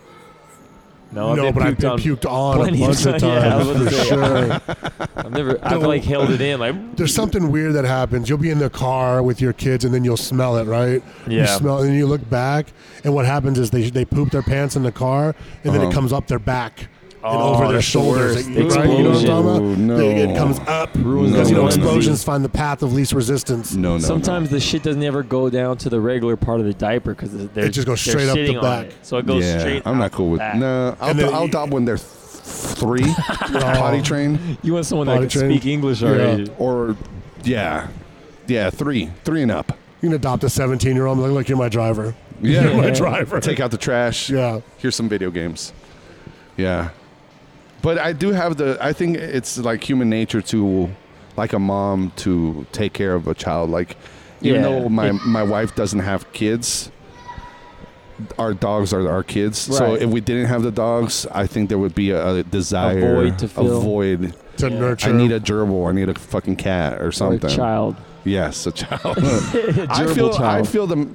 Speaker 5: No, I've
Speaker 6: no,
Speaker 5: been
Speaker 6: but I've
Speaker 5: puked
Speaker 6: been
Speaker 5: on.
Speaker 6: puked on a
Speaker 5: plenty of
Speaker 6: bunch of
Speaker 5: times. Yeah, I was
Speaker 6: times
Speaker 5: about to
Speaker 6: for
Speaker 5: say.
Speaker 6: sure.
Speaker 5: I've never. I've like held it in. Like
Speaker 6: There's something weird that happens. You'll be in the car with your kids, and then you'll smell it, right? You
Speaker 5: Yeah.
Speaker 6: smell, it, and you look back, and what happens is they they poop their pants in the car, and then
Speaker 4: Uh-huh.
Speaker 6: it comes up their back and
Speaker 5: Oh,
Speaker 6: over their
Speaker 5: that's the
Speaker 6: shoulders.
Speaker 5: worst.
Speaker 6: Right? You know what I'm talking about?
Speaker 4: Explosion. Oh, no.
Speaker 6: They- It comes up
Speaker 5: Ruins
Speaker 6: because you
Speaker 5: the
Speaker 6: know
Speaker 5: frenzy.
Speaker 6: explosions find the path of least resistance.
Speaker 4: No, no.
Speaker 5: sometimes the shit doesn't ever go down to the regular part of the diaper because they're
Speaker 6: It just goes
Speaker 5: they're
Speaker 6: straight up the
Speaker 5: sitting on
Speaker 6: back.
Speaker 5: it. so it
Speaker 4: no.
Speaker 5: goes
Speaker 4: yeah,
Speaker 5: straight.
Speaker 4: I'm
Speaker 5: out
Speaker 4: not cool with.
Speaker 5: the back.
Speaker 4: No, I'll,
Speaker 6: And
Speaker 4: do-
Speaker 6: then
Speaker 4: I'll
Speaker 6: you-
Speaker 4: adopt when they're th- three, potty trained,
Speaker 5: You want someone that
Speaker 6: Potty
Speaker 5: can
Speaker 6: trained.
Speaker 5: speak English
Speaker 6: Yeah.
Speaker 5: already?
Speaker 4: or yeah, yeah, three, three and up.
Speaker 6: You can adopt a 17 year old. Like, look, you're my driver.
Speaker 4: Yeah,
Speaker 6: You're my driver.
Speaker 4: Take out the trash.
Speaker 6: Yeah.
Speaker 4: Here's some video games. Yeah. But I do have the I think it's like human nature to like a mom to take care of a child. Like even
Speaker 5: Yeah.
Speaker 4: though my,
Speaker 5: It-
Speaker 4: my wife doesn't have kids, our dogs are our kids. So
Speaker 5: Right.
Speaker 4: if we didn't have the dogs, I think there would be a, a desire
Speaker 5: void to fill.
Speaker 4: a void.
Speaker 6: To
Speaker 5: Yeah.
Speaker 6: nurture.
Speaker 4: I need a gerbil, I need a fucking cat or
Speaker 5: Or a
Speaker 4: something.
Speaker 5: child.
Speaker 4: Yes, a child. I
Speaker 5: Gerbil
Speaker 4: feel. I
Speaker 5: child.
Speaker 4: feel the.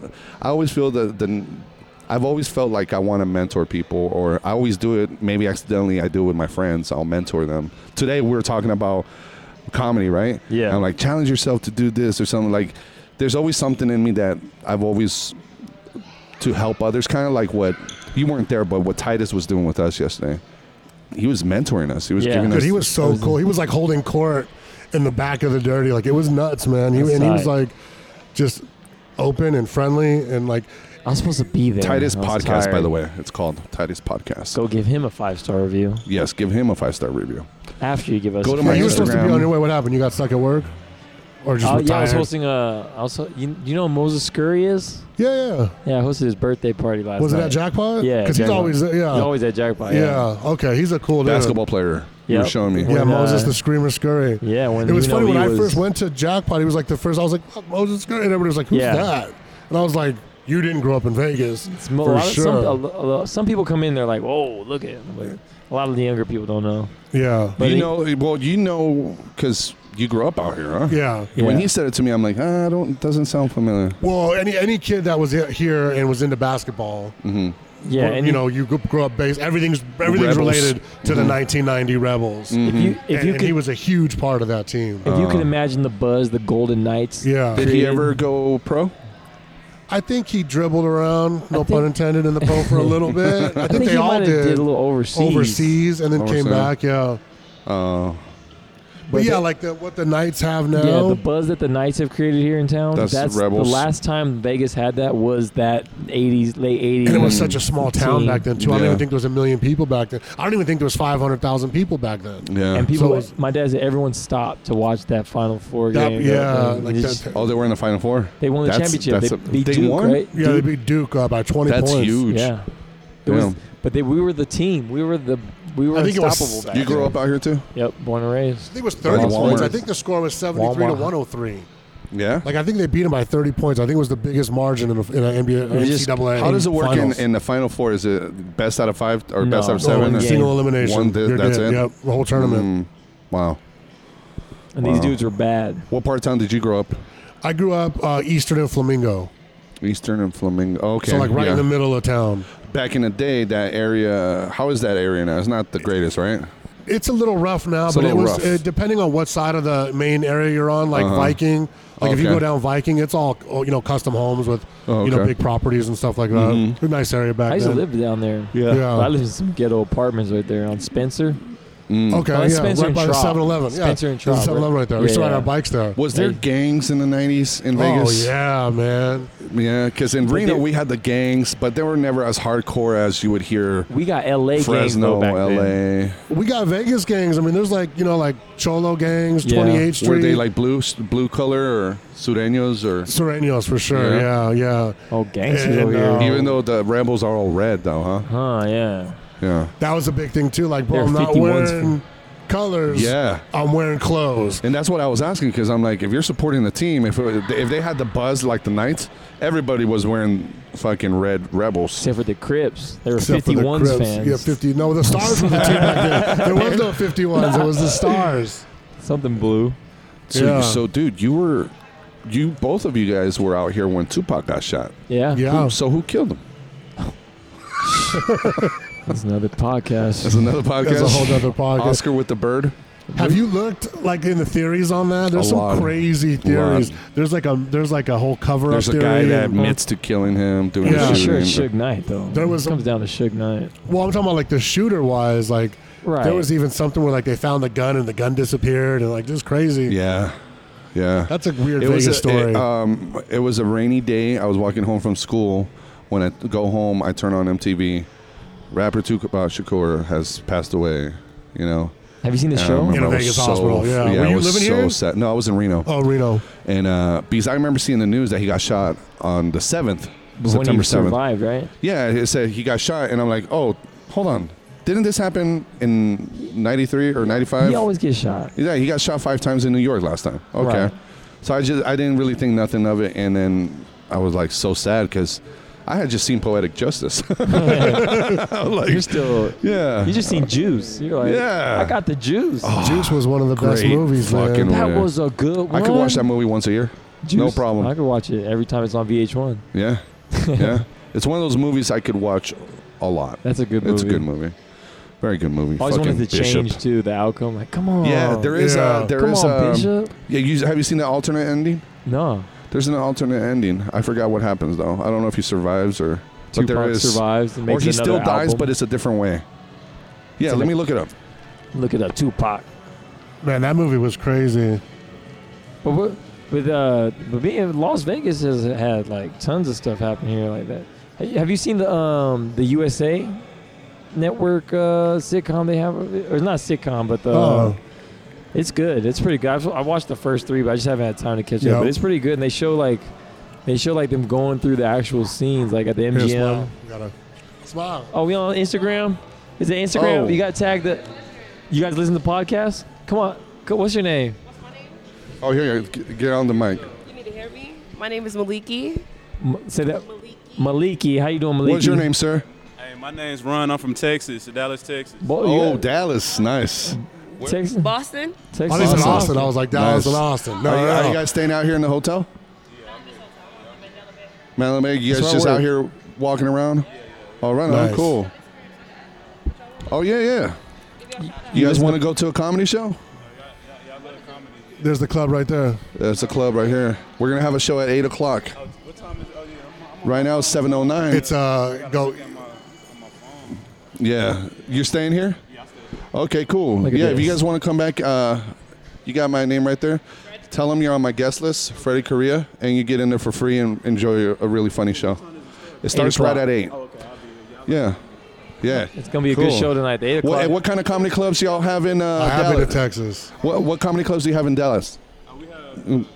Speaker 4: I always feel the the. I've always felt like I want to mentor people, or I always do it. Maybe accidentally, I do it with my friends. I'll mentor them. Today we were talking about comedy, right?
Speaker 5: Yeah.
Speaker 4: I'm like challenge yourself to do this or something. Like, there's always something in me that I've always to help others. Kind of like what you weren't there, but what Titus was doing with us yesterday. He was mentoring us. He was
Speaker 5: Yeah.
Speaker 4: giving
Speaker 6: Dude,
Speaker 4: us.
Speaker 6: he was so cool. He was like holding court in the back of the dirty. Like it was nuts, man. He, and
Speaker 5: That's
Speaker 6: he was
Speaker 5: tight.
Speaker 6: like just open and friendly and like
Speaker 5: I was supposed to be there.
Speaker 4: Titus
Speaker 5: I was
Speaker 4: podcast, by
Speaker 5: tired.
Speaker 4: the way. It's called Titus podcast.
Speaker 5: Go give him a five star review
Speaker 4: Yes, give him a five star review.
Speaker 5: after you give us.
Speaker 4: Go
Speaker 5: a
Speaker 4: to
Speaker 5: five
Speaker 4: my
Speaker 6: you were
Speaker 5: star
Speaker 6: supposed to be
Speaker 4: Instagram.
Speaker 6: on your way. What happened? You got stuck at work, or just
Speaker 5: Uh,
Speaker 6: retired?
Speaker 5: yeah, I was hosting a. Also, you, you know who Moses Scurry is?
Speaker 6: yeah, yeah.
Speaker 5: Yeah, I hosted his birthday party last
Speaker 6: Was
Speaker 5: night.
Speaker 6: it at Jackpot?
Speaker 5: Yeah,
Speaker 6: because he's
Speaker 5: Jackpot.
Speaker 6: always uh, yeah,
Speaker 5: He's always at jackpot.
Speaker 6: yeah. Okay, he's a cool dude.
Speaker 4: Basketball player. You were
Speaker 5: Yep.
Speaker 4: showing me.
Speaker 6: Yeah,
Speaker 5: When,
Speaker 6: Moses
Speaker 5: uh,
Speaker 6: the Screamer Scurry.
Speaker 5: Yeah, when
Speaker 6: It was funny when
Speaker 5: UNLV
Speaker 6: I
Speaker 5: was-
Speaker 6: first went to Jackpot. He was like the first. I was like "Oh, Moses Scurry, and everybody was like, "Who's
Speaker 5: Yeah.
Speaker 6: that?" And I was like, "You didn't grow up in Vegas
Speaker 5: Some- a
Speaker 6: for
Speaker 5: lot of-
Speaker 6: sure."
Speaker 5: some, a lo- a lo- some people come in, they're like, "Whoa, look at him!" Like, a lot of the younger people don't know.
Speaker 6: yeah,
Speaker 5: But
Speaker 4: you
Speaker 5: he-
Speaker 4: know, well, you know, because you grew up out here, huh?
Speaker 6: yeah.
Speaker 4: When
Speaker 5: Yeah.
Speaker 4: he said it to me, I'm like, ah, I don't doesn't sound familiar.
Speaker 6: Well, any any kid that was he- here and was into basketball,
Speaker 5: Yeah,
Speaker 6: well,
Speaker 5: and
Speaker 6: you know, you grew- grew up base. Everything's everything's
Speaker 4: Rebels.
Speaker 6: related to the 1990 Rebels.
Speaker 5: if you Mm. if
Speaker 6: and,
Speaker 5: you
Speaker 6: mm-hmm. and
Speaker 5: could
Speaker 6: he was a huge part of that team.
Speaker 5: if you could imagine the buzz, the Golden Knights.
Speaker 6: Yeah.
Speaker 4: Did he ever go pro?
Speaker 6: I think he dribbled around, no pun intended, in the pro for a little bit. I,
Speaker 5: I think
Speaker 6: think they
Speaker 5: he
Speaker 6: all
Speaker 5: might have
Speaker 6: did,
Speaker 5: did a little overseas.
Speaker 6: overseas and then
Speaker 4: Overseas.
Speaker 6: came back. Yeah,
Speaker 4: Oh,
Speaker 6: but,
Speaker 5: But
Speaker 6: yeah,
Speaker 5: the-
Speaker 6: like the, what the Knights have now.
Speaker 5: Yeah, the buzz that the Knights have created here in town.
Speaker 4: That's the Rebels.
Speaker 5: The last time Vegas had that was that '80s, late '80s.
Speaker 6: and it was such a small town
Speaker 5: Team.
Speaker 6: back then too. I don't
Speaker 4: Yeah.
Speaker 6: even think there was a million people back then. I don't even think there was five hundred thousand people back then.
Speaker 4: yeah.
Speaker 5: And people,
Speaker 6: So it was-
Speaker 5: my dad said everyone stopped to watch that Final Four
Speaker 6: That-
Speaker 5: game.
Speaker 6: yeah,
Speaker 5: They
Speaker 6: like
Speaker 5: just-
Speaker 6: that,
Speaker 4: oh, they were in the final four.
Speaker 5: they won the
Speaker 4: That's-
Speaker 5: championship.
Speaker 4: that's
Speaker 5: they
Speaker 4: a-
Speaker 5: beat
Speaker 4: they
Speaker 5: Duke,
Speaker 4: won?
Speaker 5: right?
Speaker 6: yeah, they
Speaker 5: Duke.
Speaker 6: beat Duke uh, by twenty
Speaker 4: That's
Speaker 6: points.
Speaker 4: huge.
Speaker 5: Yeah, It was-
Speaker 4: Damn.
Speaker 5: but they, we were the team. We were the we were
Speaker 6: I think it was-
Speaker 5: unstoppable. back
Speaker 4: You grew
Speaker 5: then.
Speaker 4: up out here too?
Speaker 5: Yep, born and raised.
Speaker 6: I think it was thirty
Speaker 4: Walmart.
Speaker 6: points. I think the score was seventy-three
Speaker 5: Walmart.
Speaker 6: to one hundred three.
Speaker 4: Yeah.
Speaker 6: Like I think they beat him by thirty points. I think it was the biggest margin in a, in a NBA
Speaker 5: It just-
Speaker 6: NCAA.
Speaker 4: How does it work in,
Speaker 6: finals.
Speaker 4: in the final four? Is it best out of five or best
Speaker 5: No.
Speaker 4: out of
Speaker 5: No,
Speaker 4: seven?
Speaker 6: Oh,
Speaker 5: game.
Speaker 6: single elimination.
Speaker 4: One di-
Speaker 6: You're
Speaker 4: that's
Speaker 6: dead.
Speaker 4: it?
Speaker 6: Yep, the whole tournament.
Speaker 4: Mm, wow.
Speaker 5: And these
Speaker 4: Wow.
Speaker 5: dudes were bad.
Speaker 4: What part of town did you grow up?
Speaker 6: I grew up uh, eastern of Flamingo.
Speaker 4: Eastern and Flamingo. Okay.
Speaker 6: So like right
Speaker 4: yeah.
Speaker 6: in the middle of town.
Speaker 4: Back in the day, that area. How is that area now? It's not the greatest, right?
Speaker 6: It's a little rough now,
Speaker 4: It's a
Speaker 6: but it
Speaker 4: little
Speaker 6: was
Speaker 4: rough. Uh-huh.
Speaker 6: uh depending on what side of the main area you're on, like Viking. Like if you
Speaker 4: Okay.
Speaker 6: go down Viking, it's all oh, you know custom homes with
Speaker 4: Oh,
Speaker 6: you
Speaker 4: okay.
Speaker 6: know
Speaker 4: Mm-hmm.
Speaker 6: big properties and stuff like that. A nice area back
Speaker 5: I used to
Speaker 6: then.
Speaker 5: live down there.
Speaker 6: Yeah. Yeah.
Speaker 5: I lived in some ghetto apartments right there on Spencer.
Speaker 6: Okay,
Speaker 5: Oh,
Speaker 6: yeah,
Speaker 5: it's Spencer
Speaker 6: right
Speaker 5: and
Speaker 6: by the
Speaker 5: Traub.
Speaker 6: 7-Eleven. Yeah,
Speaker 5: Spencer and
Speaker 6: there's a
Speaker 5: Traub,
Speaker 6: 7-Eleven right there. we
Speaker 5: yeah,
Speaker 6: still had
Speaker 5: yeah.
Speaker 6: our bikes there.
Speaker 4: Was there
Speaker 5: Hey.
Speaker 4: gangs in the '90s in Vegas?
Speaker 6: Oh yeah, man.
Speaker 4: Yeah, because in Reno
Speaker 5: they-
Speaker 4: we had the gangs, but they were never as hardcore as you would hear
Speaker 5: We got LA gangs
Speaker 4: Fresno,
Speaker 5: though back
Speaker 4: LA.
Speaker 5: then.
Speaker 6: We got Vegas gangs. I mean, there's like you know like Cholo gangs,
Speaker 5: Yeah.
Speaker 6: 28th Street.
Speaker 4: Were they like blue blue color or Sureños or?
Speaker 6: Serenios for sure?
Speaker 4: Yeah.
Speaker 6: Yeah, yeah.
Speaker 5: Oh, gangsters
Speaker 6: And,
Speaker 5: over here.
Speaker 6: uh,
Speaker 4: Even though the Rebels are all red, though, huh?
Speaker 5: Huh? Yeah.
Speaker 4: Yeah.
Speaker 6: That was a big thing too. Like, bro,
Speaker 5: They're
Speaker 6: I'm not
Speaker 5: 51s for-
Speaker 6: wearing colors.
Speaker 4: Yeah.
Speaker 6: I'm wearing clothes.
Speaker 4: And that's what I was asking because I'm like, if you're supporting the team, if it, if they had the buzz like the Knights, everybody was wearing fucking red Rebels.
Speaker 5: Except for the Crips, they were
Speaker 6: Except for the
Speaker 5: 51s
Speaker 6: Crips.
Speaker 5: fans.
Speaker 6: Yeah, 50. No, the stars were the team back then. There was no 51s. It was the stars.
Speaker 5: Something blue.
Speaker 4: So,
Speaker 6: Yeah.
Speaker 4: so dude, you were, you both of you guys were out here when Tupac got shot.
Speaker 5: Yeah.
Speaker 6: Yeah.
Speaker 4: So who killed him?
Speaker 5: That's another podcast.
Speaker 4: That's another podcast.
Speaker 6: That's a whole nother podcast.
Speaker 4: Oscar with the bird.
Speaker 6: Have you looked like in the theories on that? There's
Speaker 4: A
Speaker 6: some
Speaker 4: lot.
Speaker 6: crazy theories. There's like a there's like a whole cover
Speaker 4: There's
Speaker 6: up
Speaker 4: a
Speaker 6: theory.
Speaker 4: guy that
Speaker 6: and-
Speaker 4: admits to killing him, doing
Speaker 6: Yeah.
Speaker 4: the
Speaker 5: Sure, it's
Speaker 4: shooting.
Speaker 5: Suge Knight though.
Speaker 6: There was
Speaker 5: it comes down to Suge Knight.
Speaker 6: Well, I'm talking about like the shooter wise. Like
Speaker 5: Right.
Speaker 6: there was even something where like they found the gun and the gun disappeared and like just crazy.
Speaker 4: yeah, yeah.
Speaker 6: That's a weird
Speaker 4: it
Speaker 6: Vegas
Speaker 4: was a,
Speaker 6: story.
Speaker 4: It, um, it was a rainy day. I was walking home from school. When I go home, I turn on MTV. Rapper Tupac Shakur has passed away. You know,
Speaker 5: Have you seen the
Speaker 4: And I
Speaker 5: show?
Speaker 4: remember
Speaker 6: In a
Speaker 4: I was
Speaker 6: Vegas hospital, yeah. Were
Speaker 4: I
Speaker 6: you
Speaker 4: was
Speaker 6: living
Speaker 4: so
Speaker 6: here?
Speaker 4: Sad. No, I was in Reno.
Speaker 6: oh, Reno.
Speaker 4: And uh, because I remember seeing the news that he got shot on the seventh,
Speaker 5: when
Speaker 4: September
Speaker 5: he
Speaker 4: seventh.
Speaker 5: survived, right?
Speaker 4: Yeah, it said he got shot, and I'm like, oh, hold on, didn't this happen in '93 or '95?
Speaker 5: He always gets shot.
Speaker 4: Yeah, he got shot five times in New York last time. Okay,
Speaker 5: Right.
Speaker 4: so I just I didn't really think nothing of it, and then I was like so sad because I had just seen Poetic Justice. I was
Speaker 5: You're
Speaker 4: like,
Speaker 5: still.
Speaker 4: yeah,
Speaker 5: You just seen Juice. You're like,
Speaker 4: Yeah.
Speaker 5: I got the Juice.
Speaker 6: Juice was one of the best
Speaker 4: Ah, great
Speaker 6: movies, man.
Speaker 4: fucking
Speaker 5: that
Speaker 4: yeah.
Speaker 5: was a good
Speaker 4: I
Speaker 5: one.
Speaker 4: could watch that movie once a year, no
Speaker 5: Juice.
Speaker 4: problem.
Speaker 5: I could watch it every time it's on VH1.
Speaker 4: yeah, yeah, it's one of those movies I could watch a lot.
Speaker 5: That's a good movie.
Speaker 4: It's a good movie, very good movie.
Speaker 5: I always
Speaker 4: Fucking
Speaker 5: wanted to
Speaker 4: Bishop.
Speaker 5: change too the outcome. Like, come on.
Speaker 4: Yeah, there is
Speaker 6: Yeah.
Speaker 4: a there
Speaker 5: Come
Speaker 4: is
Speaker 5: on,
Speaker 4: um,
Speaker 5: Bishop.
Speaker 4: yeah. You, have you seen the alternate ending?
Speaker 5: No.
Speaker 4: There's an alternate ending. I forgot what happens though. I don't know if he survives or but there
Speaker 5: Tupac
Speaker 4: is
Speaker 5: survives and
Speaker 4: or
Speaker 5: makes
Speaker 4: he
Speaker 5: another
Speaker 4: still dies,
Speaker 5: album.
Speaker 4: but it's a different way. Yeah,
Speaker 5: It's
Speaker 4: let
Speaker 5: like-
Speaker 4: me look it up.
Speaker 5: look it up. Tupac.
Speaker 6: Man, that movie was crazy.
Speaker 5: But what, with uh, but being Las Vegas has had like tons of stuff happen here like that. Have you- Have you seen the um the USA network uh, sitcom they have over there? or not sitcom, but
Speaker 4: Uh,
Speaker 5: the
Speaker 6: Oh.
Speaker 5: it's good. It's pretty good. I've, I watched the first three, but I just haven't had time to catch
Speaker 6: Yeah.
Speaker 5: up. But it's pretty good, and they show like they show like them going through the actual scenes, like at the
Speaker 6: Here,
Speaker 5: MGM.
Speaker 6: smile. You gotta smile.
Speaker 5: Oh, we on Instagram? Is it Instagram?
Speaker 4: Oh.
Speaker 5: You got tagged. The, you guys listen to podcasts? Come on. Go- What's your name?
Speaker 4: Oh, here, you go. G- get on the mic.
Speaker 10: You need to hear me? My name is Maliki.
Speaker 5: M- say that.
Speaker 10: Maliki.
Speaker 5: Maliki, how you doing, Maliki?
Speaker 4: What's your name, sir?
Speaker 11: Hey, my name's Ron. I'm from Texas, Dallas, Texas.
Speaker 5: Bo- you
Speaker 4: Oh,
Speaker 5: got-
Speaker 4: Dallas, nice.
Speaker 5: Texas.
Speaker 10: Boston.
Speaker 5: Texas.
Speaker 6: I was in
Speaker 4: Awesome.
Speaker 6: Austin. I was like, Dallas
Speaker 4: Nice.
Speaker 6: and Austin.
Speaker 4: are,
Speaker 6: No,
Speaker 4: you,
Speaker 6: no,
Speaker 4: are
Speaker 6: no.
Speaker 4: you guys staying out here in the hotel? Madeline Bay, you
Speaker 5: That's
Speaker 4: guys
Speaker 5: where I
Speaker 4: just out
Speaker 5: work.
Speaker 4: here walking around? All right,
Speaker 6: Nice.
Speaker 4: oh, cool. Oh yeah, yeah. You guys want to go to a comedy show?
Speaker 6: There's the club right there.
Speaker 4: That's a club right here. We're gonna have a show at eight o'clock.
Speaker 11: What time is? Oh yeah, I'm, I'm
Speaker 4: Right now it's seven oh nine.
Speaker 6: It's uh go.
Speaker 11: on my on my phone.
Speaker 4: Yeah, you're staying here.
Speaker 11: Yeah, I still.
Speaker 4: Okay, cool.
Speaker 5: Look at
Speaker 4: Yeah, if you
Speaker 5: this.
Speaker 4: guys want to come back, uh, you got my name right there. Tell them you're on my guest list, Freddie Correa, and you get in there for free and enjoy a really funny show. It starts right
Speaker 5: o'clock.
Speaker 4: at eight.
Speaker 11: Oh,
Speaker 4: Yeah, yeah.
Speaker 5: It's gonna be a
Speaker 4: Cool.
Speaker 5: good show tonight. at Eight o'clock.
Speaker 4: What, what kind of comedy clubs y'all have in uh,
Speaker 6: I have been to
Speaker 4: Dallas?
Speaker 6: Texas.
Speaker 4: what, what comedy clubs do you have in Dallas?
Speaker 11: Uh, we have.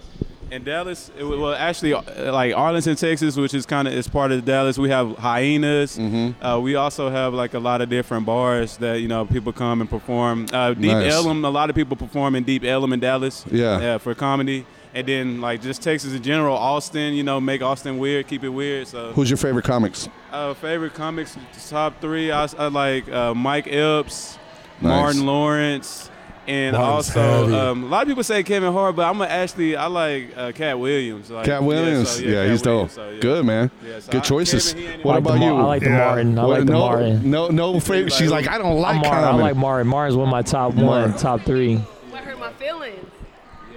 Speaker 11: In Dallas, it, wa- well, actually, uh, like Arlington, Texas, which is kind of is part of Dallas. We have hyenas.
Speaker 4: Mm-hmm.
Speaker 11: Uh, we also have like a lot of different bars that you know people come and perform. Uh, Deep
Speaker 4: Nice.
Speaker 11: Elm, a lot of people perform in Deep Elm in Dallas.
Speaker 4: Yeah.
Speaker 11: uh, for comedy, and then like just Texas in general, Austin. You know, make Austin weird, keep it weird. So
Speaker 4: Who's your favorite comics?
Speaker 11: Uh, favorite comics, top three. I, I like uh, Mike Epps,
Speaker 4: Nice.
Speaker 11: Martin Lawrence, And
Speaker 6: Martin's
Speaker 11: also,
Speaker 6: heavy.
Speaker 11: um, a lot of people say Kevin Hart, but I'm gonna actually I like uh, Cat Williams. Like,
Speaker 4: Cat Williams,
Speaker 11: so,
Speaker 4: yeah,
Speaker 11: Cat
Speaker 4: he's dope.
Speaker 11: Williams, so, yeah.
Speaker 4: Good man,
Speaker 11: Yeah, so
Speaker 4: good
Speaker 11: I-
Speaker 4: choices.
Speaker 11: Kevin, he ain't
Speaker 4: what
Speaker 11: even-
Speaker 4: about
Speaker 5: I like the
Speaker 4: you?
Speaker 5: Ma- I like the Yeah. Martin. I
Speaker 4: What-
Speaker 5: like the
Speaker 4: no,
Speaker 5: Martin.
Speaker 4: No, no, favorite. She's like, I don't like
Speaker 5: I'm Martin. I
Speaker 4: comedy.
Speaker 5: like Mari. Mari's one of my top
Speaker 4: Mari.
Speaker 5: one, top three.
Speaker 10: What hurt my feelings?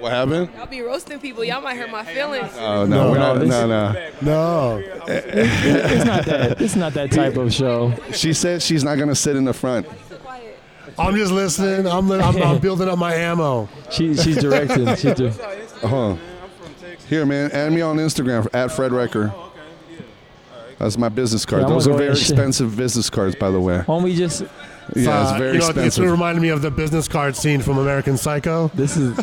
Speaker 4: What happened?
Speaker 10: Y'all be roasting people. Y'all might hurt my feelings.
Speaker 4: Oh no,
Speaker 5: No,
Speaker 4: we're
Speaker 5: no,
Speaker 4: not,
Speaker 5: this
Speaker 4: no,
Speaker 5: is-
Speaker 4: no.
Speaker 6: No.
Speaker 5: it's not that. It's not that type of show.
Speaker 4: She said she's not gonna sit in the front.
Speaker 6: I'm just listening. I'm, li- I'm, I'm building up my ammo.
Speaker 5: She she's directing. She's di-
Speaker 4: Huh. Here, man, add me on Instagram at Fred Recker.
Speaker 6: Oh,
Speaker 4: That's my business card.
Speaker 5: Yeah, I'm
Speaker 4: Those are
Speaker 5: gonna go
Speaker 4: very
Speaker 5: ahead and shit.
Speaker 4: expensive business cards, by the way.
Speaker 5: Homie, just
Speaker 4: Yeah,
Speaker 6: Uh,
Speaker 4: it's very
Speaker 6: you know, It's
Speaker 4: expensive.
Speaker 6: reminding me of the business card scene from American Psycho.
Speaker 5: this is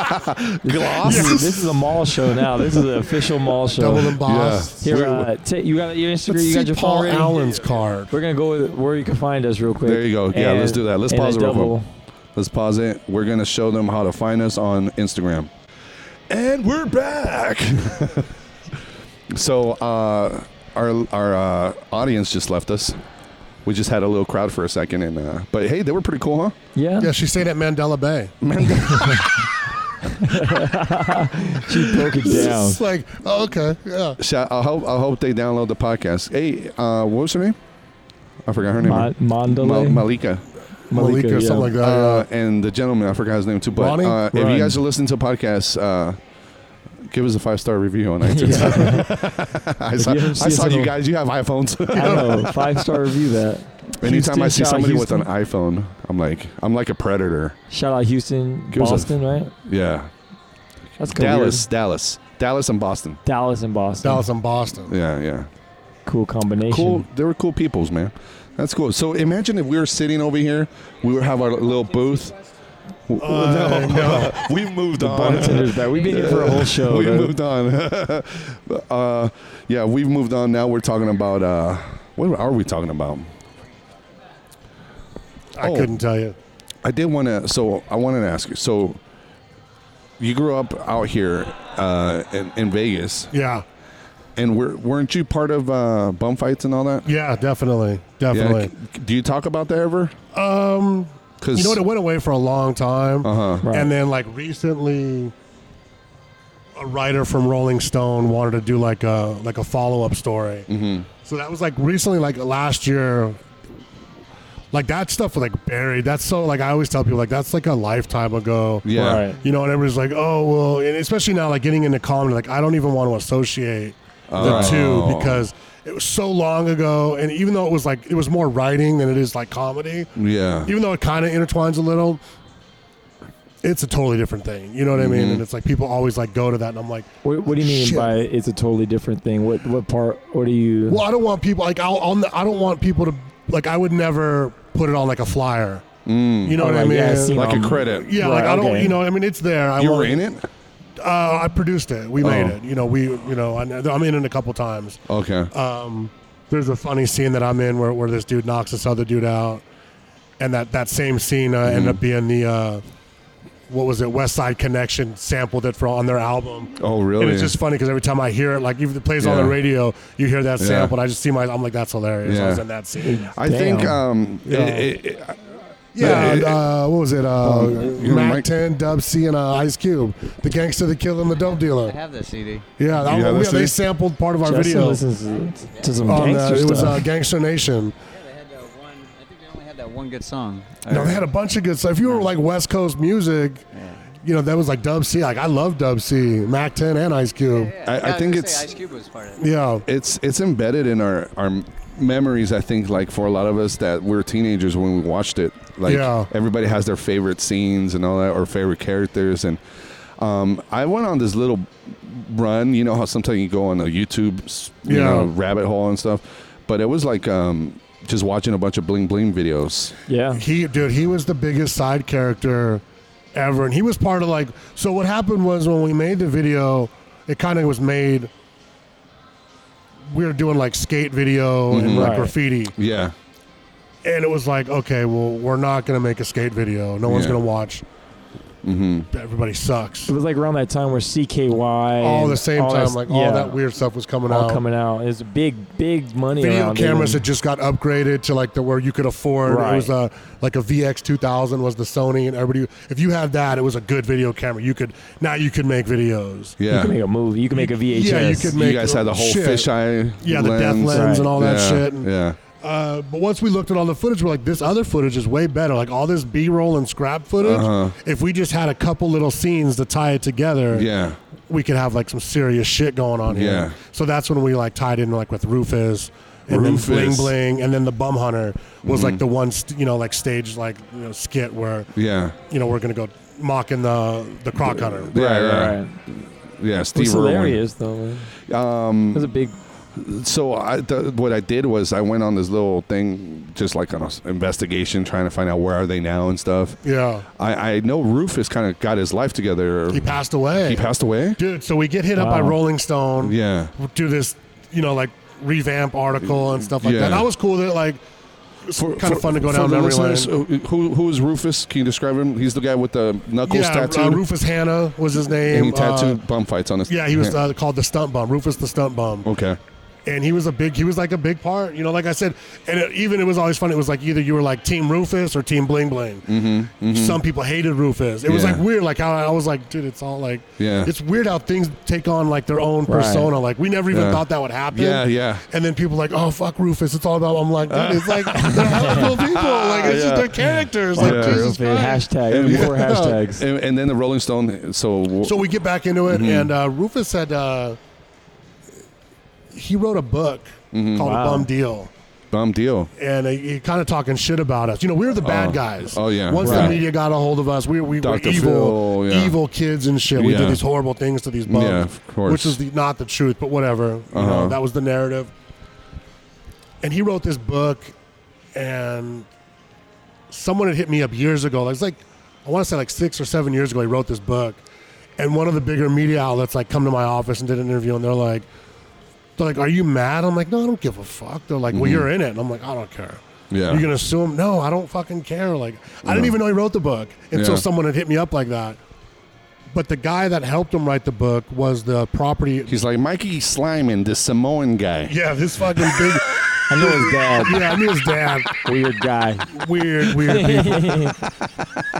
Speaker 4: Gloss.
Speaker 5: this, is this is a mall show now. This is an official mall show.
Speaker 6: Double embossed.
Speaker 5: Here, uh, t- you got your Instagram.
Speaker 6: Let's
Speaker 5: you
Speaker 6: see
Speaker 5: got your
Speaker 6: Paul
Speaker 5: phone ready?
Speaker 6: Allen's card.
Speaker 5: We're gonna go with where you can find us real quick.
Speaker 4: There you go. Yeah, let's
Speaker 5: And-
Speaker 4: do that. Let's
Speaker 5: and
Speaker 4: pause
Speaker 5: a
Speaker 4: it real
Speaker 5: double.
Speaker 4: quick. Let's pause it. We're gonna show them how to find us on Instagram. And we're back. so uh, our our uh, audience just left us. We just had a little crowd for a second, and uh, but hey, they were pretty cool, huh?
Speaker 5: Yeah,
Speaker 6: Yeah, she stayed at Mandela Bay.
Speaker 5: she broke it down.
Speaker 6: It's like, oh, okay, yeah.
Speaker 4: Shout, I hope I hope they download the podcast. Hey, uh, what was her name? I forgot her name.
Speaker 5: Ma-
Speaker 4: Ma-
Speaker 5: Mandalay,
Speaker 4: Malika.
Speaker 6: Malika,
Speaker 5: yeah.
Speaker 6: something like that.
Speaker 4: Uh, and the gentleman, I forgot his name too. But
Speaker 6: Ronnie?
Speaker 4: uh, if you
Speaker 5: Ron.
Speaker 4: guys are listening to podcasts, uh, give us a five star review on iTunes. I saw,
Speaker 5: you
Speaker 4: you, I
Speaker 5: haven't seen
Speaker 4: saw
Speaker 5: us in
Speaker 4: you
Speaker 5: a-
Speaker 4: guys. You have iPhones.
Speaker 5: I don't know. Five star review that.
Speaker 4: Anytime I
Speaker 5: Houston,
Speaker 4: see
Speaker 5: shout out
Speaker 4: somebody with
Speaker 5: Houston.
Speaker 4: an iPhone, I'm like, I'm like a predator.
Speaker 5: shout out Houston,
Speaker 4: Give us a-
Speaker 5: Boston, right?
Speaker 4: Yeah,
Speaker 5: That's kinda
Speaker 4: Dallas, Dallas, Dallas, and Boston.
Speaker 5: weird. Dallas and Boston.
Speaker 6: Dallas and Boston.
Speaker 4: Yeah, yeah.
Speaker 5: Cool combination.
Speaker 4: cool. They were cool peoples, man. That's cool. So imagine if we were sitting over here, we would have our little booth.
Speaker 6: Uh,
Speaker 4: W- no, we moved on.
Speaker 5: Bartender's back. We've been here for a whole show.
Speaker 4: we
Speaker 5: though.
Speaker 4: moved on. uh, yeah, we've moved on. Now we're talking about uh, what are we talking about?
Speaker 6: I
Speaker 4: Oh.
Speaker 6: couldn't tell you.
Speaker 4: I did want to. So I wanted to ask you. So you grew up out here uh, in, in Vegas,
Speaker 6: Yeah,
Speaker 4: and were, weren't you part of uh, bum fights and all that?
Speaker 6: yeah, definitely,
Speaker 4: Yeah.
Speaker 6: definitely.
Speaker 4: c- Do you talk about that ever?
Speaker 6: Um,
Speaker 4: Because
Speaker 6: you know what? It went away for a long time,
Speaker 4: Uh huh.
Speaker 5: Right.
Speaker 6: and then like recently, a writer from Rolling Stone wanted to do like a like a follow up story. Mm-hmm. So that was like recently, like last year. Like that stuff was like buried. That's so like I always tell people like that's like a lifetime ago.
Speaker 4: Yeah.
Speaker 5: Right.
Speaker 6: You know, and everybody's like, oh, well, and especially now, like getting into comedy, like I don't even want to associate the two because it was so long ago. And even though it was like, it was more writing than it is like comedy,
Speaker 4: Yeah.
Speaker 6: even though it kind of intertwines a little, it's a totally different thing. You know what
Speaker 5: Mm-hmm.
Speaker 6: I mean? And it's like people always like go to that. And I'm like,
Speaker 5: What, what do you mean
Speaker 6: Shit.
Speaker 5: by it's a totally different thing? What what part? What do you?
Speaker 6: well, I don't want people, like, I'll, I'll, I don't want people to, like, I would never put it on like a flyer. You know
Speaker 5: Oh,
Speaker 6: what I
Speaker 5: like,
Speaker 6: mean?
Speaker 5: yeah, see-
Speaker 4: like
Speaker 5: Um,
Speaker 4: a credit.
Speaker 6: Yeah, like
Speaker 5: Right,
Speaker 6: I don't,
Speaker 5: okay.
Speaker 6: you know, I mean, it's there. I
Speaker 4: You
Speaker 6: want-
Speaker 4: were in it?
Speaker 6: Uh, I produced it. We made
Speaker 4: Oh.
Speaker 6: it. You know, we, you know, I, I'm in it a couple times.
Speaker 4: Okay.
Speaker 6: Um, there's a funny scene that I'm in where, where this dude knocks this other dude out, and that that same scene uh, ended
Speaker 4: Mm-hmm.
Speaker 6: up being the uh, what was it? West Side Connection sampled it for on their album.
Speaker 4: oh, really?
Speaker 6: And it's just funny because every time I hear it, like even if it plays on
Speaker 4: Yeah.
Speaker 6: the radio, you hear that
Speaker 4: Yeah.
Speaker 6: sample. And I just see my, I'm like, that's hilarious. I was
Speaker 4: Yeah.
Speaker 6: in that scene.
Speaker 4: I think
Speaker 5: Damn.
Speaker 4: um,
Speaker 6: Yeah.
Speaker 4: it- it- it-
Speaker 6: Yeah,
Speaker 4: But it- Oh,
Speaker 6: uh, what was it? Uh,
Speaker 4: you know,
Speaker 6: Mac
Speaker 4: Mike-
Speaker 6: 10, Dub C, and uh, Ice Cube, the gangster, the killer, and the dope dealer.
Speaker 12: I have that CD.
Speaker 6: Yeah, that,
Speaker 4: You have
Speaker 6: yeah,
Speaker 4: this
Speaker 6: they
Speaker 4: too?
Speaker 6: sampled part of our
Speaker 5: Justin
Speaker 6: video.
Speaker 5: listens to, to some
Speaker 6: On, uh,
Speaker 5: gangster
Speaker 6: it was uh,
Speaker 5: stuff.
Speaker 6: Gangster Nation.
Speaker 12: Yeah, they had that one. I think they only had that one good song.
Speaker 6: No, they had a bunch of good stuff. If you were like West Coast music, you know that was like Dub C. Like I love Dub C, Mac 10, and Ice Cube.
Speaker 12: Yeah,
Speaker 4: I- I
Speaker 12: yeah, was
Speaker 4: think
Speaker 12: gonna
Speaker 4: it's-
Speaker 12: say Ice Cube was part of it.
Speaker 6: Yeah,
Speaker 4: it's it's embedded in our our memories. I think like for a lot of us that were teenagers when we watched it. Like
Speaker 6: Yeah.
Speaker 4: everybody has their favorite scenes and all that, or favorite characters. And um, I went on this little run. You know how sometimes you go on a YouTube, s- you
Speaker 6: Yeah.
Speaker 4: know, rabbit hole and stuff. But it was like um, just watching a bunch of bling bling videos.
Speaker 5: yeah.
Speaker 6: he dude, he was the biggest side character ever, and he was part of like. So what happened was when we made the video, it kind of was made. We were doing like skate video and like
Speaker 5: Mm-hmm. Right.
Speaker 6: graffiti.
Speaker 4: Yeah.
Speaker 6: and it was like, okay, well, we're not gonna make a skate video. No one's
Speaker 4: Yeah.
Speaker 6: gonna watch
Speaker 4: Mm-hmm.
Speaker 6: Everybody sucks.
Speaker 5: It was like around that time where CKY.
Speaker 6: all
Speaker 5: and
Speaker 6: the same time,
Speaker 5: that-
Speaker 6: like
Speaker 5: yeah,
Speaker 6: all that weird stuff was coming
Speaker 5: all
Speaker 6: out.
Speaker 5: coming out. It's big, big money.
Speaker 6: Video
Speaker 5: around
Speaker 6: cameras
Speaker 5: then.
Speaker 6: had just got upgraded to like the where you could afford. It was a like a VX two thousand was the Sony, and everybody. If you had that, it was a good video camera. You could now you could make videos.
Speaker 4: Yeah. You can make
Speaker 5: a movie. You can make a VHS.
Speaker 6: Yeah, you could
Speaker 4: You
Speaker 6: make.
Speaker 4: guys had the whole
Speaker 6: shit.
Speaker 4: fisheye
Speaker 6: Yeah, the death
Speaker 4: lens.
Speaker 6: lens and all that
Speaker 4: Yeah,
Speaker 6: shit. And,
Speaker 4: yeah.
Speaker 6: Uh, but once we looked at all the footage, we're like, this other footage is way better. Like all this B roll and scrap footage.
Speaker 4: Uh-huh.
Speaker 6: If we just had a couple little scenes to tie it together,
Speaker 4: Yeah.
Speaker 6: we could have like some serious shit going on here.
Speaker 4: Yeah.
Speaker 6: So that's when we like tied in like with Rufus and
Speaker 4: Rufus.
Speaker 6: then Bling Bling, and then the Bum Hunter was
Speaker 4: Mhm.
Speaker 6: like the one st- you know like stage like you know, skit where
Speaker 4: Yeah.
Speaker 6: you know we're gonna go mocking the the croc hunter.
Speaker 4: Yeah, yeah. Yeah,
Speaker 5: It was
Speaker 4: Steve Irwin.
Speaker 5: hilarious though. Man.
Speaker 4: Um,
Speaker 5: a big.
Speaker 4: So I, th- what I did was I went on this little thing, just like on an investigation, trying to find out where are they now and stuff.
Speaker 6: Yeah.
Speaker 4: I, I know Rufus kind of got his life together.
Speaker 6: He passed away.
Speaker 4: He passed away.
Speaker 6: Dude, so we get hit up by
Speaker 4: Wow.
Speaker 6: Rolling Stone.
Speaker 4: Yeah.
Speaker 6: do this, you know, like revamp article and stuff like
Speaker 4: Yeah.
Speaker 6: that. That was cool. That like, it's kind of fun to go down
Speaker 4: the
Speaker 6: memory lane.
Speaker 4: listeners, uh, Who, who is Rufus? Can you describe him? He's the guy with the knuckles
Speaker 6: yeah,
Speaker 4: tattooed.
Speaker 6: uh, Rufus Hanna was his name.
Speaker 4: and he tattooed
Speaker 6: Uh,
Speaker 4: bum fights on his.
Speaker 6: yeah, he was
Speaker 4: hand.
Speaker 6: uh, called the Stunt Bum. Rufus the Stunt Bum.
Speaker 4: okay.
Speaker 6: and he was a big he was like a big part you know like i said and it, even it was always funny it was like either you were like team rufus or team bling bling
Speaker 4: Mm-hmm.
Speaker 6: some people hated rufus it was
Speaker 4: Yeah.
Speaker 6: like weird like how i was like dude it's all like
Speaker 4: Yeah.
Speaker 6: it's weird how things take on like their own
Speaker 4: Right.
Speaker 6: persona like we never even
Speaker 4: Yeah.
Speaker 6: thought that would happen
Speaker 4: Yeah, yeah.
Speaker 6: and then people like oh fuck rufus it's all about i'm like dude, it's like they're hella cool people like it's
Speaker 4: Yeah.
Speaker 6: just their characters like
Speaker 4: Yeah.
Speaker 6: Jesus Christ.
Speaker 5: Hashtag
Speaker 4: Yeah.
Speaker 5: more hashtags.
Speaker 4: And, and then the Rolling Stone. So
Speaker 6: So we get back into it,
Speaker 4: Mhm.
Speaker 6: and uh, Rufus had uh, he wrote a book
Speaker 4: Mhm.
Speaker 6: called
Speaker 4: Wow.
Speaker 6: "A Bum Deal,"
Speaker 4: bum deal.
Speaker 6: and uh, he kind of talking shit about us. You know, we were the bad
Speaker 4: Oh.
Speaker 6: guys.
Speaker 4: Oh, yeah.
Speaker 6: Once
Speaker 4: Right.
Speaker 6: the media got a hold of us, we we were
Speaker 4: Dr.
Speaker 6: evil,
Speaker 4: Phil, yeah.
Speaker 6: evil kids and shit. We
Speaker 4: Yeah.
Speaker 6: did these horrible things to these bums,
Speaker 4: Yeah, of course.
Speaker 6: which is the, not the truth, but whatever. You know,
Speaker 4: Uh-huh.
Speaker 6: that was the narrative. And he wrote this book, and someone had hit me up years ago. Like, it's like I want to say like six or seven years ago. He wrote this book, and one of the bigger media outlets like come to my office and did an interview, and they're like, they're like, "Are you mad?" I'm like, "No, I don't give a fuck." They're like, "Well,
Speaker 4: Mhm.
Speaker 6: you're in it," and I'm like, "I don't care."
Speaker 4: Yeah.
Speaker 6: You're gonna assume? No, I don't fucking care. Like, I didn't
Speaker 4: Yeah.
Speaker 6: even know he wrote the book until
Speaker 4: Yeah.
Speaker 6: someone had hit me up like that. But the guy that helped him write the book was the property.
Speaker 4: He's like Mikey Sliman, the Samoan guy.
Speaker 6: Yeah, this fucking big.
Speaker 5: I know his dad.
Speaker 6: yeah, I knew his dad.
Speaker 5: Weird guy.
Speaker 6: Weird, weird people.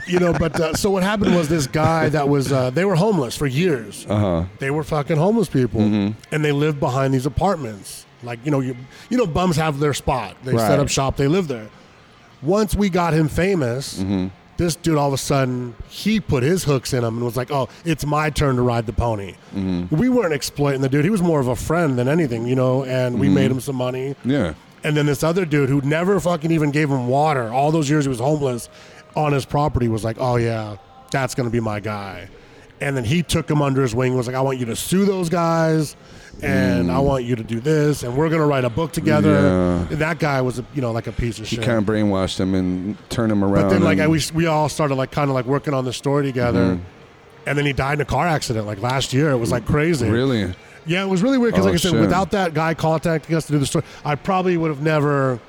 Speaker 6: you know, but uh, so what happened was this guy that was uh, they were homeless for years.
Speaker 4: Uh huh.
Speaker 6: They were fucking homeless people,
Speaker 4: Mm-hmm.
Speaker 6: and they lived behind these apartments. Like you know, you you know, bums have their spot. They
Speaker 4: Right.
Speaker 6: set up shop. They live there. Once we got him famous,
Speaker 4: Mm-hmm.
Speaker 6: this dude all of a sudden he put his hooks in him and was like, "Oh, it's my turn to ride the pony."
Speaker 4: Mhm.
Speaker 6: We weren't exploiting the dude; he was more of a friend than anything, you know. And we
Speaker 4: Mhm.
Speaker 6: made him some money.
Speaker 4: Yeah.
Speaker 6: And then this other dude who never fucking even gave him water all those years he was homeless on his property was like, "Oh yeah, that's gonna be my guy." And then he took him under his wing. and Was like, "I want you to sue those guys." And I want you to do this, and we're gonna write a book together.
Speaker 4: Mm. Yeah.
Speaker 6: And that guy was, a, you know, like a piece of
Speaker 4: He
Speaker 6: shit.
Speaker 4: kind of brainwashed him and turned him around.
Speaker 6: But then, like,
Speaker 4: and- Mm-hmm.
Speaker 6: I, we, we all started, like, kind of like working on the story together. And then he died in a car accident, like, last year. It was, like, crazy.
Speaker 4: Really?
Speaker 6: Yeah, it was really weird because,
Speaker 4: Oh,
Speaker 6: like I said,
Speaker 4: shit.
Speaker 6: without that guy contacting us to do the story, I probably would have never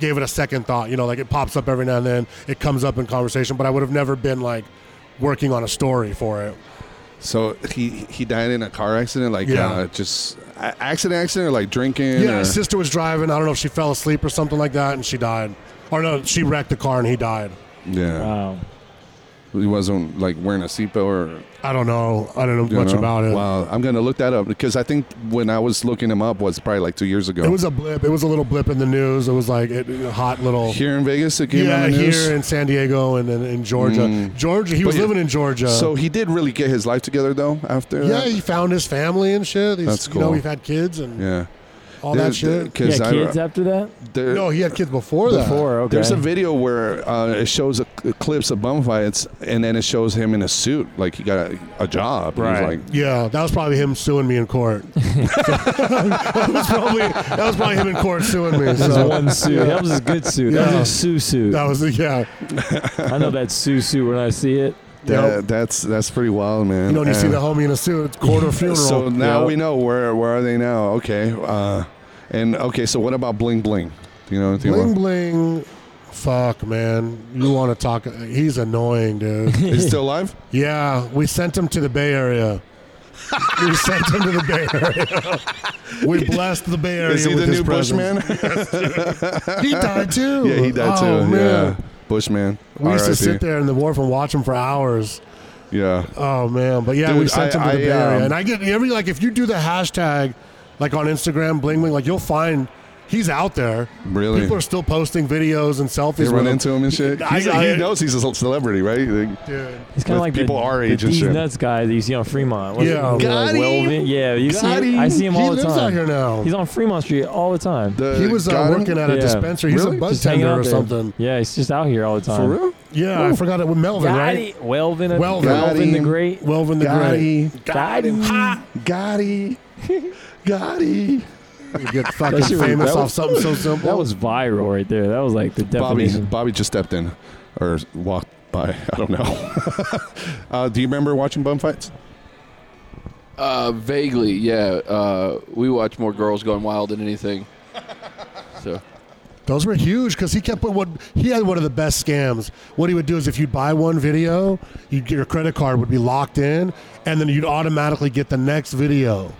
Speaker 6: gave it a second thought. You know, like, it pops up every now and then, it comes up in conversation, but I would have never been, like, working on a story for it.
Speaker 4: So he he died in a car accident, like
Speaker 6: Yeah.
Speaker 4: uh, just a- accident, accident, or like drinking.
Speaker 6: yeah,
Speaker 4: or,
Speaker 6: his sister was driving. I don't know if she fell asleep or something like that, and she died. Or, no, she wrecked the car and he died.
Speaker 4: yeah.
Speaker 5: Wow.
Speaker 4: He wasn't like wearing a seatbelt or.
Speaker 6: I don't know. I don't know
Speaker 4: you
Speaker 6: much
Speaker 4: know?
Speaker 6: about it.
Speaker 4: Wow, I'm gonna look that up because I think when I was looking him up was probably like two years ago.
Speaker 6: It was a blip. It was a little blip in the news. It was like it, a hot little
Speaker 4: here in Vegas. It came
Speaker 6: yeah,
Speaker 4: out in the news.
Speaker 6: here in San Diego and then in Georgia.
Speaker 4: Mm.
Speaker 6: Georgia, he
Speaker 4: But
Speaker 6: was
Speaker 4: yeah,
Speaker 6: living in Georgia.
Speaker 4: So he did really get his life together though after.
Speaker 6: uh, yeah,
Speaker 4: that?
Speaker 6: he found his family and shit. He's,
Speaker 4: That's
Speaker 6: You know,
Speaker 4: cool.
Speaker 6: we've had kids and
Speaker 4: yeah.
Speaker 6: all
Speaker 4: There-
Speaker 6: that shit.
Speaker 4: there- 'cause
Speaker 5: Yeah,
Speaker 4: I-
Speaker 5: kids after that.
Speaker 4: there-
Speaker 6: no, he had kids before that.
Speaker 5: Before, okay.
Speaker 4: There's a video where uh, it shows a, clips of bum fights, and then it shows him in a suit, like he got a, a job. And he's
Speaker 5: Right.
Speaker 4: like,
Speaker 6: Yeah, that was probably him suing me in court. that was probably that was probably him in court suing me.
Speaker 5: That was
Speaker 6: so-
Speaker 5: one suit.
Speaker 6: Yeah.
Speaker 5: That was a good suit. That
Speaker 6: Yeah.
Speaker 5: was a Sue suit.
Speaker 6: That was yeah.
Speaker 5: I know that Sue suit when I see it.
Speaker 4: that,
Speaker 6: Yep.
Speaker 4: that's that's pretty wild, man.
Speaker 6: You know, when you see
Speaker 4: Uh,
Speaker 6: the homie in a suit, it's court or funeral.
Speaker 4: So now
Speaker 5: Yeah.
Speaker 4: we know where where are they now? Okay, uh, and okay. So what about bling bling? Do you know anything
Speaker 6: Bling
Speaker 4: about?
Speaker 6: Bling Fuck, man. You want to talk? He's annoying, dude.
Speaker 4: He's still alive?
Speaker 6: Yeah. We sent him to the Bay Area. we sent him to the Bay Area. We blessed the Bay Area.
Speaker 4: Is he
Speaker 6: with
Speaker 4: the
Speaker 6: his
Speaker 4: new
Speaker 6: presence.
Speaker 4: Bushman?
Speaker 6: he died too.
Speaker 4: Yeah, he died too.
Speaker 6: Oh, man.
Speaker 4: Yeah, Bushman.
Speaker 6: We used to
Speaker 4: RIP.
Speaker 6: sit there in the wharf and watch him for hours.
Speaker 4: Yeah.
Speaker 6: Oh man, but yeah, we
Speaker 4: Dude,
Speaker 6: sent
Speaker 4: I-
Speaker 6: him to the
Speaker 4: I,
Speaker 6: Bay Area,
Speaker 4: um,
Speaker 6: and I get every like if you do the hashtag, like on Instagram, bling bling, like you'll find he's out there.
Speaker 4: Really?
Speaker 6: people are still posting videos and selfies.
Speaker 4: They run
Speaker 6: with
Speaker 4: into him and shit.
Speaker 6: I-
Speaker 4: He's-
Speaker 6: I-
Speaker 4: he knows he's a celebrity, right?
Speaker 6: Dude.
Speaker 5: He's kind of like
Speaker 4: people
Speaker 5: the,
Speaker 4: our
Speaker 5: the
Speaker 4: age and
Speaker 5: D's
Speaker 4: shit.
Speaker 5: nuts guy that you see on Fremont. What's it-
Speaker 4: Yeah.
Speaker 5: like
Speaker 4: Got
Speaker 5: Welvin?
Speaker 4: him.
Speaker 5: Yeah, you
Speaker 4: Got
Speaker 5: see him. I
Speaker 4: him.
Speaker 5: see him
Speaker 4: He
Speaker 5: all the
Speaker 4: lives
Speaker 5: time.
Speaker 4: out here now.
Speaker 5: He's on Fremont Street all the time.
Speaker 4: The-
Speaker 6: He was
Speaker 4: got
Speaker 6: uh,
Speaker 4: him?
Speaker 6: working at a
Speaker 5: Yeah.
Speaker 6: dispensary. He's
Speaker 5: Really?
Speaker 6: a bud
Speaker 5: Just hanging
Speaker 6: tender
Speaker 5: out
Speaker 6: or
Speaker 5: there.
Speaker 6: something.
Speaker 5: Yeah, he's just out here all the time.
Speaker 6: For real? Yeah, I forgot it with Melvin, right?
Speaker 5: Welvin,
Speaker 6: Welvin.
Speaker 5: Welvin the Great.
Speaker 6: Welvin the
Speaker 5: Gotti.
Speaker 6: Great.
Speaker 5: Gotti.
Speaker 6: Ha!
Speaker 4: Gotti. Gotti.
Speaker 6: You get
Speaker 5: That
Speaker 6: fucking
Speaker 5: shit was-
Speaker 6: famous
Speaker 5: that
Speaker 6: off
Speaker 5: was-
Speaker 6: something so simple.
Speaker 5: That was viral right there. That was like the
Speaker 4: Bobby.
Speaker 5: definition.
Speaker 4: Bobby just stepped in, or walked by. I don't know. uh, do you remember watching bum fights?
Speaker 13: Uh, vaguely, yeah. Uh, we watch more girls going wild than anything. So
Speaker 6: Those were huge because he kept put what he had one of the best scams. What he would do is if you buy one video, you, your credit card would be locked in, and then you'd automatically get the next video.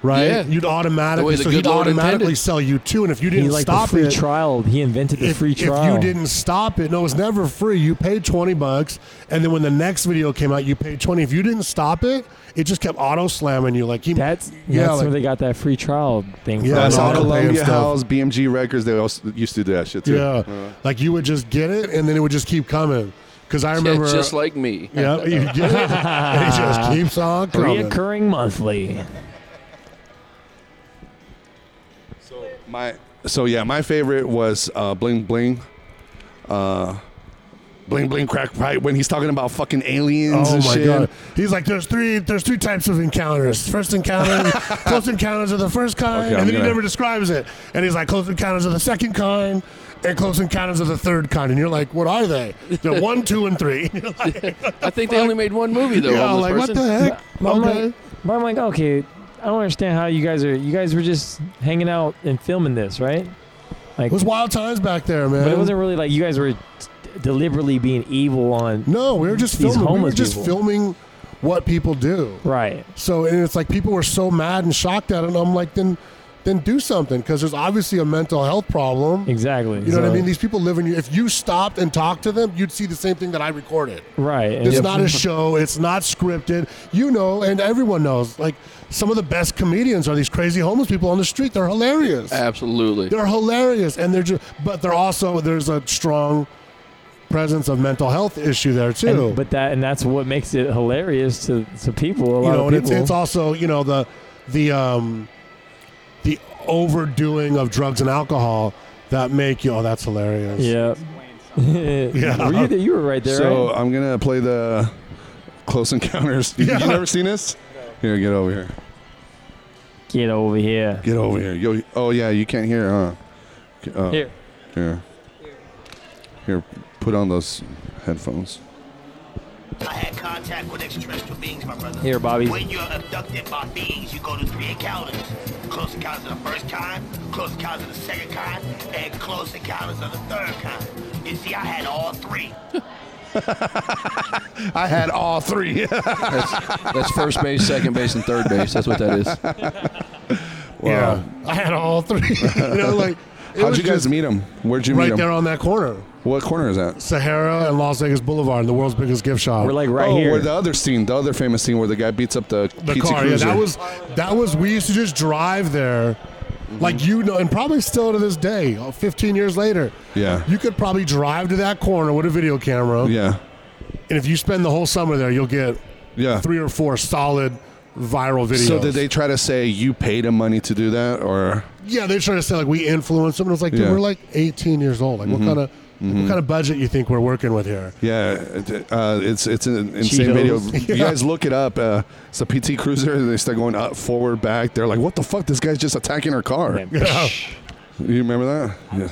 Speaker 6: Right?
Speaker 13: Yeah.
Speaker 6: You'd
Speaker 13: The
Speaker 6: automatically
Speaker 13: way the
Speaker 6: so
Speaker 13: good
Speaker 6: he'd
Speaker 13: Lord
Speaker 6: automatically
Speaker 13: intended.
Speaker 6: sell you two, and if you
Speaker 5: He
Speaker 6: didn't
Speaker 5: liked the
Speaker 6: stop
Speaker 5: free
Speaker 6: it,
Speaker 5: trial. He invented the
Speaker 6: if,
Speaker 5: free
Speaker 6: if
Speaker 5: trial.
Speaker 6: you didn't stop it, no, it was never free. You paid twenty bucks, and then when the next video came out, you paid twenty. If you didn't stop it, it just kept auto slamming you. Like he, that's
Speaker 5: That's where they got that free trial thing.
Speaker 6: Yeah,
Speaker 5: from.
Speaker 6: that's
Speaker 4: That's
Speaker 6: all
Speaker 4: how Columbia
Speaker 6: stuff.
Speaker 4: House, BMG Records. They also used to do that shit too.
Speaker 6: Yeah.
Speaker 4: Uh,
Speaker 6: Like you would just get it and then it would just keep coming. Because I remember.
Speaker 13: just like me.
Speaker 6: Yeah. You get it. and it just keeps on coming.
Speaker 5: Reoccurring monthly.
Speaker 4: my so yeah, my favorite was uh, Bling Bling. Uh, Bling Bling Crack Right when he's talking about fucking aliens
Speaker 6: Oh
Speaker 4: and
Speaker 6: my
Speaker 4: shit.
Speaker 6: god! He's like, there's three, there's three types of encounters. First encounter, close encounters of the first
Speaker 4: Okay,
Speaker 6: kind, and
Speaker 4: I'm
Speaker 6: then he
Speaker 4: gonna-
Speaker 6: never describes it. And he's like, close encounters of the second kind, and close encounters of the third kind. And you're like, what are they? They're one, two, and three. You're like,
Speaker 13: I think they only made one movie though.
Speaker 6: yeah,
Speaker 13: on this
Speaker 6: like what
Speaker 13: person.
Speaker 6: the heck?
Speaker 5: I'm
Speaker 6: Okay.
Speaker 5: like, but I'm like, okay, I don't understand how you guys are. You guys were just hanging out and filming this, right? Like,
Speaker 6: It was wild times back there, man.
Speaker 5: but it wasn't really like you guys were t- deliberately being evil on.
Speaker 6: No, we were just
Speaker 5: these
Speaker 6: filming. We were
Speaker 5: homeless
Speaker 6: just
Speaker 5: people.
Speaker 6: filming what people do.
Speaker 5: Right.
Speaker 6: So and it's like people were so mad and shocked at it. And I'm like, then, then do something because there's obviously a mental health problem.
Speaker 5: Exactly.
Speaker 6: You know what I
Speaker 5: So-
Speaker 6: mean? These people live in you. If you stopped and talked to them, you'd see the same thing that I recorded.
Speaker 5: Right. and-
Speaker 6: It's not a show. It's not scripted. You know, and everyone knows. Like some of the best comedians are these crazy homeless people on the street. They're hilarious.
Speaker 5: Uh,
Speaker 13: Absolutely.
Speaker 6: They're hilarious, and they're just. But they're also there's a strong presence of mental health issue there too.
Speaker 5: and- but that and that's what makes it hilarious to to people. A lot
Speaker 6: you know,
Speaker 5: of
Speaker 6: and
Speaker 5: people.
Speaker 6: it's, it's also you know the the um the overdoing of drugs and alcohol that make you. Oh, that's hilarious.
Speaker 5: yeah.
Speaker 6: Yeah.
Speaker 5: Were you, there? you were right there.
Speaker 4: So
Speaker 5: right?
Speaker 4: I'm gonna play the Close Encounters. You, you never seen this? Here, get over here.
Speaker 5: Get over here.
Speaker 4: Get over here. Yo, oh yeah, you can't hear, huh? K- Uh,
Speaker 5: Here.
Speaker 4: Here. Here. Put on those headphones.
Speaker 2: I had contact with extraterrestrial beings, my brother.
Speaker 5: Here, Bobby.
Speaker 2: When you're abducted by beings, you go to three encounters. Close encounters of the first kind, close encounters of the second kind, and close encounters of the third kind. You see, I had all three.
Speaker 4: I had all three.
Speaker 13: That's first base, second base, and third base. That's what that is.
Speaker 6: Yeah. I had all three. you know, like it
Speaker 4: How'd
Speaker 6: was
Speaker 4: you guys
Speaker 6: just
Speaker 4: meet him? Where'd you
Speaker 6: right
Speaker 4: meet him?
Speaker 6: there on that corner,
Speaker 4: What corner is that?
Speaker 6: Sahara and Las Vegas Boulevard, the world's biggest gift shop.
Speaker 5: We're like right
Speaker 4: oh,
Speaker 5: here.
Speaker 4: where the other scene, the other famous scene where the guy beats up the,
Speaker 6: the
Speaker 4: pizza
Speaker 6: car.
Speaker 4: cruiser.
Speaker 6: Yeah, that was that was. We used to just drive there,
Speaker 4: Mm-hmm.
Speaker 6: like you know, and probably still to this day, uh, 15 years later.
Speaker 4: Yeah.
Speaker 6: you could probably drive to that corner with a video camera.
Speaker 4: Yeah.
Speaker 6: and if you spend the whole summer there, you'll get
Speaker 4: Yeah.
Speaker 6: three or four solid viral videos.
Speaker 4: Uh. So did they try to say you paid him money to do that, or
Speaker 6: Yeah, they try to say like we influence them. And it's like, dude,
Speaker 4: Yeah.
Speaker 6: we're like 18 years old. Like,
Speaker 4: Mhm.
Speaker 6: what kind of
Speaker 4: Mhm.
Speaker 6: what kind of budget you think we're working with here?
Speaker 4: yeah, it- uh, it's it's an insane video.
Speaker 6: Cheetos.
Speaker 4: You
Speaker 6: Yeah.
Speaker 4: guys look it up. Uh, it's a PT Cruiser. and They start going up, forward, back. They're like, what the fuck? This guy's just attacking our car.
Speaker 6: Yeah.
Speaker 4: You remember that? Yeah.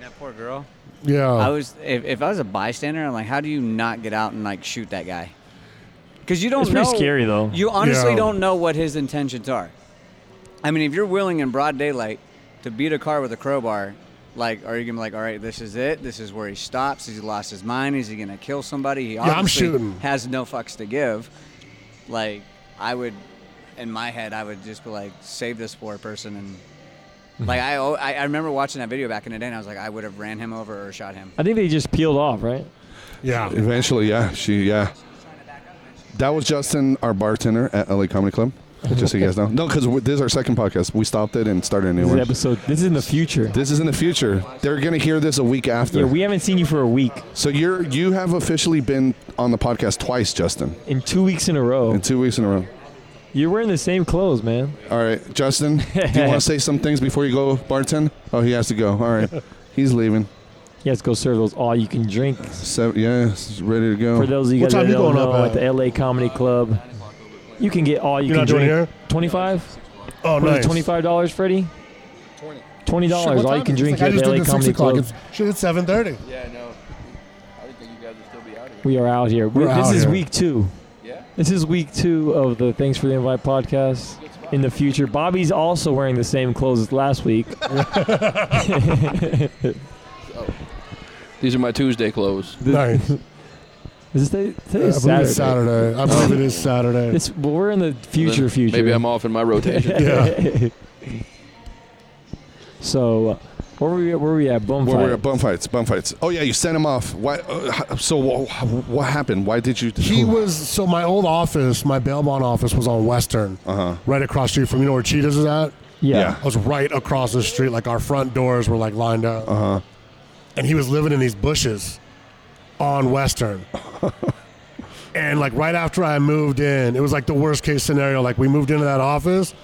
Speaker 12: That poor girl.
Speaker 6: Yeah.
Speaker 12: I was if, if I was a bystander, I'm like, how do you not get out and like shoot that guy? Because you don't
Speaker 5: It's
Speaker 12: know.
Speaker 5: pretty scary, though.
Speaker 12: You honestly
Speaker 5: Yeah.
Speaker 12: don't know what his intentions are. I mean, if you're willing in broad daylight to beat a car with a crowbar, Like, are you gonna be like, all right, this is it? This is where he stops. Has he lost his mind? Is he gonna kill somebody? He
Speaker 6: Yeah, I'm
Speaker 12: obviously
Speaker 6: shooting.
Speaker 12: Has no fucks to give. Like, I would, in my head, I would just be like, save this poor person.
Speaker 6: Mm-hmm.
Speaker 12: And like, I, al- I I remember watching that video back in the day, and I was like, I would have ran him over or shot him.
Speaker 5: I think they just peeled off, right?
Speaker 6: Yeah.
Speaker 4: Eventually, yeah. She, yeah. That was Justin, our bartender at LA Comedy Club. Just so you guys know. No, because this is our second podcast. We stopped it and started a new
Speaker 5: This is
Speaker 4: one.
Speaker 5: episode. This is in the future.
Speaker 4: This is in the future. They're gonna hear this a week after.
Speaker 5: Yeah, we haven't seen you for a week.
Speaker 4: So you're you have officially been on the podcast twice, Justin.
Speaker 5: In two weeks in a row. In
Speaker 4: two weeks in a row.
Speaker 5: You're wearing the same clothes, man.
Speaker 4: All right, Justin. do you want to say some things before you go, Barton? Oh, he has to go. All right, he's leaving.
Speaker 5: He has to go serve those all you can drink.
Speaker 4: So, yeah, he's ready to go.
Speaker 5: For those of you
Speaker 4: What
Speaker 5: guys
Speaker 4: time
Speaker 5: that
Speaker 4: you
Speaker 5: don't
Speaker 4: going up
Speaker 5: know, at
Speaker 4: at?
Speaker 5: the LA Comedy Club, you can get all you
Speaker 6: You're
Speaker 5: can
Speaker 6: not doing
Speaker 5: drink.
Speaker 6: it here?
Speaker 5: Twenty-five.
Speaker 6: Oh,
Speaker 5: What is it,
Speaker 6: nice.
Speaker 5: Twenty-five dollars, Freddie. Twenty. Twenty
Speaker 6: Shit,
Speaker 5: dollars,
Speaker 6: what
Speaker 5: all you
Speaker 6: time
Speaker 5: can
Speaker 6: is it?
Speaker 5: drink
Speaker 6: It's like, I
Speaker 5: here at
Speaker 6: just
Speaker 5: the
Speaker 6: did
Speaker 5: LA
Speaker 6: the six
Speaker 5: Comedy
Speaker 6: o'clock.
Speaker 5: Club.
Speaker 6: It's, shit, it's seven thirty.
Speaker 13: Yeah, I know. I would think you guys would still be out here.
Speaker 5: We are out here. We-
Speaker 6: We're
Speaker 5: this
Speaker 6: out
Speaker 5: is
Speaker 6: here.
Speaker 5: week two.
Speaker 13: Yeah.
Speaker 5: This is week two of the Thanks for the Invite podcast. In the future, Bobby's also wearing the same clothes as last week.
Speaker 13: These are my Tuesday clothes.
Speaker 6: Nice.
Speaker 5: Is this day,
Speaker 6: I
Speaker 5: today
Speaker 6: believe
Speaker 5: is Saturday.
Speaker 6: it's Saturday. I believe it is Saturday.
Speaker 5: It's, well, we're in the future,
Speaker 13: Then
Speaker 5: future.
Speaker 13: Maybe I'm off in my rotation.
Speaker 6: Yeah.
Speaker 5: so, uh, where were we? Where were we at? Bum
Speaker 4: Where
Speaker 5: fight.
Speaker 4: we're at bum fights, bum fights. Oh yeah, you sent him off. Why? Uh, h- so wha- wha- what happened? Why did you?
Speaker 6: He was so my old office, my Belmont office was on Western, right across the street from you know where Cheetahs is at.
Speaker 5: Yeah.
Speaker 6: I was right across the street. Like our front doors were like lined up.
Speaker 4: Uh huh.
Speaker 6: And he was living in these bushes on Western. and like right after I moved in, it was like the worst case scenario. Like we moved into that office.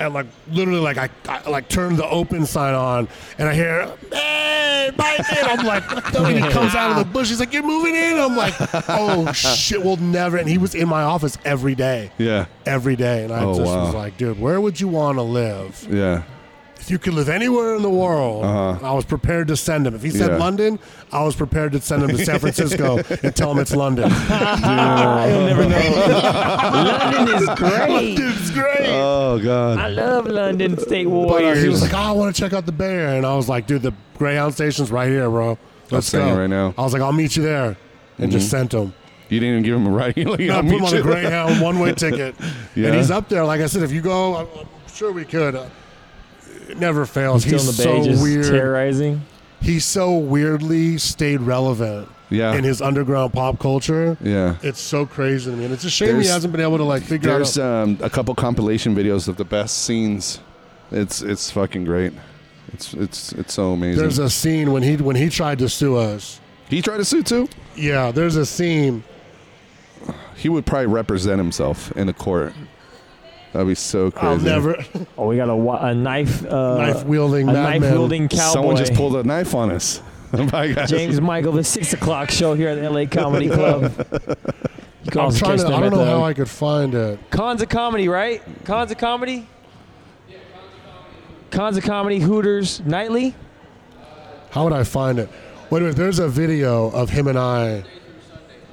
Speaker 6: And like literally, like I, I like turned the open sign on, and I hear, "Hey, Mike!" And I'm like, and he comes out of the bush. He's like, "You're moving in." I'm like, "Oh shit, we'll never." And he was in my office every day,
Speaker 4: Yeah.
Speaker 6: every day, and I
Speaker 4: Oh,
Speaker 6: just
Speaker 4: wow.
Speaker 6: was like, "Dude, where would you want to live?"
Speaker 4: Yeah.
Speaker 6: if you could live anywhere in the world, I was prepared to send him. If he said
Speaker 4: Uh-huh. Yeah.
Speaker 6: London, I was prepared to send him to San Francisco and tell him it's London. You'll
Speaker 5: never know. London is great.
Speaker 6: London's great.
Speaker 4: Oh god.
Speaker 5: I love London State
Speaker 6: But uh,
Speaker 5: Warriors.
Speaker 6: he was like, "Oh, I want to check out the Bay Area," and I was like, "Dude, the Greyhound station's right here, bro. Let's
Speaker 4: saying
Speaker 6: go
Speaker 4: right now.
Speaker 6: I was like, "I'll meet you there," and just
Speaker 4: Mhm.
Speaker 6: sent him.
Speaker 4: You didn't even give him a ride. You're like,
Speaker 6: No, I
Speaker 4: "I'll
Speaker 6: put
Speaker 4: meet
Speaker 6: him on
Speaker 4: you."
Speaker 6: a Greyhound one-way ticket,
Speaker 4: Yeah.
Speaker 6: and he's up there. Like I said, if you go, I'm, I'm sure we could. Uh, it never fails.
Speaker 5: He's
Speaker 6: He's,
Speaker 5: still in the Bay,
Speaker 6: so
Speaker 5: just
Speaker 6: weird.
Speaker 5: terrorizing.
Speaker 6: He so weirdly stayed relevant.
Speaker 4: Yeah.
Speaker 6: In his underground pop culture.
Speaker 4: Yeah.
Speaker 6: It's so crazy to me, and it's a shame
Speaker 4: There's-
Speaker 6: he hasn't been able to like figure out.
Speaker 4: There's um, a couple compilation videos of the best scenes. It's it's fucking great. It's it's it's so amazing.
Speaker 6: There's a scene when he when he tried to sue us.
Speaker 4: He tried to sue too.
Speaker 6: Yeah, there's a scene.
Speaker 4: he would probably represent himself in a court. That'd be so crazy.
Speaker 6: I'll never.
Speaker 5: Oh, we got a, wa- a knife. Uh,
Speaker 6: Knife wielding
Speaker 5: A
Speaker 6: madman.
Speaker 5: knife wielding cowboy.
Speaker 4: Someone just pulled a knife on us. Bye, guys.
Speaker 5: James Michael, the six o'clock show here at the LA Comedy Club. You can
Speaker 6: I'm
Speaker 5: also
Speaker 6: trying
Speaker 5: catch
Speaker 6: to.
Speaker 5: them
Speaker 6: I
Speaker 5: at
Speaker 6: don't know
Speaker 5: the
Speaker 6: how I could find it.
Speaker 5: Cons of Comedy, right? Cons of Comedy? Cons of Comedy, Hooters, Nightly?
Speaker 6: How would I find it? Wait a minute. There's a video of him and I, and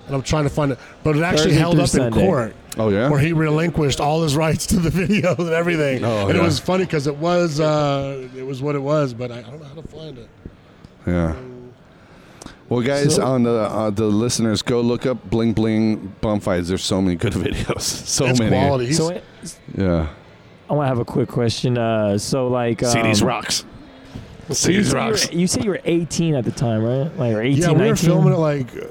Speaker 6: I'm trying to find it, but it actually
Speaker 5: Thursday
Speaker 6: held
Speaker 5: through
Speaker 6: up
Speaker 5: Sunday.
Speaker 6: in court.
Speaker 4: Oh yeah.
Speaker 6: Where he relinquished all his rights to the video and everything,
Speaker 4: Oh,
Speaker 6: and
Speaker 4: yeah.
Speaker 6: it was funny because it was uh, it was what it was, but I, I don't know how to find it.
Speaker 4: Yeah. Well, guys,
Speaker 6: So-
Speaker 4: on the uh, the listeners, go look up Bling Bling Bum Fights. There's so many good videos. So
Speaker 6: It's
Speaker 4: many.
Speaker 6: quality. He's-
Speaker 5: So I
Speaker 4: Yeah.
Speaker 5: I want to have a quick question. Uh, so, like. Um,
Speaker 4: CDs rocks. CDs
Speaker 5: you
Speaker 4: rocks.
Speaker 5: Were, you said you were 18 at the time, right? Like, or 18,
Speaker 6: Yeah, we were
Speaker 5: 19?
Speaker 6: filming it like uh,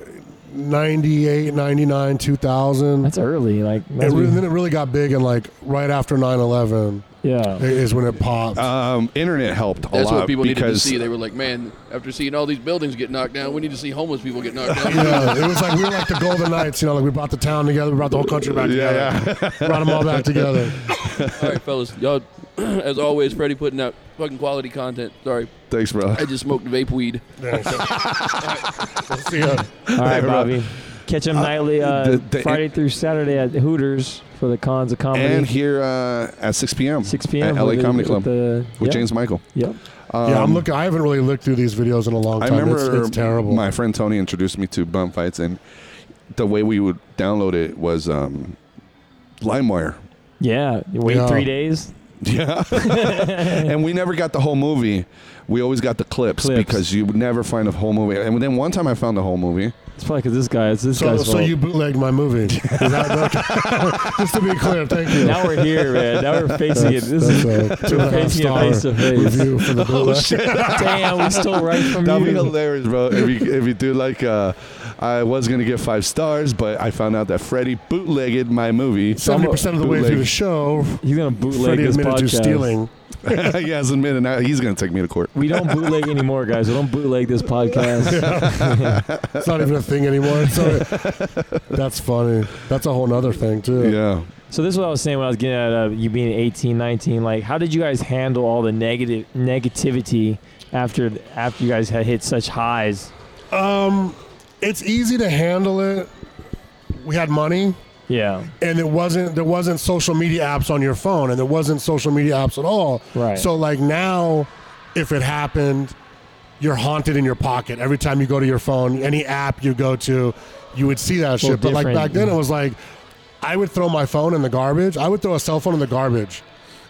Speaker 6: 98, 99, 2000.
Speaker 5: That's early. Like,
Speaker 6: It
Speaker 5: that's
Speaker 6: re-
Speaker 5: when-
Speaker 6: then it really got big and like right after 9-11
Speaker 5: yeah.
Speaker 6: is when it popped.
Speaker 4: Um, internet helped a
Speaker 13: That's
Speaker 4: lot
Speaker 13: what people needed to
Speaker 4: because
Speaker 13: see. They were like, man, after seeing all these buildings get knocked down, we need to see homeless people get knocked down.
Speaker 6: yeah, it was like we were like the Golden Knights, you know, like we brought the town together, we brought the whole country back
Speaker 4: Yeah,
Speaker 6: together, brought them all back together.
Speaker 13: all right, fellas. Y'all, as always, Freddie putting out fucking quality content. Sorry.
Speaker 4: Thanks, bro.
Speaker 13: "Oh." I just smoked vape weed.
Speaker 6: See ya.
Speaker 5: All right,
Speaker 4: Yeah, bro.
Speaker 5: Bobby. Catch him nightly uh,
Speaker 4: the- the-
Speaker 5: Friday through Saturday at Hooters for the Cons of Comedy.
Speaker 4: and here uh, at 6 p.m.
Speaker 5: 6 p.m.
Speaker 4: at LA
Speaker 5: with the-
Speaker 4: Comedy
Speaker 5: with
Speaker 4: Club
Speaker 5: the-
Speaker 4: with
Speaker 5: yep.
Speaker 4: James Michael.
Speaker 5: Yep.
Speaker 6: yeah, I'm looking. I haven't really looked through these videos in a long
Speaker 4: Um, I
Speaker 6: time.
Speaker 4: remember
Speaker 6: it's, it's terrible.
Speaker 4: my friend Tony introduced me to bum fights, and the way we would download it was um, LimeWire.
Speaker 5: Yeah. You wait
Speaker 6: Yeah.
Speaker 5: three days.
Speaker 4: Yeah. and we never got the whole movie. We always got the clips,
Speaker 5: Clips.
Speaker 4: because you would never find a whole movie. And then one time I found the whole movie.
Speaker 5: It's probably because this guy. It's this
Speaker 6: So,
Speaker 5: guy's
Speaker 6: so
Speaker 5: fault.
Speaker 6: you bootlegged my movie. Is that- Just to be clear, thank you.
Speaker 5: Now we're here, man. Now we're facing it. This is
Speaker 6: That's a two
Speaker 5: we're
Speaker 6: and a half
Speaker 5: facing it
Speaker 6: star
Speaker 5: face to
Speaker 6: Review
Speaker 5: face.
Speaker 6: for the
Speaker 4: Oh,
Speaker 6: bootleg.
Speaker 4: shit.
Speaker 5: Damn, we stole right from
Speaker 4: That'd be
Speaker 5: you.
Speaker 4: hilarious, bro. If you, if you do like, uh, I was gonna get five stars, but I found out that Freddie bootlegged my movie.
Speaker 6: Seventy percent of the way through the show,
Speaker 5: He's gonna
Speaker 6: Freddie admitted to stealing.
Speaker 4: he has admitted now he's gonna take me to court.
Speaker 5: We don't bootleg anymore, guys. We don't bootleg this podcast.
Speaker 6: It's not even a thing anymore. It's not- that's funny. That's a whole nother thing too.
Speaker 4: Yeah.
Speaker 5: so this is what I was saying when I was getting at uh, you being 18, 19. Like, how did you guys handle all the negative negativity after after you guys had hit such highs?
Speaker 6: Um, it's easy to handle it. We had money,
Speaker 5: Yeah.
Speaker 6: and it wasn't there wasn't social media apps on your phone, and there wasn't social media apps at all.
Speaker 5: Right.
Speaker 6: So like now, if it happened, you're haunted in your pocket every time you go to your phone. Any app you go to, you would see that
Speaker 5: Well,
Speaker 6: shit. But like
Speaker 5: different.
Speaker 6: back then, it was like I would throw my phone in the garbage. I would throw a cell phone in the garbage.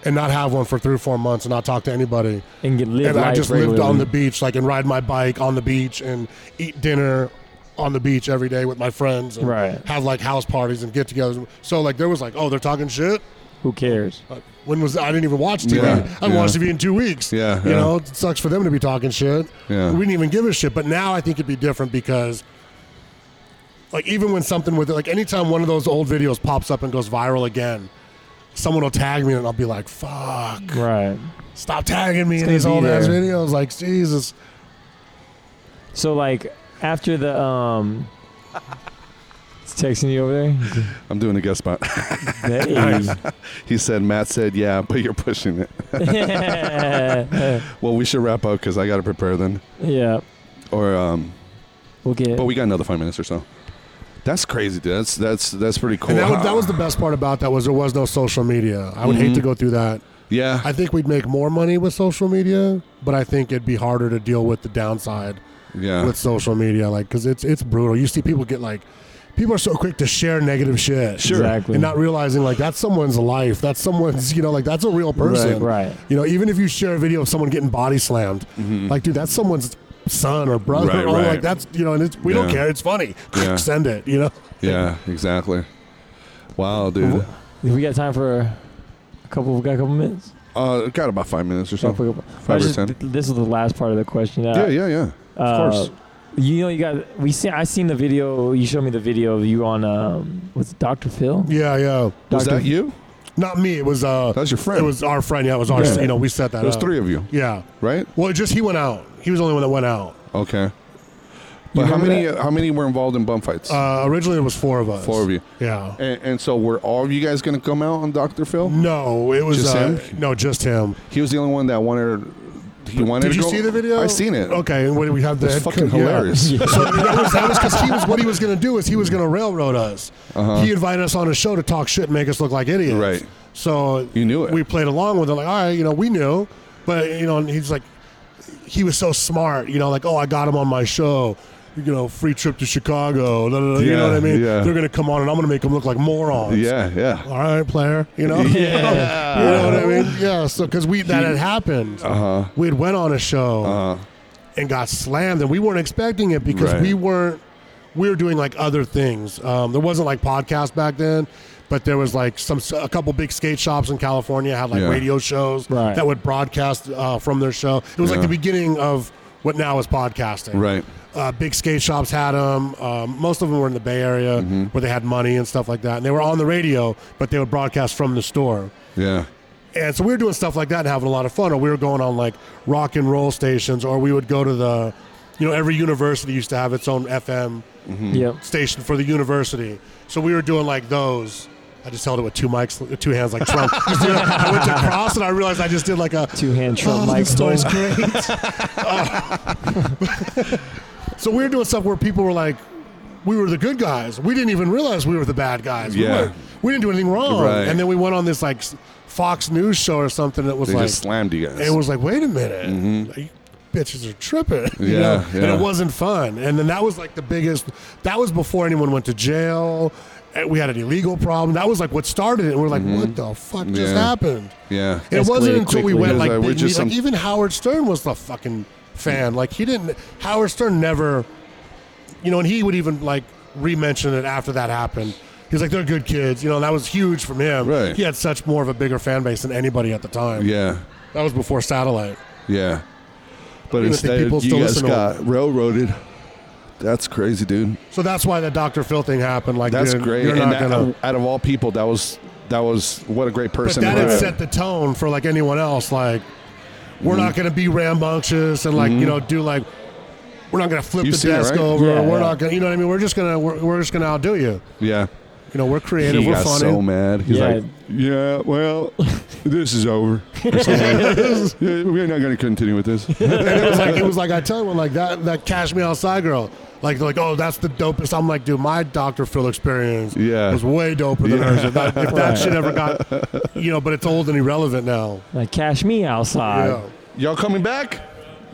Speaker 6: And not have one for three or four months and not talk to anybody.
Speaker 5: And get live
Speaker 6: and I
Speaker 5: life
Speaker 6: just lived
Speaker 5: regularly.
Speaker 6: on the beach, like and ride my bike on the beach and eat dinner on the beach every day with my friends, and
Speaker 5: Right.
Speaker 6: Have like house parties and get-togethers. So like there was like, oh, they're talking shit.
Speaker 5: Who cares?
Speaker 6: When was I didn't even watch
Speaker 4: Yeah,
Speaker 6: TV. I haven't
Speaker 4: yeah.
Speaker 6: watched TV in two weeks.
Speaker 4: Yeah,
Speaker 6: you
Speaker 4: yeah.
Speaker 6: know, it sucks for them to be talking shit.
Speaker 4: Yeah.
Speaker 6: we didn't even give a shit. But now I think it'd be different because. Like even when something with it, like anytime one of those old videos pops up and goes viral again, someone will tag me and I'll be like, "Fuck,
Speaker 5: Right.
Speaker 6: stop tagging me
Speaker 5: It's
Speaker 6: in
Speaker 5: gonna
Speaker 6: these
Speaker 5: be
Speaker 6: old ass
Speaker 5: there.
Speaker 6: videos." Like Jesus,
Speaker 5: So like after the um, it's texting you over there.
Speaker 4: I'm doing a guest spot.
Speaker 5: Hey.
Speaker 4: he said, Matt said, yeah, but you're pushing it. well, we should wrap up because I got to prepare then.
Speaker 5: yeah.
Speaker 4: Or, um,
Speaker 5: We'll get.
Speaker 4: but we got another five minutes or so. That's crazy, dude. That's that's that's pretty cool.
Speaker 6: And that, was,
Speaker 4: How-
Speaker 6: that was the best part about that was there was no social media. I would hate
Speaker 4: Mhm.
Speaker 6: to go through that.
Speaker 4: yeah.
Speaker 6: I think we'd make more money with social media, but I think it'd be harder to deal with the downside
Speaker 4: Yeah.
Speaker 6: with social media, like because it's it's brutal. You see people get like. People are so quick to share negative shit,
Speaker 5: Sure. Exactly.
Speaker 6: and not realizing like that's someone's life. That's someone's, you know, like that's a real person,
Speaker 5: Right, right.
Speaker 6: You know, even if you share a video of someone getting body slammed,
Speaker 4: Mhm.
Speaker 6: like dude, that's someone's son or brother,
Speaker 4: Right,
Speaker 6: or
Speaker 4: right.
Speaker 6: like that's you know, and it's, we don't
Speaker 4: Yeah.
Speaker 6: care. It's funny.
Speaker 4: Yeah.
Speaker 6: Send it, you know.
Speaker 4: yeah, exactly. Wow, dude.
Speaker 5: We got time for a couple. We got a couple minutes.
Speaker 4: Uh, got about five
Speaker 6: Oh,
Speaker 4: minutes or so.
Speaker 5: Don't pick up- I
Speaker 4: Five or
Speaker 5: just-
Speaker 4: ten.
Speaker 5: th- This is the last part of the question.
Speaker 4: yeah,
Speaker 5: Uh,
Speaker 4: yeah, yeah.
Speaker 5: uh,
Speaker 4: of course.
Speaker 5: You know, you got. We see. I seen the video. You showed me the video of you on. Um, was it Dr. Phil?
Speaker 6: Yeah, yeah.
Speaker 4: Was
Speaker 5: Dr.
Speaker 4: that you?
Speaker 6: Not me. It was uh.
Speaker 4: That was your friend.
Speaker 6: It was uh, our friend. Yeah, it was our.
Speaker 4: Yeah.
Speaker 6: You know, we set that.
Speaker 4: There's
Speaker 6: up.
Speaker 4: three of you,
Speaker 6: Yeah.
Speaker 4: right?
Speaker 6: Well, it just he went out. He was the only one that went out.
Speaker 4: Okay. But how
Speaker 5: remember
Speaker 4: many? How many were involved in bum fights?
Speaker 6: Uh, originally, it was four of us.
Speaker 4: Four of you.
Speaker 6: Yeah.
Speaker 4: And, and so were all of you guys going to come out on Dr. Phil?
Speaker 6: No, it was
Speaker 4: Just
Speaker 6: uh,
Speaker 4: him?
Speaker 6: No, just him.
Speaker 4: He was the only one that wanted. He wanted.
Speaker 6: Did
Speaker 4: to
Speaker 6: you
Speaker 4: go-
Speaker 6: see the video?
Speaker 4: I seen it.
Speaker 6: Okay, and what did we have? The
Speaker 4: It's
Speaker 6: head
Speaker 4: fucking
Speaker 6: co- yeah.
Speaker 4: hilarious.
Speaker 6: so that was that was because he was what he was going to do is he was going to railroad us.
Speaker 4: Uh-huh.
Speaker 6: He invited us on his show to talk shit and make us look like idiots.
Speaker 4: Right.
Speaker 6: So
Speaker 4: You knew it.
Speaker 6: we played along with it, like, all right, you know, we knew, but you know, and he's like, he was so smart, you know, like, oh, I got him on my show, you know, free trip to Chicago, da, da, da, you know what I
Speaker 4: Yeah,
Speaker 6: mean?
Speaker 4: yeah.
Speaker 6: They're gonna come on, and I'm gonna make them look like morons.
Speaker 4: yeah, yeah.
Speaker 6: All right, player. You know.
Speaker 4: Yeah.
Speaker 6: you know what I mean? Yeah. So because we that had happened,
Speaker 4: Uh huh.
Speaker 6: we had went on a show
Speaker 4: Uh huh.
Speaker 6: and got slammed, and we weren't expecting it because
Speaker 4: Right.
Speaker 6: we weren't. We were doing like other things. Um, there wasn't like podcasts back then, but there was like some a couple big skate shops in California had like
Speaker 4: Yeah.
Speaker 6: radio shows
Speaker 5: Right.
Speaker 6: that would broadcast uh, from their show. It was
Speaker 4: Yeah.
Speaker 6: like the beginning of what now is podcasting.
Speaker 4: Right.
Speaker 6: Uh, big skate shops had them. Um, most of them were in the Bay Area where they had money and stuff like that, and they were on the radio, but they would broadcast from the store.
Speaker 4: Yeah.
Speaker 6: And so we were doing stuff like that and having a lot of fun. Or we were going on like rock and roll stations, or we would go to the, you know, every university used to have its own FM
Speaker 5: Yep.
Speaker 6: station for the university. So we were doing like those. I just held it with two mics, with two hands like Trump. Just did it. I went to cross and I realized I just did like a.
Speaker 5: Two hand Trump
Speaker 6: Oh,
Speaker 5: mic.
Speaker 6: this story's
Speaker 5: hold.
Speaker 6: great. Uh, so we were doing stuff where people were like, we were the good guys. We didn't even realize we were the bad guys. We
Speaker 4: Yeah.
Speaker 6: weren't- We, didn't do anything wrong.
Speaker 4: Right.
Speaker 6: And then we went on this like s- Fox News show or something that was
Speaker 4: They
Speaker 6: like,
Speaker 4: just slammed you guys.
Speaker 6: it was like, wait a minute, you bitches are tripping. you
Speaker 4: Mm-hmm. Yeah,
Speaker 6: know? and
Speaker 4: yeah.
Speaker 6: it wasn't fun. And then that was like the biggest. That was before anyone went to jail. eh, we had an illegal problem. That was like what started it. And we're like,
Speaker 4: Mm-hmm.
Speaker 6: what the fuck just happened?
Speaker 4: Yeah.
Speaker 6: It wasn't until we went like,
Speaker 4: It was, uh, we're
Speaker 6: big
Speaker 4: just
Speaker 6: media- like
Speaker 4: some-
Speaker 6: even Howard Stern was the fucking fan. Like he didn't. Howard Stern never, you know, and he would even like re-mention it after that happened. He was like, they're good kids, you know, and that was huge from him.
Speaker 4: Right.
Speaker 6: He had such more of a bigger fan base than anybody at the time.
Speaker 4: Yeah.
Speaker 6: That was before satellite.
Speaker 4: Yeah. But
Speaker 6: Even if the
Speaker 4: instead,
Speaker 6: people
Speaker 4: you
Speaker 6: still
Speaker 4: guys
Speaker 6: listen to
Speaker 4: got railroaded. That's crazy, dude.
Speaker 6: So that's why the Dr. Phil thing happened. Like
Speaker 4: That's
Speaker 6: you're-
Speaker 4: great.
Speaker 6: You're
Speaker 4: and
Speaker 6: not
Speaker 4: that,
Speaker 6: gonna.
Speaker 4: out of all people, that was that was what a great
Speaker 6: But
Speaker 4: person.
Speaker 6: that
Speaker 4: to
Speaker 6: had
Speaker 4: have.
Speaker 6: set the tone for like anyone else. Like, we're
Speaker 4: Mm.
Speaker 6: not going to be rambunctious and like you know do like, we're not going to flip
Speaker 4: You've
Speaker 6: the
Speaker 4: seen Mm-hmm. it,
Speaker 6: desk
Speaker 4: right?
Speaker 6: over.
Speaker 4: Yeah, yeah.
Speaker 6: we're not going. to You know what I mean? We're just gonna we're, we're just gonna outdo you.
Speaker 4: yeah.
Speaker 6: You know, we're creative.
Speaker 4: He
Speaker 6: we're
Speaker 4: got
Speaker 6: funny.
Speaker 4: so mad. He's like, yeah, well, this is over. Or something like that. Yeah, We're not going to continue with this.
Speaker 6: and it was like it was like I tell you, like that that Cash Me Outside girl. Like they're like, oh, that's the dopest. I'm like, dude, my Dr. Phil experience
Speaker 4: Yeah.
Speaker 6: was way doper than
Speaker 4: Yeah.
Speaker 6: hers. If that, if that
Speaker 4: Right.
Speaker 6: shit ever got, you know, but it's old and irrelevant now.
Speaker 5: Like cash me outside.
Speaker 6: Yeah.
Speaker 4: Y'all coming back?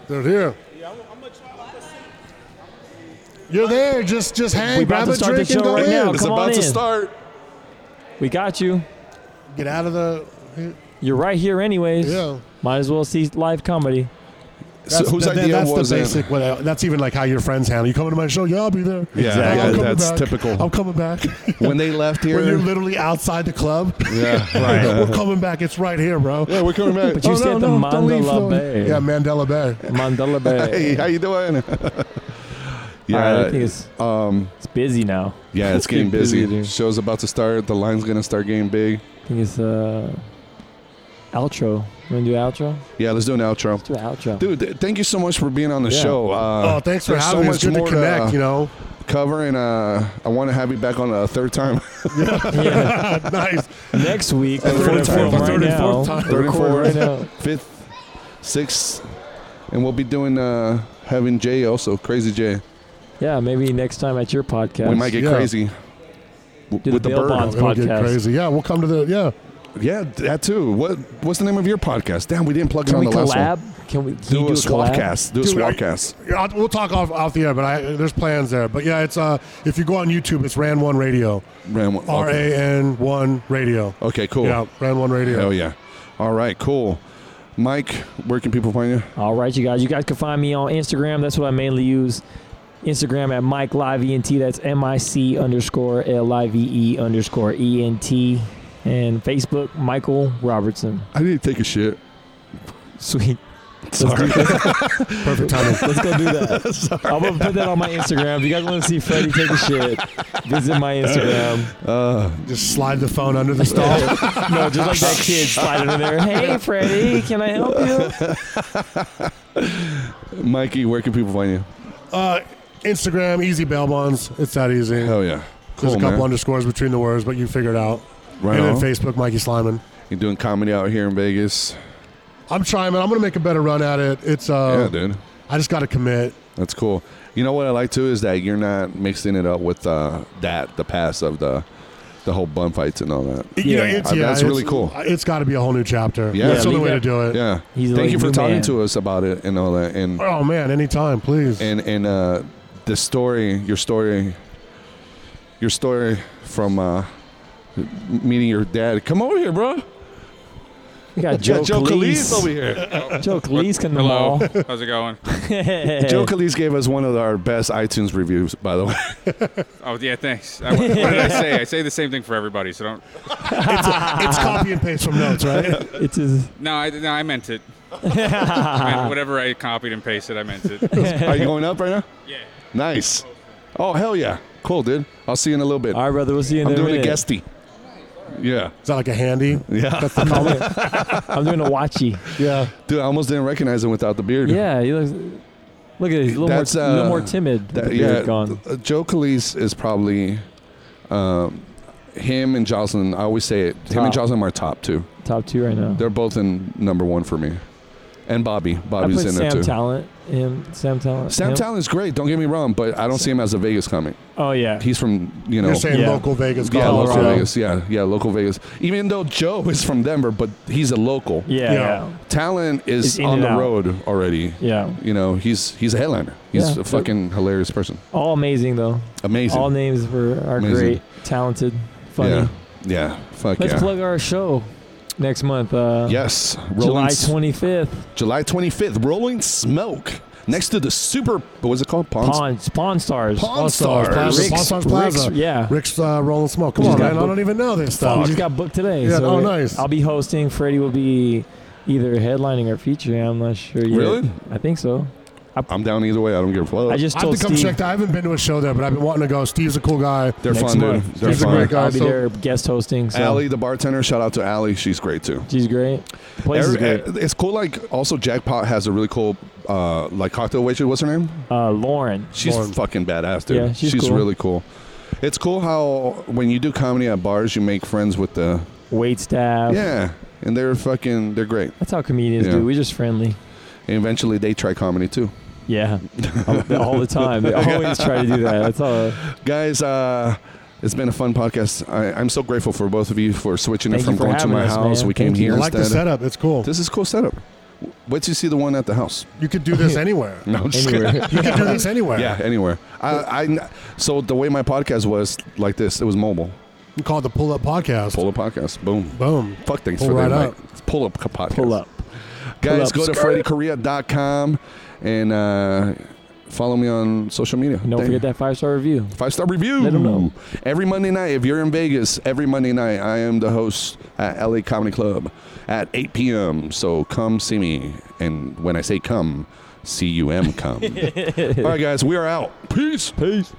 Speaker 6: They're here. You're there. Just just hang.
Speaker 5: we about
Speaker 6: grab
Speaker 5: to
Speaker 6: a
Speaker 5: start the
Speaker 6: drink and
Speaker 5: show
Speaker 6: go
Speaker 5: right
Speaker 6: in.
Speaker 5: now. Oh, Come on in. We got you.
Speaker 6: Get out of the.
Speaker 5: You're right here, anyways.
Speaker 6: Yeah.
Speaker 5: Might as well see live comedy.
Speaker 6: That's- that- that's the basic. What, uh, that's even like how your friends handle. You coming to my show? Yeah, I'll be there.
Speaker 4: Yeah,
Speaker 6: I'm
Speaker 4: yeah,
Speaker 6: coming
Speaker 4: that's
Speaker 6: back.
Speaker 4: typical.
Speaker 6: I'm coming back.
Speaker 4: When they left here-
Speaker 6: when you're literally outside the club.
Speaker 4: Yeah.
Speaker 6: we're coming back. It's right here, bro.
Speaker 4: Yeah, we're coming back. Oh,
Speaker 5: But you
Speaker 6: no,
Speaker 5: said the
Speaker 6: no, don't leave,
Speaker 5: Mandela
Speaker 6: no.
Speaker 5: Bay.
Speaker 6: Yeah, Mandela Bay.
Speaker 5: Mandela Bay.
Speaker 4: Hey, how you doing?
Speaker 5: All right, I
Speaker 4: yeah,
Speaker 5: think it's,
Speaker 4: um,
Speaker 5: it's busy now.
Speaker 4: yeah, it's getting
Speaker 5: getting busy,
Speaker 4: busy.
Speaker 5: dude.
Speaker 4: Show's about to start. The line's gonna start getting big.
Speaker 5: I think it's uh, outro. You want to do outro?
Speaker 4: Yeah, let's do an outro.
Speaker 5: Do outro.
Speaker 4: Dude, th- thank you so much for being on the
Speaker 5: Yeah.
Speaker 4: show. Uh,
Speaker 6: oh, thanks for
Speaker 4: there's
Speaker 6: having
Speaker 4: so
Speaker 6: us.
Speaker 4: much
Speaker 6: Good to
Speaker 4: more uh,
Speaker 6: connect. you know.
Speaker 4: cover, and uh, I want to have you back on a third time.
Speaker 6: nice.
Speaker 5: Next week,
Speaker 4: Third
Speaker 5: we're gonna
Speaker 4: time.
Speaker 5: film right
Speaker 4: Third and
Speaker 5: now.
Speaker 6: fourth time.
Speaker 4: Third and
Speaker 5: Record right now.
Speaker 4: fourth, fifth, sixth, and we'll be doing uh, having Jay also, Crazy Jay.
Speaker 5: Yeah, maybe next time at your podcast.
Speaker 4: We might get
Speaker 6: Yeah.
Speaker 4: crazy w-
Speaker 5: Do
Speaker 4: with
Speaker 5: the
Speaker 4: the
Speaker 5: Bill
Speaker 4: bird.
Speaker 5: Bonds
Speaker 6: It'll get
Speaker 5: Podcast.
Speaker 6: crazy. Yeah, we'll come to the yeah.
Speaker 4: Yeah, that too. What What's the name of your podcast? Damn, we didn't plug it
Speaker 5: Can
Speaker 4: on
Speaker 5: we
Speaker 4: the last
Speaker 5: collab?
Speaker 4: one.
Speaker 5: Can we can
Speaker 4: Do,
Speaker 5: you
Speaker 4: a
Speaker 5: do
Speaker 4: swap
Speaker 5: collab?
Speaker 4: cast. Do a
Speaker 6: Dude,
Speaker 4: swap
Speaker 6: I-
Speaker 4: cast.
Speaker 6: Yeah, I'll- we'll talk off off the air, but I, there's plans there. But yeah, it's uh, if you go on YouTube, it's Ran One Radio,
Speaker 4: Ran one.
Speaker 6: R
Speaker 4: Okay.
Speaker 6: A N One Radio.
Speaker 4: okay, cool.
Speaker 6: Yeah, Ran One Radio.
Speaker 4: Hell yeah. All right, cool. Mike, where can people find you?
Speaker 5: All right, you guys. You guys can find me on Instagram. That's what I mainly use. Instagram at Mike Live ENT. That's M I C underscore L I V E underscore E N T. And Facebook, Michael Robertson.
Speaker 4: I need to take a shit.
Speaker 5: Sweet.
Speaker 4: Sorry.
Speaker 6: Perfect timing.
Speaker 5: Let's go do that. I'm going to put that on my Instagram. If you guys want to see Freddie take a shit, visit my Instagram.
Speaker 4: Uh,
Speaker 6: Just slide the phone under the stall.
Speaker 5: No, just like that kid sliding in there. Hey, Freddie, can I help you?
Speaker 4: Mikey, where can people find you?
Speaker 6: uh, Instagram, Easy Bail Bonds. It's that easy.
Speaker 4: Hell yeah. Cool,
Speaker 6: There's a couple
Speaker 4: man.
Speaker 6: underscores between the words, but you figure it out.
Speaker 4: Right
Speaker 6: and then
Speaker 4: on.
Speaker 6: Facebook, Mikey Sliman.
Speaker 4: You're doing comedy out here in Vegas.
Speaker 6: I'm trying, man. I'm gonna make a better run at it. It's uh,
Speaker 4: yeah, dude.
Speaker 6: I just got to commit.
Speaker 4: That's cool. You know what I like too is that you're not mixing it up with uh, that the past of the the whole bun fights and all that.
Speaker 6: You know,
Speaker 5: Yeah.
Speaker 6: it's,
Speaker 4: Uh,
Speaker 6: yeah
Speaker 4: that's really
Speaker 6: it's-
Speaker 4: cool.
Speaker 6: It's got to be a whole new chapter.
Speaker 4: Yeah.
Speaker 6: that's the only
Speaker 5: leave
Speaker 6: way to
Speaker 5: it-
Speaker 6: do it.
Speaker 4: Yeah.
Speaker 5: He's
Speaker 4: Thank
Speaker 5: like
Speaker 4: you for
Speaker 5: the
Speaker 4: talking
Speaker 5: man.
Speaker 4: to us about it and all that and
Speaker 6: Oh man, anytime, please.
Speaker 4: and and uh, the story, your story, your story from uh, m- meeting your dad. Come over here, bro.
Speaker 5: We got Joe,
Speaker 4: yeah, Joe Calise over
Speaker 5: Calise.
Speaker 4: here.
Speaker 5: Joe Calise in the
Speaker 11: Hello.
Speaker 5: mall.
Speaker 11: How's it going?
Speaker 4: Joe Calise gave us one of our best iTunes reviews, by the way.
Speaker 11: Oh yeah, thanks. I, what did I say? I say the same thing for everybody. So don't.
Speaker 6: it's, it's copy and paste from notes, right?
Speaker 5: It's his.
Speaker 11: No, I, no, I meant it. I meant
Speaker 5: yeah,
Speaker 11: whatever I copied and pasted, I meant it.
Speaker 4: Are you going up right now?
Speaker 11: yeah.
Speaker 4: Nice. Oh hell yeah, cool dude. I'll see you in a little bit.
Speaker 5: All right, brother. We'll see you in
Speaker 4: I'm
Speaker 5: a
Speaker 4: doing
Speaker 5: minute.
Speaker 4: a guesty. Yeah,
Speaker 6: Is that like a handy?
Speaker 4: yeah.
Speaker 5: I'm doing a watchy.
Speaker 6: Yeah.
Speaker 4: Dude, I almost didn't recognize him without the beard.
Speaker 5: Yeah, he looks. Look at he's a little,
Speaker 4: That's,
Speaker 5: more, a little
Speaker 4: uh,
Speaker 5: more timid. with
Speaker 4: That-
Speaker 5: the beard
Speaker 4: yeah.
Speaker 5: gone.
Speaker 4: uh, Joe Calise is probably um, him and Jocelyn. I always say it. Him and
Speaker 5: Top.
Speaker 4: Jocelyn are top two.
Speaker 5: Top two right now.
Speaker 4: They're both in number one for me. and Bobby.
Speaker 5: I
Speaker 4: Bobby's
Speaker 5: put
Speaker 4: in
Speaker 5: Sam
Speaker 4: there too.
Speaker 5: Talent. Him, Sam Talent.
Speaker 4: Sam
Speaker 5: him.
Speaker 4: Talent's great. Don't get me wrong, but I don't see him as a Vegas comic.
Speaker 5: Oh yeah.
Speaker 4: He's from you know
Speaker 6: You're saying Yeah. local Vegas,
Speaker 4: yeah,
Speaker 6: Colorado.
Speaker 4: local Vegas, yeah, yeah, local Vegas. Even though Joe is from Denver, but he's a local.
Speaker 5: Yeah, Yeah. yeah.
Speaker 4: Talent is
Speaker 5: It's in
Speaker 4: on
Speaker 5: and
Speaker 4: the
Speaker 5: out.
Speaker 4: road already.
Speaker 5: Yeah.
Speaker 4: you know he's he's a headliner. He's
Speaker 5: Yeah.
Speaker 4: a fucking hilarious person.
Speaker 5: All amazing though.
Speaker 4: Amazing.
Speaker 5: All names were are
Speaker 4: Amazing.
Speaker 5: great, talented, funny.
Speaker 4: Yeah, yeah, fuck
Speaker 5: Let's
Speaker 4: yeah.
Speaker 5: plug our show next month. Uh,
Speaker 4: Yes,
Speaker 5: July
Speaker 4: Rolling S-
Speaker 5: 25th.
Speaker 4: July 25th, Rolling Smoke next to the Super. What was it called? Pawn.
Speaker 5: Pawn, Pawn Stars.
Speaker 4: Pawn Stars.
Speaker 6: Plaza,
Speaker 4: Rick's-
Speaker 6: Pawn Stars Plaza.
Speaker 5: Rick's- yeah.
Speaker 6: Rick's uh, Rolling Smoke. Come
Speaker 5: We
Speaker 6: on,
Speaker 5: just
Speaker 6: man.
Speaker 5: got
Speaker 6: I don't
Speaker 5: booked-
Speaker 6: even know this stuff.
Speaker 5: We just got booked today.
Speaker 6: Yeah,
Speaker 5: so
Speaker 6: oh, nice.
Speaker 5: I'll be hosting. Freddie will be either headlining or featuring. I'm not sure yet.
Speaker 4: Really?
Speaker 5: I think so.
Speaker 4: I'm down either way. I don't give a fuck.
Speaker 5: I just
Speaker 6: I have
Speaker 5: told
Speaker 6: to come
Speaker 5: Steve
Speaker 6: check that. I haven't been to a show there, but I've been wanting to go. Steve's a cool guy.
Speaker 4: They're
Speaker 5: next
Speaker 4: fun,
Speaker 5: month.
Speaker 4: dude. They're
Speaker 5: Next
Speaker 4: fun.
Speaker 5: month, I'll be
Speaker 4: Also-
Speaker 5: there guest hosting. So
Speaker 4: Allie, the bartender. Shout out to Allie. She's great too.
Speaker 5: she's great. Place is
Speaker 4: Every-
Speaker 5: great.
Speaker 4: It's cool. Like also, Jackpot has a really cool uh, like cocktail waitress. What's her name?
Speaker 5: Uh, Lauren.
Speaker 4: She's
Speaker 5: Lauren.
Speaker 4: fucking badass, dude.
Speaker 5: Yeah, she's cool.
Speaker 4: really cool. It's cool how when you do comedy at bars, you make friends with the
Speaker 5: wait staff.
Speaker 4: yeah, and they're fucking they're great.
Speaker 5: That's how comedians
Speaker 4: Yeah.
Speaker 5: do. We're just friendly.
Speaker 4: And eventually, they try comedy too.
Speaker 5: Yeah. all, all the time. They always try to do that. That's all.
Speaker 4: Guys, uh, it's been a fun podcast. I, I'm so grateful for both of you for switching
Speaker 5: Thank
Speaker 4: it from
Speaker 5: you for
Speaker 4: going to
Speaker 5: having
Speaker 4: my
Speaker 5: us,
Speaker 4: house.
Speaker 5: man.
Speaker 4: We came
Speaker 5: Thank you.
Speaker 4: here.
Speaker 6: I like the
Speaker 4: instead.
Speaker 6: setup. It's cool.
Speaker 4: This is cool setup. Wait till you see the one at the house.
Speaker 6: You could do this anywhere.
Speaker 4: No, I'm just
Speaker 6: Anywhere.
Speaker 4: kidding.
Speaker 6: You could do this anywhere.
Speaker 4: Yeah, anywhere. I, I, so the way my podcast was like this, it was mobile.
Speaker 6: We call it the Pull Up Podcast.
Speaker 4: Pull up podcast. Boom.
Speaker 6: Boom.
Speaker 4: Fuck thanks
Speaker 6: Pull
Speaker 4: for
Speaker 6: right
Speaker 4: that.
Speaker 6: up.
Speaker 4: Mike. It's pull up co- podcast.
Speaker 5: Pull up.
Speaker 4: Guys,
Speaker 5: Pull
Speaker 4: go
Speaker 5: up.
Speaker 4: to
Speaker 5: Skirt.
Speaker 4: freddykorea.com and uh, follow me on social media.
Speaker 5: And don't
Speaker 4: Thank-
Speaker 5: forget that five star review.
Speaker 4: Five star review.
Speaker 5: Let 'em know.
Speaker 4: Every Monday night, if you're in Vegas, every Monday night, I am the host at LA Comedy Club at 8 p.m. So come see me. And when I say come, C U M come. All right, guys, we are out. Peace. Peace.